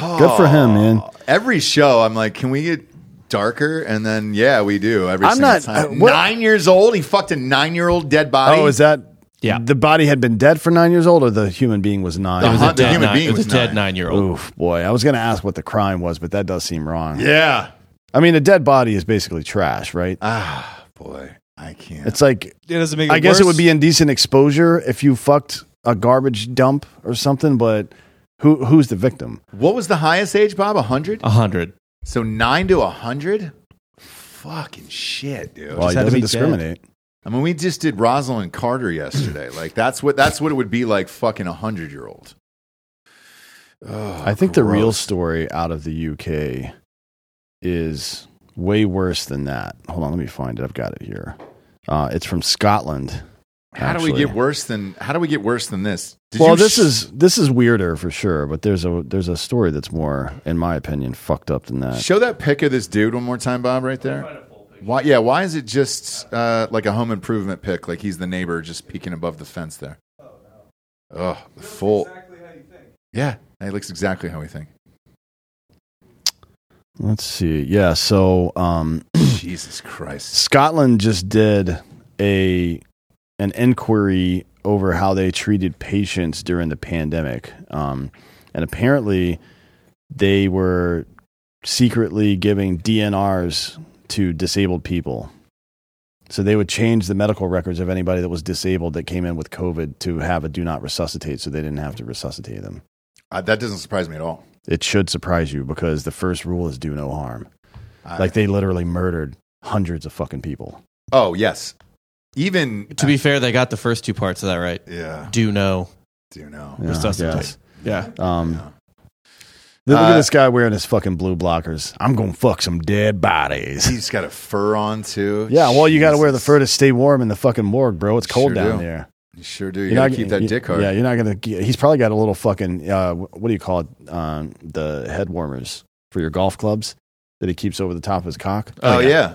[SPEAKER 4] Good for him, man.
[SPEAKER 1] Every show, I'm like, can we get darker? And then, yeah, we do. Every
[SPEAKER 4] I'm
[SPEAKER 1] single
[SPEAKER 4] not- uh,
[SPEAKER 1] time.
[SPEAKER 4] what-
[SPEAKER 1] nine years old, he fucked a nine year old dead body.
[SPEAKER 4] Oh, is that
[SPEAKER 2] Yeah.
[SPEAKER 4] The body had been dead for 9 years old or the human being was 9.
[SPEAKER 2] It was
[SPEAKER 1] Uh-huh,
[SPEAKER 2] a
[SPEAKER 1] the
[SPEAKER 2] dead,
[SPEAKER 1] human
[SPEAKER 2] nine,
[SPEAKER 1] being
[SPEAKER 2] it was
[SPEAKER 1] was
[SPEAKER 2] a dead
[SPEAKER 1] nine.
[SPEAKER 2] 9-year-old.
[SPEAKER 4] Oof, boy. I was going to ask what the crime was, but that does seem wrong.
[SPEAKER 1] yeah.
[SPEAKER 4] I mean, a dead body is basically trash, right?
[SPEAKER 1] Ah, boy, I can't.
[SPEAKER 4] It's like
[SPEAKER 3] It doesn't make. It
[SPEAKER 4] I guess it
[SPEAKER 3] worse.
[SPEAKER 4] would be indecent exposure if you fucked a garbage dump or something, but who who's the victim?
[SPEAKER 1] what was the highest age, Bob? A hundred.
[SPEAKER 2] 100.
[SPEAKER 1] So nine to a hundred. Fucking shit, dude.
[SPEAKER 4] Well, he
[SPEAKER 3] had to
[SPEAKER 4] doesn't
[SPEAKER 3] be
[SPEAKER 4] discriminate.
[SPEAKER 1] I mean, we just did Rosalind Carter yesterday. like that's what that's what it would be like fucking a hundred year old. Oh,
[SPEAKER 4] I think the real story out of the UK is way worse than that. Hold on, let me find it. I've got it here. Uh, it's from Scotland.
[SPEAKER 1] How do we
[SPEAKER 4] actually.
[SPEAKER 1] get worse than how do we get worse than this? Did
[SPEAKER 4] well,
[SPEAKER 1] you
[SPEAKER 4] this
[SPEAKER 1] sh-
[SPEAKER 4] is this is weirder for sure, but there's a there's a story that's more, in my opinion, fucked up than that.
[SPEAKER 1] show that pic of this dude one more time, Bob, right there. Why? Yeah, why is it just uh, like a home improvement pic? Like he's the neighbor just peeking above the fence there. Oh, the full. Yeah, it looks exactly how we think.
[SPEAKER 4] Let's see. Yeah, so um,
[SPEAKER 1] Jesus Christ.
[SPEAKER 4] Scotland just did a an inquiry over how they treated patients during the pandemic, um, and apparently they were secretly giving DNRs to disabled people. So they would change the medical records of anybody that was disabled that came in with COVID to have a do not resuscitate, so they didn't have to resuscitate them.
[SPEAKER 1] Uh, that doesn't surprise me at all.
[SPEAKER 4] It should surprise you because the first rule is do no harm.
[SPEAKER 1] I-
[SPEAKER 4] Like they literally murdered hundreds of fucking people.
[SPEAKER 1] Oh yes. Even uh,
[SPEAKER 2] To be fair, they got the first two parts of that right.
[SPEAKER 1] yeah.
[SPEAKER 2] Do know.
[SPEAKER 1] Do you know?
[SPEAKER 4] Yeah,
[SPEAKER 2] Resuscitate.
[SPEAKER 4] yes.
[SPEAKER 2] Yeah.
[SPEAKER 4] Um,
[SPEAKER 1] Yeah.
[SPEAKER 4] Look
[SPEAKER 1] Uh,
[SPEAKER 4] at this guy wearing his fucking blue blockers. I'm gonna fuck some dead bodies.
[SPEAKER 1] He's got a fur on too.
[SPEAKER 4] Yeah, well, you got to wear the
[SPEAKER 1] Jesus.
[SPEAKER 4] fur to stay warm in the fucking morgue, bro. It's cold
[SPEAKER 1] Sure
[SPEAKER 4] down
[SPEAKER 1] do.
[SPEAKER 4] there.
[SPEAKER 1] You sure do. You
[SPEAKER 4] You're
[SPEAKER 1] gotta
[SPEAKER 4] not-
[SPEAKER 1] keep that
[SPEAKER 4] you-
[SPEAKER 1] dick hard.
[SPEAKER 4] Yeah, you're not gonna. get- He's probably got a little fucking. Uh, what do you call it? Um, the head warmers for your golf clubs that he keeps over the top of his cock.
[SPEAKER 1] Oh, yeah.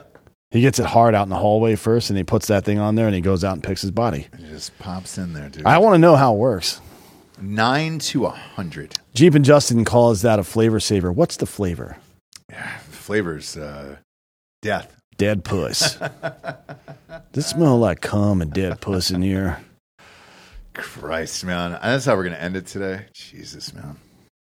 [SPEAKER 4] He gets it hard out in the hallway first, and he puts that thing on there, and he goes out and picks his body.
[SPEAKER 1] It just pops in there, dude.
[SPEAKER 4] I want to know how it works.
[SPEAKER 1] Nine to a hundred
[SPEAKER 4] Jeep and Justin calls that a flavor saver. What's the flavor?
[SPEAKER 1] flavors. Uh, death.
[SPEAKER 4] dead puss. this smell like cum and dead puss in here.
[SPEAKER 1] Christ, man. That's how we're gonna end it today. Jesus, man.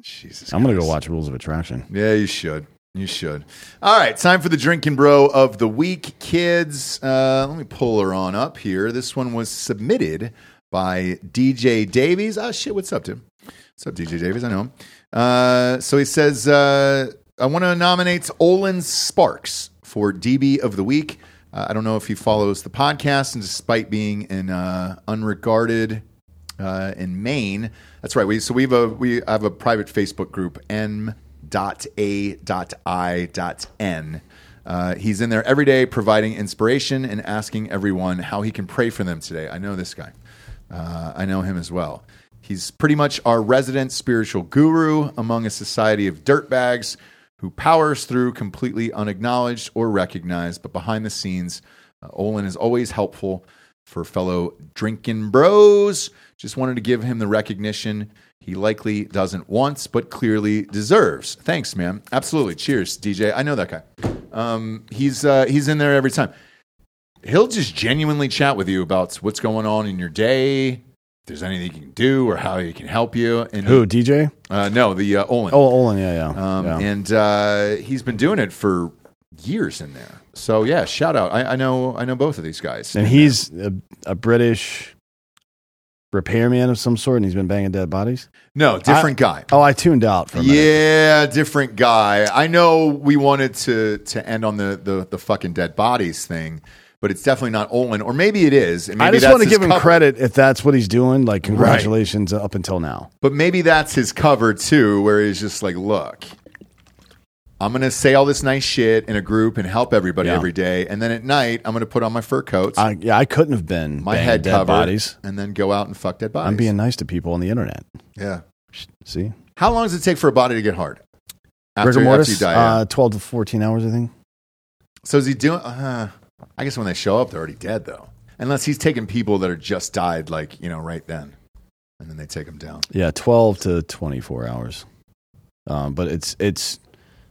[SPEAKER 1] Jesus.
[SPEAKER 4] I'm gonna go
[SPEAKER 1] Christ.
[SPEAKER 4] watch Rules of Attraction.
[SPEAKER 1] Yeah, you should. You should. All right, time for the drinking bro of the week, kids. Uh, let me pull her on up here. This one was submitted by DJ Davies. Oh Ah, shit, what's up, Tim? What's up, DJ Davis? I know him. Uh, so he says, uh, I want to nominate Olin Sparks for DB of the Week. Uh, I don't know if he follows the podcast, and despite being an uh, unregarded uh, in Maine, that's right. We so we have a we have a private Facebook group m dot a dot i dot n. Uh, he's in there every day providing inspiration and asking everyone how he can pray for them today. I know this guy. Uh, I know him as well. He's pretty much our resident spiritual guru among a society of dirtbags who powers through completely unacknowledged or recognized. But behind the scenes, uh, Olin is always helpful for fellow drinking bros. Just wanted to give him the recognition he likely doesn't want, but clearly deserves. Thanks, man. Absolutely. Cheers, DJ. I know that guy. Um, he's uh, he's in there every time he'll just genuinely chat with you about what's going on in your day, if there's anything you can do, or how he can help you. And
[SPEAKER 4] Who, DJ?
[SPEAKER 1] Uh, no, the uh, Olin.
[SPEAKER 4] Oh, Olin, yeah, yeah.
[SPEAKER 1] Um,
[SPEAKER 4] yeah.
[SPEAKER 1] And uh, he's been doing it for years in there. So yeah, shout out. I, I know, I know both of these guys.
[SPEAKER 4] And he's a, a British repairman of some sort, and he's been banging dead bodies.
[SPEAKER 1] no different guy.
[SPEAKER 4] Oh, I tuned out for a minute.
[SPEAKER 1] Yeah, different guy. I know we wanted to to end on the the, the fucking dead bodies thing, but it's definitely not Olin, or maybe it is. And maybe
[SPEAKER 4] I just
[SPEAKER 1] that's
[SPEAKER 4] want to
[SPEAKER 1] his
[SPEAKER 4] give him
[SPEAKER 1] cover.
[SPEAKER 4] credit if that's what he's doing. Like, congratulations up until now.
[SPEAKER 1] But maybe that's his cover too, where he's just like, look, I'm going to say all this nice shit in a group and help everybody
[SPEAKER 4] Yeah.
[SPEAKER 1] every day. And then at night, I'm going to put on my fur coats,
[SPEAKER 4] I, yeah, I couldn't have been
[SPEAKER 1] my
[SPEAKER 4] banging
[SPEAKER 1] head
[SPEAKER 4] dead
[SPEAKER 1] covered,
[SPEAKER 4] bodies.
[SPEAKER 1] and then go out and fuck dead bodies.
[SPEAKER 4] I'm being nice to people on the internet.
[SPEAKER 1] yeah.
[SPEAKER 4] See,
[SPEAKER 1] How long does it take for a body to get hard?
[SPEAKER 4] rigor
[SPEAKER 1] after you
[SPEAKER 4] mortis,
[SPEAKER 1] die.
[SPEAKER 4] uh, twelve to fourteen hours, I think.
[SPEAKER 1] so is he doing? Uh, I guess when they show up, they're already dead though. Unless he's taking people that are just died, like you know, right then, and then they take them down.
[SPEAKER 4] Yeah, twelve to twenty-four hours. Um, but it's it's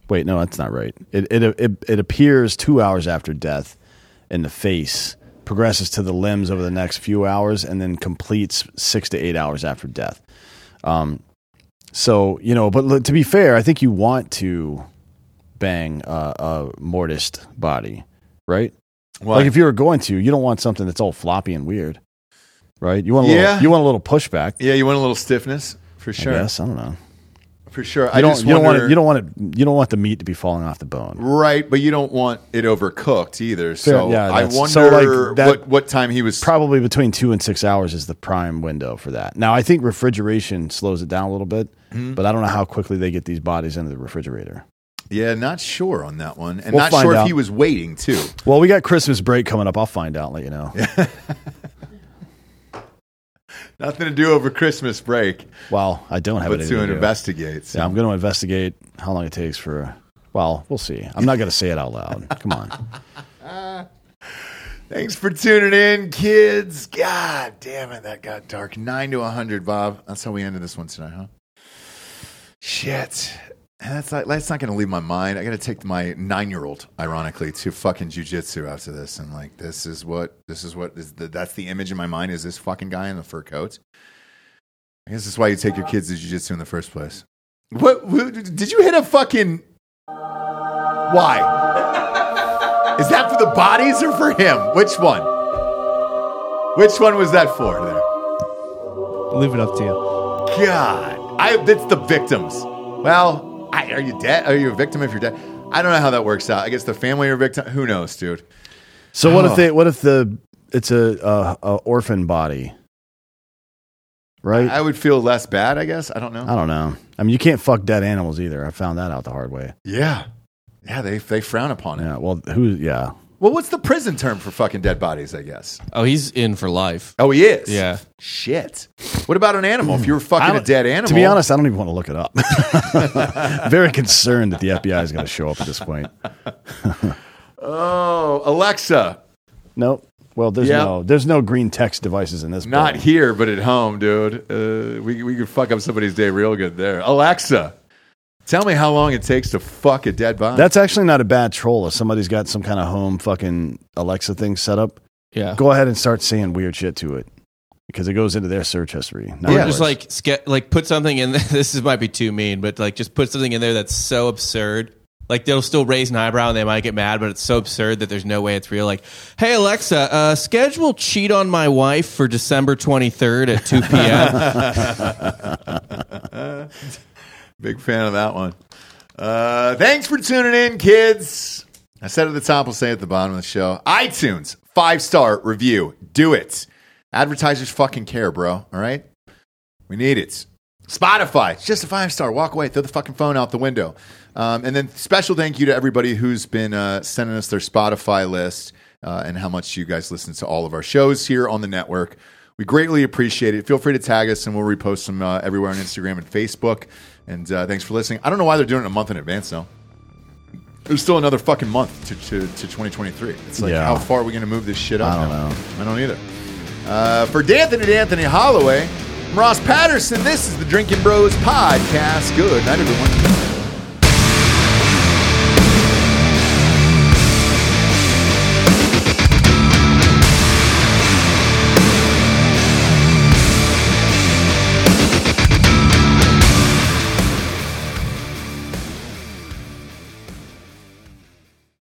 [SPEAKER 4] wait, no, that's not right. It it it, it appears two hours after death in the face. Progresses to the limbs over the next few hours and then completes six to eight hours after death. Um, so you know, but look, to be fair, I think you want to bang uh, a mortised body, right?
[SPEAKER 1] Why?
[SPEAKER 4] Like if you were going to, you don't want something that's all floppy and weird, right? You want a
[SPEAKER 1] Yeah.
[SPEAKER 4] little, you want a little pushback.
[SPEAKER 1] yeah, you want a little stiffness for
[SPEAKER 4] I
[SPEAKER 1] sure.
[SPEAKER 4] guess. I don't know.
[SPEAKER 1] For sure.
[SPEAKER 4] You
[SPEAKER 1] I
[SPEAKER 4] don't,
[SPEAKER 1] just
[SPEAKER 4] you don't want
[SPEAKER 1] wonder-
[SPEAKER 4] it, you don't want it, you don't want the meat to be falling off the bone.
[SPEAKER 1] Right, but you don't want it overcooked either. So
[SPEAKER 4] yeah,
[SPEAKER 1] I
[SPEAKER 4] that's-
[SPEAKER 1] wonder
[SPEAKER 4] so, like, that-
[SPEAKER 1] what, what time he was.
[SPEAKER 4] Probably between two and six hours is the prime window for that. Now I think refrigeration slows it down a little bit,
[SPEAKER 1] Mm-hmm.
[SPEAKER 4] but I don't know how quickly they get these bodies into the refrigerator.
[SPEAKER 1] yeah, not sure on that one, and
[SPEAKER 4] We'll
[SPEAKER 1] not
[SPEAKER 4] find
[SPEAKER 1] sure if
[SPEAKER 4] out.
[SPEAKER 1] he was waiting too.
[SPEAKER 4] Well, we got Christmas break coming up. I'll find out. and Let you know.
[SPEAKER 1] Nothing to do over Christmas break,
[SPEAKER 4] Well, I don't have
[SPEAKER 1] but
[SPEAKER 4] anything
[SPEAKER 1] to
[SPEAKER 4] do.
[SPEAKER 1] investigate. So.
[SPEAKER 4] Yeah, I'm going to investigate how long it takes for. Well, we'll see. I'm not going to say it out loud. Come on.
[SPEAKER 1] Thanks for tuning in, kids. God damn it, that got dark. Nine to hundred, Bob. That's how we ended this one tonight, huh? Shit. And That's not, that's not going to leave my mind. I got to take my nine year old, ironically, to fucking jujitsu after this. And like, this is what this is what is the, that's the image in my mind is this fucking guy in the fur coat. I guess that's why you take your kids to jujitsu in the first place. What, what did you hit a fucking? Why? Is that for the bodies or for him? Which one? Which one was that for? There.
[SPEAKER 3] Leave it up to you.
[SPEAKER 1] God, I that's the victims. Well, I, are you dead? Are you a victim if you're dead? I don't know how that works out. I guess the family are victim. Who knows, dude?
[SPEAKER 4] So what
[SPEAKER 1] Oh.
[SPEAKER 4] if they? What if the? It's a, a, a orphan body, right?
[SPEAKER 1] I would feel less bad. I guess I don't know.
[SPEAKER 4] I don't know. I mean, you can't fuck dead animals either. I found that out the hard way.
[SPEAKER 1] yeah, yeah. They they frown upon it.
[SPEAKER 4] Yeah. Well, who? Yeah.
[SPEAKER 1] Well, what's the prison term for fucking dead bodies? I guess.
[SPEAKER 2] Oh, he's in for life.
[SPEAKER 1] Oh, he is.
[SPEAKER 2] Yeah.
[SPEAKER 1] Shit. What about an animal? If you were
[SPEAKER 4] I
[SPEAKER 1] fucking a
[SPEAKER 4] don't-
[SPEAKER 1] dead animal,
[SPEAKER 4] To be honest, I don't even want to look it up. Very concerned that the FBI is going to show up at this point.
[SPEAKER 1] Oh, Alexa,
[SPEAKER 4] Nope. Well, there's
[SPEAKER 1] Yeah.
[SPEAKER 4] no there's no green text devices in this.
[SPEAKER 1] not
[SPEAKER 4] building.
[SPEAKER 1] here, but at home, dude. Uh, we we could fuck up somebody's day real good there. Alexa, tell me how long it takes to fuck a dead body.
[SPEAKER 4] That's actually not a bad troll. If somebody's got some kind of home fucking Alexa thing set up,
[SPEAKER 2] Yeah.
[SPEAKER 4] go ahead and start saying weird shit to it because it goes into their search history. not
[SPEAKER 1] Yeah.
[SPEAKER 2] Or just
[SPEAKER 4] yours.
[SPEAKER 2] like ske- like put something in. This is, might be too mean, but like just put something in there that's so absurd. Like they'll still raise an eyebrow and they might get mad, but it's so absurd that there's no way it's real. Like, hey Alexa, uh, schedule cheat on my wife for December 23rd at 2 p.m.
[SPEAKER 1] Big fan of that one. Uh, thanks for tuning in, kids. I said at the top, I'll say at the bottom of the show. iTunes, five star review. Do it. Advertisers fucking care, bro. All right? We need it. Spotify, it's just a five star. Walk away. Throw the fucking phone out the window. Um, and then special thank you to everybody who's been uh, sending us their Spotify list uh, and how much you guys listen to all of our shows here on the network. We greatly appreciate it. Feel free to tag us and we'll repost them uh, everywhere on Instagram and Facebook. And uh, thanks for listening. I don't know why they're doing it a month in advance now. There's still another fucking month to, to, to 2023. It's like,
[SPEAKER 4] Yeah.
[SPEAKER 1] how far are we going to move this shit up?
[SPEAKER 4] I don't
[SPEAKER 1] now?
[SPEAKER 4] know.
[SPEAKER 1] I don't either. Uh, for D'Anthony D'Anthony Holloway, I'm Ross Patterson. This is the Drinking Bros Podcast. Good night, everyone.